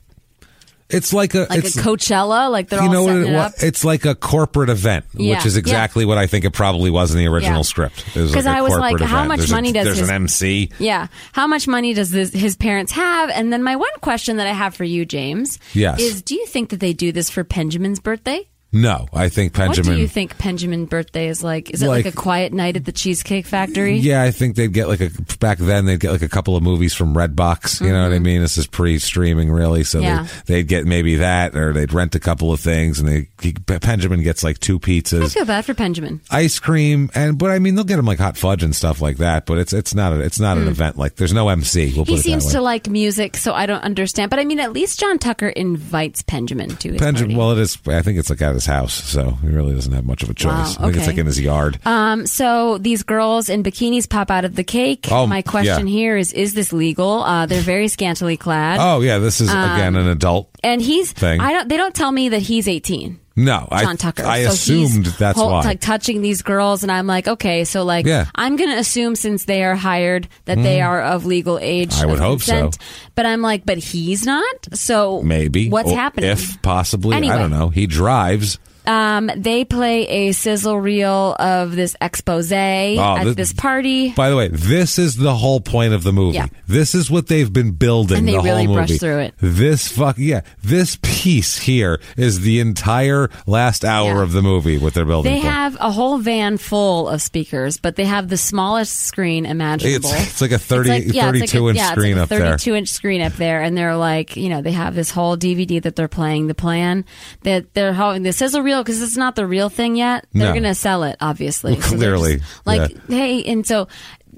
S3: it's like a
S2: like
S3: it's
S2: a Coachella. Like they're
S3: you
S2: all
S3: know what
S2: setting
S3: it
S2: it
S3: wa-
S2: up.
S3: It's like a corporate event,
S2: Yeah,
S3: which is exactly what I think it probably was in the original
S2: Yeah.
S3: script. It was
S2: 'Cause
S3: like a
S2: I was like,
S3: corporate
S2: how
S3: event.
S2: much
S3: There's
S2: money
S3: a,
S2: does
S3: there's
S2: his-
S3: an MC?
S2: Yeah. How much money does this, his parents have? And then my one question that I have for you, James,
S3: Yes.
S2: is do you think that they do this for Benjamin's birthday?
S3: No, I think Benjamin.
S2: What do you think Benjamin's birthday is like? Is it like,
S3: Like-
S2: a quiet night at the Cheesecake Factory?
S3: Yeah, I think they'd get like a back then they'd get like a couple of movies from Redbox. You know what I mean? This is pre-streaming, really. So
S2: Mm-hmm. Yeah.
S3: they, they'd get maybe that, or they'd rent a couple of things, and they he, Benjamin gets like two
S2: I
S3: pizzas,
S2: feel bad for Benjamin.
S3: ice cream, and but I mean they'll get him like hot fudge and stuff like that. But it's it's not a, it's not an event like there's no MC. We'll
S2: Hmm. He
S3: put it
S2: seems
S3: that
S2: to
S3: way.
S2: like music, so I don't understand. But I mean, at least John Tucker invites Benjamin to his
S3: Benjamin,
S2: party.
S3: well, it is. I think it's like at his house, so he really doesn't have much of a choice.
S2: Wow,
S3: I think it's
S2: okay.
S3: like in his yard.
S2: Um, so these girls in bikinis pop out of the cake.
S3: Oh,
S2: My question
S3: yeah.
S2: here is: Is this legal? Uh, they're very scantily clad,
S3: oh yeah, this is again
S2: um,
S3: an adult.
S2: and he's.
S3: Thing.
S2: I don't. They don't tell me that he's eighteen.
S3: No, I,
S2: John Tucker.
S3: I
S2: So
S3: assumed
S2: he's
S3: that's
S2: hol-
S3: why.
S2: Like touching these girls, and I'm like, okay, so like,
S3: Yeah. Mm-hmm.
S2: I'm gonna assume since they are hired that they are of legal age.
S3: I would
S2: of
S3: hope so.
S2: consent. But I'm like, but he's not. So
S3: Maybe
S2: what's
S3: Or
S2: happening?
S3: If possibly,
S2: Anyway.
S3: I don't know. He drives.
S2: um, they play a sizzle reel of this expose at
S3: Oh, this-
S2: this, party.
S3: By the way, this is the whole point of the movie.
S2: Yeah.
S3: This is what they've been building
S2: And they
S3: the whole
S2: really
S3: movie.
S2: brushed through it.
S3: This fuck yeah. This piece here is the entire last hour
S2: Yeah.
S3: of the movie. What they're building.
S2: They
S3: for.
S2: have a whole van full of speakers, but they have the smallest screen imaginable.
S3: It's- it's like a 30
S2: It's yeah, it's
S3: 32 inch
S2: yeah, it's like
S3: screen
S2: a
S3: up there.
S2: 32 inch screen up there, and they're like, you know, they have this whole DVD that they're playing the plan that they're having. This is a real because it's not the real thing yet. They're
S3: No.
S2: going to sell it, obviously.
S3: Well,
S2: So they're
S3: clearly,
S2: just like hey, and so.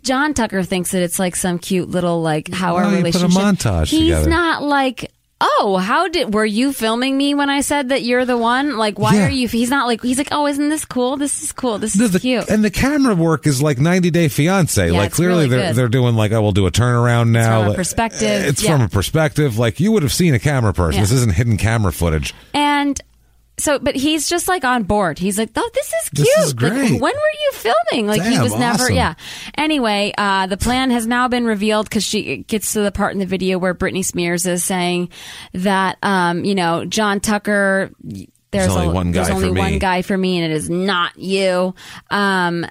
S2: John Tucker thinks that it's like some cute little like how our
S3: Oh, you put a
S2: relationship.
S3: montage
S2: He's
S3: together.
S2: not like, oh, how did were you filming me when I said that you're the one? Like, why
S3: Yeah.
S2: are you? He's not like he's like, oh, isn't this cool? This is cool. This
S3: No,
S2: is
S3: the-
S2: cute.
S3: And the camera work is like 90 Day Fiance.
S2: Yeah,
S3: like
S2: it's
S3: clearly
S2: really
S3: they're
S2: good.
S3: they're doing like I will do a turnaround now.
S2: from a
S3: Like,
S2: perspective,
S3: It's
S2: yeah.
S3: from a perspective. Like you would have seen a camera person.
S2: Yeah.
S3: This isn't hidden camera footage.
S2: And so, but he's just like on board. He's like, oh, this is
S3: This
S2: cute.
S3: is
S2: Like,
S3: great.
S2: when were you filming? Like, he
S3: Damn,
S2: was never,
S3: awesome.
S2: yeah. Anyway, uh, the plan has now been revealed because she it gets to the part in the video where Britney Spears is saying that, um, you know, John Tucker, there's,
S3: only
S2: a-
S3: one guy
S2: there's only
S3: for me.
S2: one guy for me, and it is not you. Um,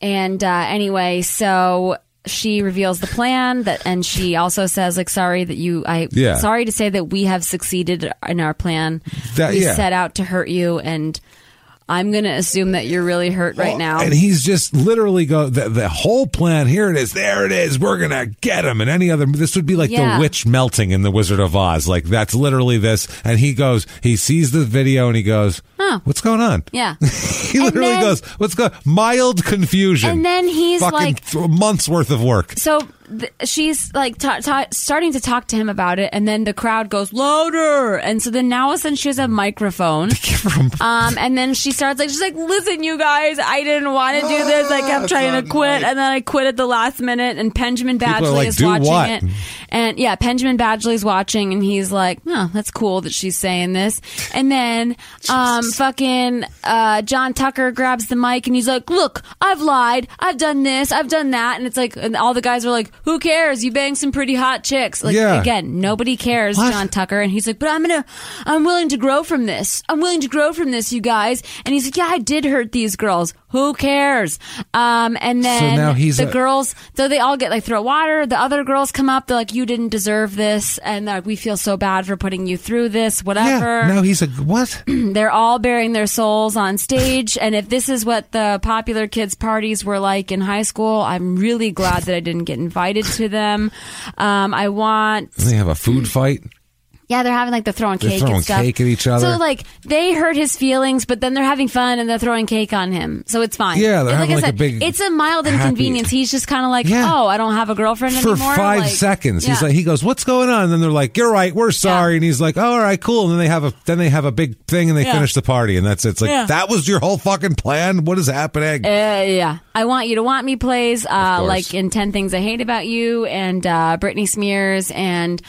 S2: and uh, anyway, so. She reveals the plan that, and she also says, "Like, sorry that you, I,
S3: Yeah.
S2: sorry to say that we have succeeded in our plan
S3: That-
S2: we
S3: yeah.
S2: set out to hurt you and i'm going to assume that you're really hurt right now
S3: Oh, And he's just literally go the, the whole plan. Here it is. There it is. We're gonna get him. And any other this would be like
S2: Yeah.
S3: the witch melting in the Wizard of Oz. Like that's literally this. And he goes. He sees the video and he goes,
S2: Huh.
S3: "What's going on?"
S2: yeah
S3: He
S2: And
S3: literally
S2: then-
S3: goes, "What's going?" Mild confusion.
S2: And then he's
S3: Fucking
S2: like-
S3: th- months worth of work.
S2: so th- she's like ta ta starting to talk to him about it and then the crowd goes louder and so then now all of a sudden she has a microphone um, and then she starts like she's like listen you guys i didn't want to do this i kept trying to quit and then i quit at the last minute and benjamin
S3: People are
S2: badgley
S3: like,
S2: is
S3: "Do
S2: watching
S3: what?"
S2: it Mm-hmm. and yeah benjamin badgley's watching and he's like oh that's cool that she's saying this and then um, fucking uh, john tucker grabs the mic and he's like look i've lied i've done this i've done that and it's like and all the guys are like who cares you banged some pretty hot chicks like
S3: Yeah.
S2: again nobody cares
S3: What?
S2: john tucker and he's like but i'm gonna i'm willing to grow from this i'm willing to grow from this you guys and he's like yeah i did hurt these girls who cares um, and then
S3: now he's
S2: the
S3: a-
S2: girls though they all get like throw water the other girls come up they're like you didn't deserve this and they're like we feel so bad for putting you through this whatever
S3: Yeah. Now he's like, "What?"
S2: they're all bearing their souls on stage and if this is what the popular kids parties were like in high school i'm really glad that i didn't get invited to them. Um, I want
S3: They have a food fight.
S2: yeah, they're having like the throwing
S3: They're
S2: cake
S3: throwing
S2: and stuff.
S3: cake at each other.
S2: So like they hurt his feelings, but then they're having fun and they're throwing cake on him. So it's fine.
S3: Yeah, they're
S2: And
S3: having,
S2: I
S3: like, a
S2: said,
S3: big
S2: It's a mild
S3: happy-
S2: inconvenience. He's just kind of like,
S3: Yeah.
S2: oh, I don't have a girlfriend
S3: for
S2: anymore.
S3: five
S2: Like,
S3: seconds. He's
S2: yeah.
S3: like, he goes, "What's going on?" And then they're like, "You're right, we're sorry." And he's like, "Oh, "All right, cool." And then they have a then they have a big thing and they
S2: Yeah.
S3: finish the party and that's it. It's like
S2: Yeah.
S3: that was your whole fucking plan. What is happening?
S2: Uh, yeah, I want you to want me plays uh,
S3: course.
S2: like in Ten Things I Hate About You and uh, Britney Spears and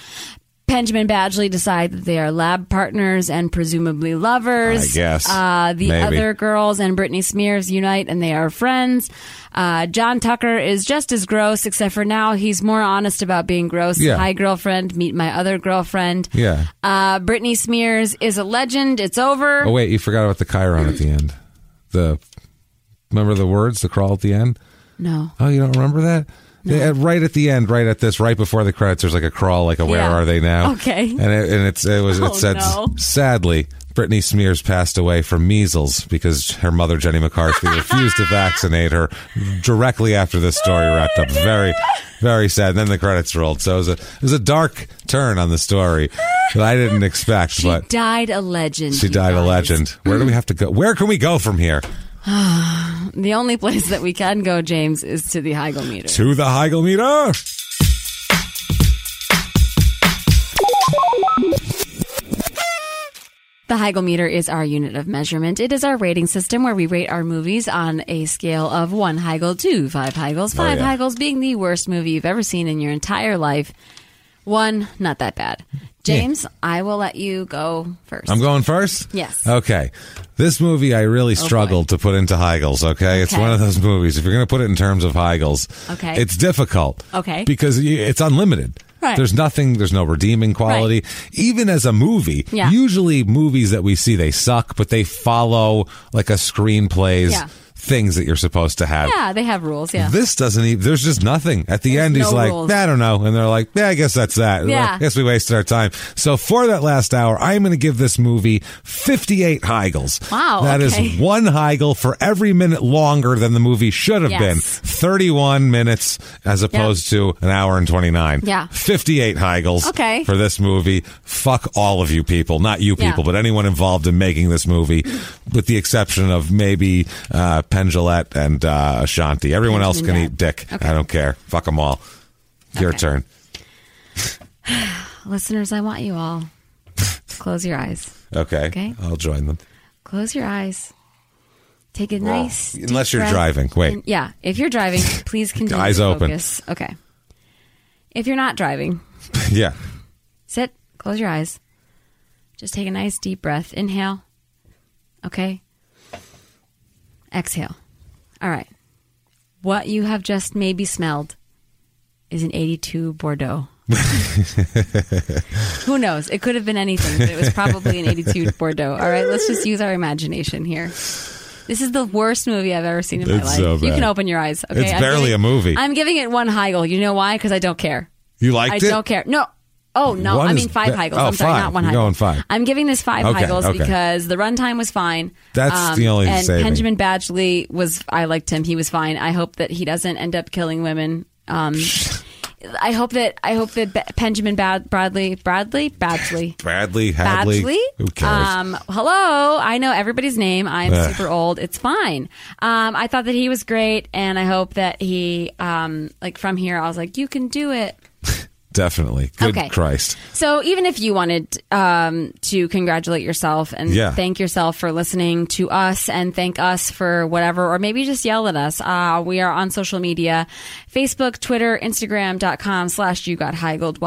S2: Benjamin Badgley decide that they are lab partners and presumably lovers.
S3: I guess.
S2: uh, the
S3: Maybe.
S2: other girls and Britney Spears unite and they are friends. Uh, John Tucker is just as gross, except for now he's more honest about being gross.
S3: Yeah.
S2: Hi, girlfriend. Meet my other girlfriend.
S3: yeah.
S2: Uh, Britney Spears is a legend. It's over.
S3: Oh wait, you forgot about the Chiron at the end. The remember the words, the crawl at the end.
S2: No.
S3: Oh, you don't remember that? They- at- right at the end, right at this, right before the credits, there's like a crawl, like a "Where
S2: Yeah.
S3: are they now?"
S2: Okay.
S3: and it, and it's it was
S2: Oh,
S3: it said
S2: no.
S3: sadly. Britney Spears passed away from measles because her mother Jenny McCarthy refused to vaccinate her directly after this story
S2: Oh,
S3: wrapped up. Very, very sad. And then the credits rolled, so it was a it was a dark turn on the story that I didn't expect.
S2: She
S3: but
S2: died a legend.
S3: she
S2: you
S3: died a
S2: guys.
S3: legend. Where do we have to go? Where can we go from here?
S2: The only place that we can go, James, is to the Hygometer.
S3: To the Heigl meter.
S2: The Hygometer is our unit of measurement. It is our rating system where we rate our movies on a scale of one Heigl to five Heigls. Five
S3: Oh, yeah.
S2: Heigls being the worst movie you've ever seen in your entire life. One, not that bad. James, I will let you go 1st
S3: I'm going first?
S2: Yes. Oh,
S3: Okay. This movie I really struggled to put into Heigl's, okay? It's
S2: Okay.
S3: one of those movies. If you're going to put it in terms of Heigl's,
S2: Okay.
S3: it's difficult.
S2: Okay.
S3: Because you- it's unlimited.
S2: Right.
S3: There's nothing, there's no redeeming quality. Even as a movie,
S2: Yeah.
S3: usually movies that we see, they suck, but they follow like a screenplay's
S2: Yeah.
S3: things that you're supposed to have.
S2: yeah, they have rules. Yeah.
S3: This doesn't even, there's just nothing. At the
S2: There's
S3: end, he's
S2: no
S3: like,
S2: rules.
S3: I don't know. And they're like, yeah, I guess that's that.
S2: Yeah.
S3: I guess we wasted our time. So for that last hour, I'm going to give this movie 58 Heigls.
S2: Wow,
S3: that is
S2: okay.
S3: one Heigl for every minute longer than the movie should have
S2: Yes.
S3: been. 31 minutes as opposed to an hour and 29.
S2: Yeah.
S3: 58 Heigls
S2: Okay.
S3: for this movie. Fuck all of you people. Not you
S2: Yeah.
S3: people, but anyone involved in making this movie, with the exception of maybe uh, Pendulette and uh, Ashanti. Everyone
S2: Benjamin
S3: else can
S2: Bad.
S3: eat dick. I don't care. Fuck them all. Your
S2: Okay.
S3: turn.
S2: Listeners, I want you all. Close your eyes.
S3: Okay.
S2: Okay.
S3: I'll join them.
S2: Close your eyes. Take a nice. deep
S3: Unless you're
S2: breath.
S3: driving. Wait.
S2: And- yeah, if you're driving, please continue.
S3: Eyes
S2: to
S3: open.
S2: Focus. Okay. If you're not driving,
S3: yeah.
S2: sit, close your eyes. Just take a nice deep breath. Inhale. Okay. Exhale. All right. What you have just maybe smelled is an 82 Bordeaux. Who knows? It could have been anything, but it was probably an 82 Bordeaux. All right, let's just use our imagination here. This is the worst movie I've ever seen in my
S3: It's
S2: life.
S3: so
S2: You can
S3: bad.
S2: open your eyes. Okay,
S3: It's
S2: I'm
S3: barely
S2: giving-
S3: a movie.
S2: I'm giving it one Heigl. You know why? Because I don't care.
S3: You liked
S2: I
S3: it?
S2: don't care. No. Oh no!
S3: One
S2: I
S3: is
S2: mean five
S3: be-
S2: Heigls.
S3: oh,
S2: I'm sorry,
S3: five.
S2: not one
S3: You're
S2: Heigl.
S3: going five.
S2: I'm giving this five
S3: Okay,
S2: Heigls
S3: okay.
S2: because the runtime was fine. Um,
S3: That's the only
S2: And
S3: saving.
S2: Benjamin Badgley was. I liked him. He was fine. I hope that he doesn't end up killing women. Um, I hope that I hope that Be- Benjamin Bad- Bradley Bradley Badgley.
S3: Bradley, Hadley.
S2: Badgley.
S3: Who cares?
S2: Um, hello, I know everybody's name. I'm
S3: Ugh.
S2: super old. It's fine. Um, I thought that he was great, and I hope that he, um, like from here, I was like, you can do it.
S3: Definitely. Good
S2: Okay.
S3: Christ.
S2: So even if you wanted um, to congratulate yourself and
S3: Yeah.
S2: thank yourself for listening to us and thank us for whatever, or maybe just yell at us. Uh, we are on social media, Facebook, Twitter, Instagram.com slash you got Heigled,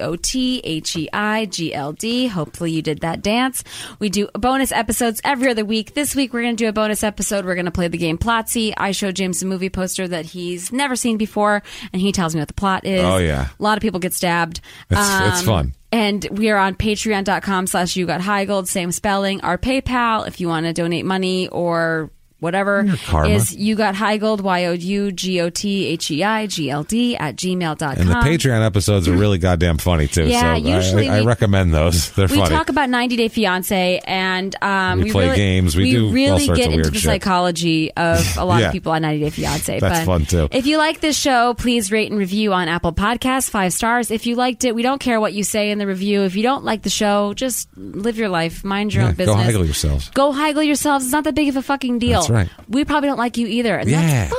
S2: E Y-O-U-G-O-T-H-E-I-G-L-D. Hopefully you did that dance. We do bonus episodes every other week. This week we're going to do a bonus episode. We're going to play the game Plotsy. I show James a movie poster that he's never seen before and he tells me what the plot is.
S3: Oh, yeah.
S2: A lot of people get stabbed.
S3: It's, it's fun.
S2: Um, And we are on patreon.com slash you got high gold, same spelling, our PayPal if you want to donate money or whatever
S3: Your karma.
S2: is you got Heigold, Y O U G O T H E I G L D at gmail.com.
S3: And the Patreon episodes are really goddamn funny too.
S2: Um, Yeah,
S3: so I-
S2: usually
S3: I, I
S2: we-
S3: recommend those. They're
S2: we
S3: funny.
S2: talk about 90 Day Fiance, and um,
S3: We play
S2: really,
S3: games, we do all
S2: really
S3: sorts
S2: get
S3: of
S2: into
S3: weird
S2: the
S3: shit.
S2: psychology of a lot
S3: Yeah.
S2: of people on 90 Day Fiance.
S3: That's
S2: but
S3: fun, too.
S2: If you like this show, please rate and review on Apple Podcasts, five stars. If you liked it, we don't care what you say in the review. If you don't like the show, just live your life, mind your
S3: Yeah,
S2: own
S3: go
S2: business.
S3: haggle yourselves.
S2: Go haggle yourselves. It's not that big of a fucking deal.
S3: That's right.
S2: We probably don't like you either, and
S3: Yeah.
S2: that's fine.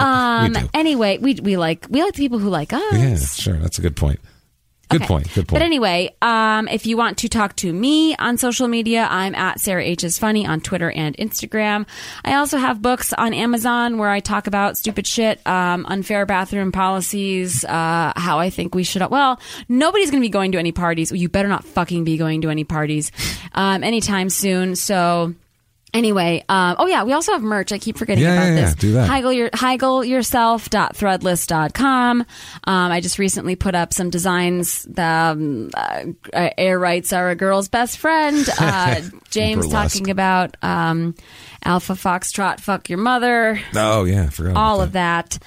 S2: um
S3: do.
S2: anyway we, we like we like the people who like us
S3: yeah, sure. That's a good point. Good
S2: Okay.
S3: point. Good point.
S2: But anyway, um, if you want to talk to me on social media, I'm at Sarah H is funny on Twitter and Instagram. I also have books on Amazon where I talk about stupid shit, um, unfair bathroom policies, uh, how I think we should. Well, nobody's going to be going to any parties. You better not fucking be going to any parties um, anytime soon. So. Anyway, um, oh yeah, we also have merch. I keep forgetting
S3: Yeah,
S2: about
S3: yeah, yeah,
S2: this.
S3: do that.
S2: Heigl, your, HeiglYourself.threadless.com. Um, I just recently put up some designs. The um, uh, air rights are a girl's best friend. Uh, James
S3: Burlesque.
S2: talking about um, Alpha Foxtrot, fuck your mother,
S3: oh yeah, I forgot. about
S2: all of that.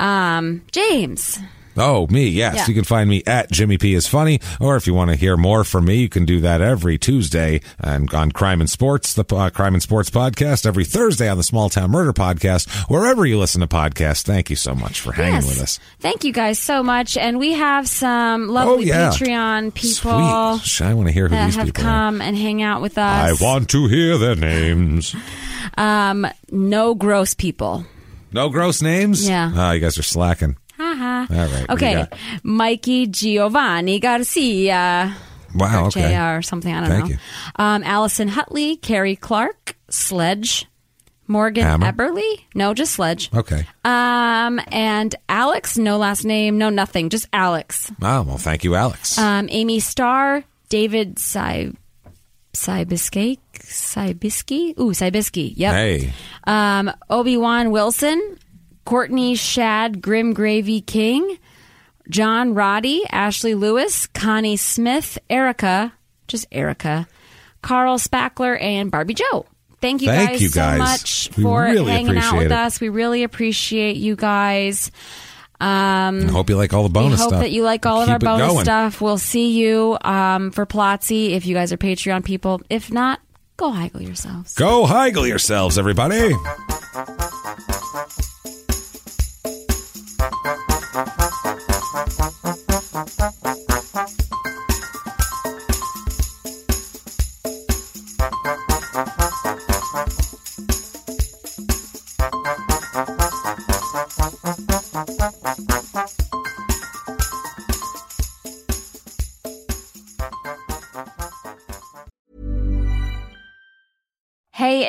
S2: Um, James,
S3: Oh, me, yes.
S2: Yeah.
S3: You can find me at Jimmy P is Funny, or if you want to hear more from me, you can do that every Tuesday and on Crime and Sports, the uh, Crime and Sports podcast, every Thursday on the Small Town Murder podcast, wherever you listen to podcasts. Thank you so much for hanging
S2: yes.
S3: with us. Oh,
S2: Thank you guys so much, and we have some lovely
S3: yeah.
S2: Patreon people
S3: Sweet. Sh- I want to hear who
S2: that
S3: these
S2: have
S3: people are.
S2: come and hang out with
S3: I
S2: us.
S3: want to hear their names.
S2: Um, no gross people.
S3: No gross names?
S2: Yeah.
S3: Oh, you guys are slacking.
S2: Haha.
S3: All right, what do you
S2: Okay.
S3: got?
S2: Mikey Giovanni Garcia,
S3: Wow, Oh, okay.
S2: JR or something. I don't
S3: Thank
S2: know.
S3: you.
S2: Um, Allison Hutley, Carrie Clark, Sledge, Morgan
S3: Hammer.
S2: Eberly. No, just Sledge.
S3: Okay.
S2: Um, and Alex, no last name, no nothing, just Alex.
S3: Wow, Ah, well, thank you, Alex.
S2: Um, Amy Starr, David Cy. Cybiscake? Cybisky? Ooh, Cybisky. Yep.
S3: hey.
S2: Um, Obi Wan Wilson, Courtney Shad, Grim Gravy King, John Roddy, Ashley Lewis, Connie Smith, Erica, just Erica, Carl Spackler, and Barbie Joe. Thank you,
S3: Thank
S2: guys,
S3: you guys.
S2: so much
S3: We
S2: for
S3: really
S2: hanging out with
S3: appreciate it.
S2: us. We really appreciate you guys. Um,
S3: I hope you like all the bonus
S2: we hope
S3: stuff.
S2: that you like all of
S3: Keep
S2: our
S3: it
S2: bonus
S3: going.
S2: stuff. We'll see you um, for Plotsy if you guys are Patreon people. If not, go haggle yourselves.
S3: Go haggle yourselves, everybody.
S4: Hey,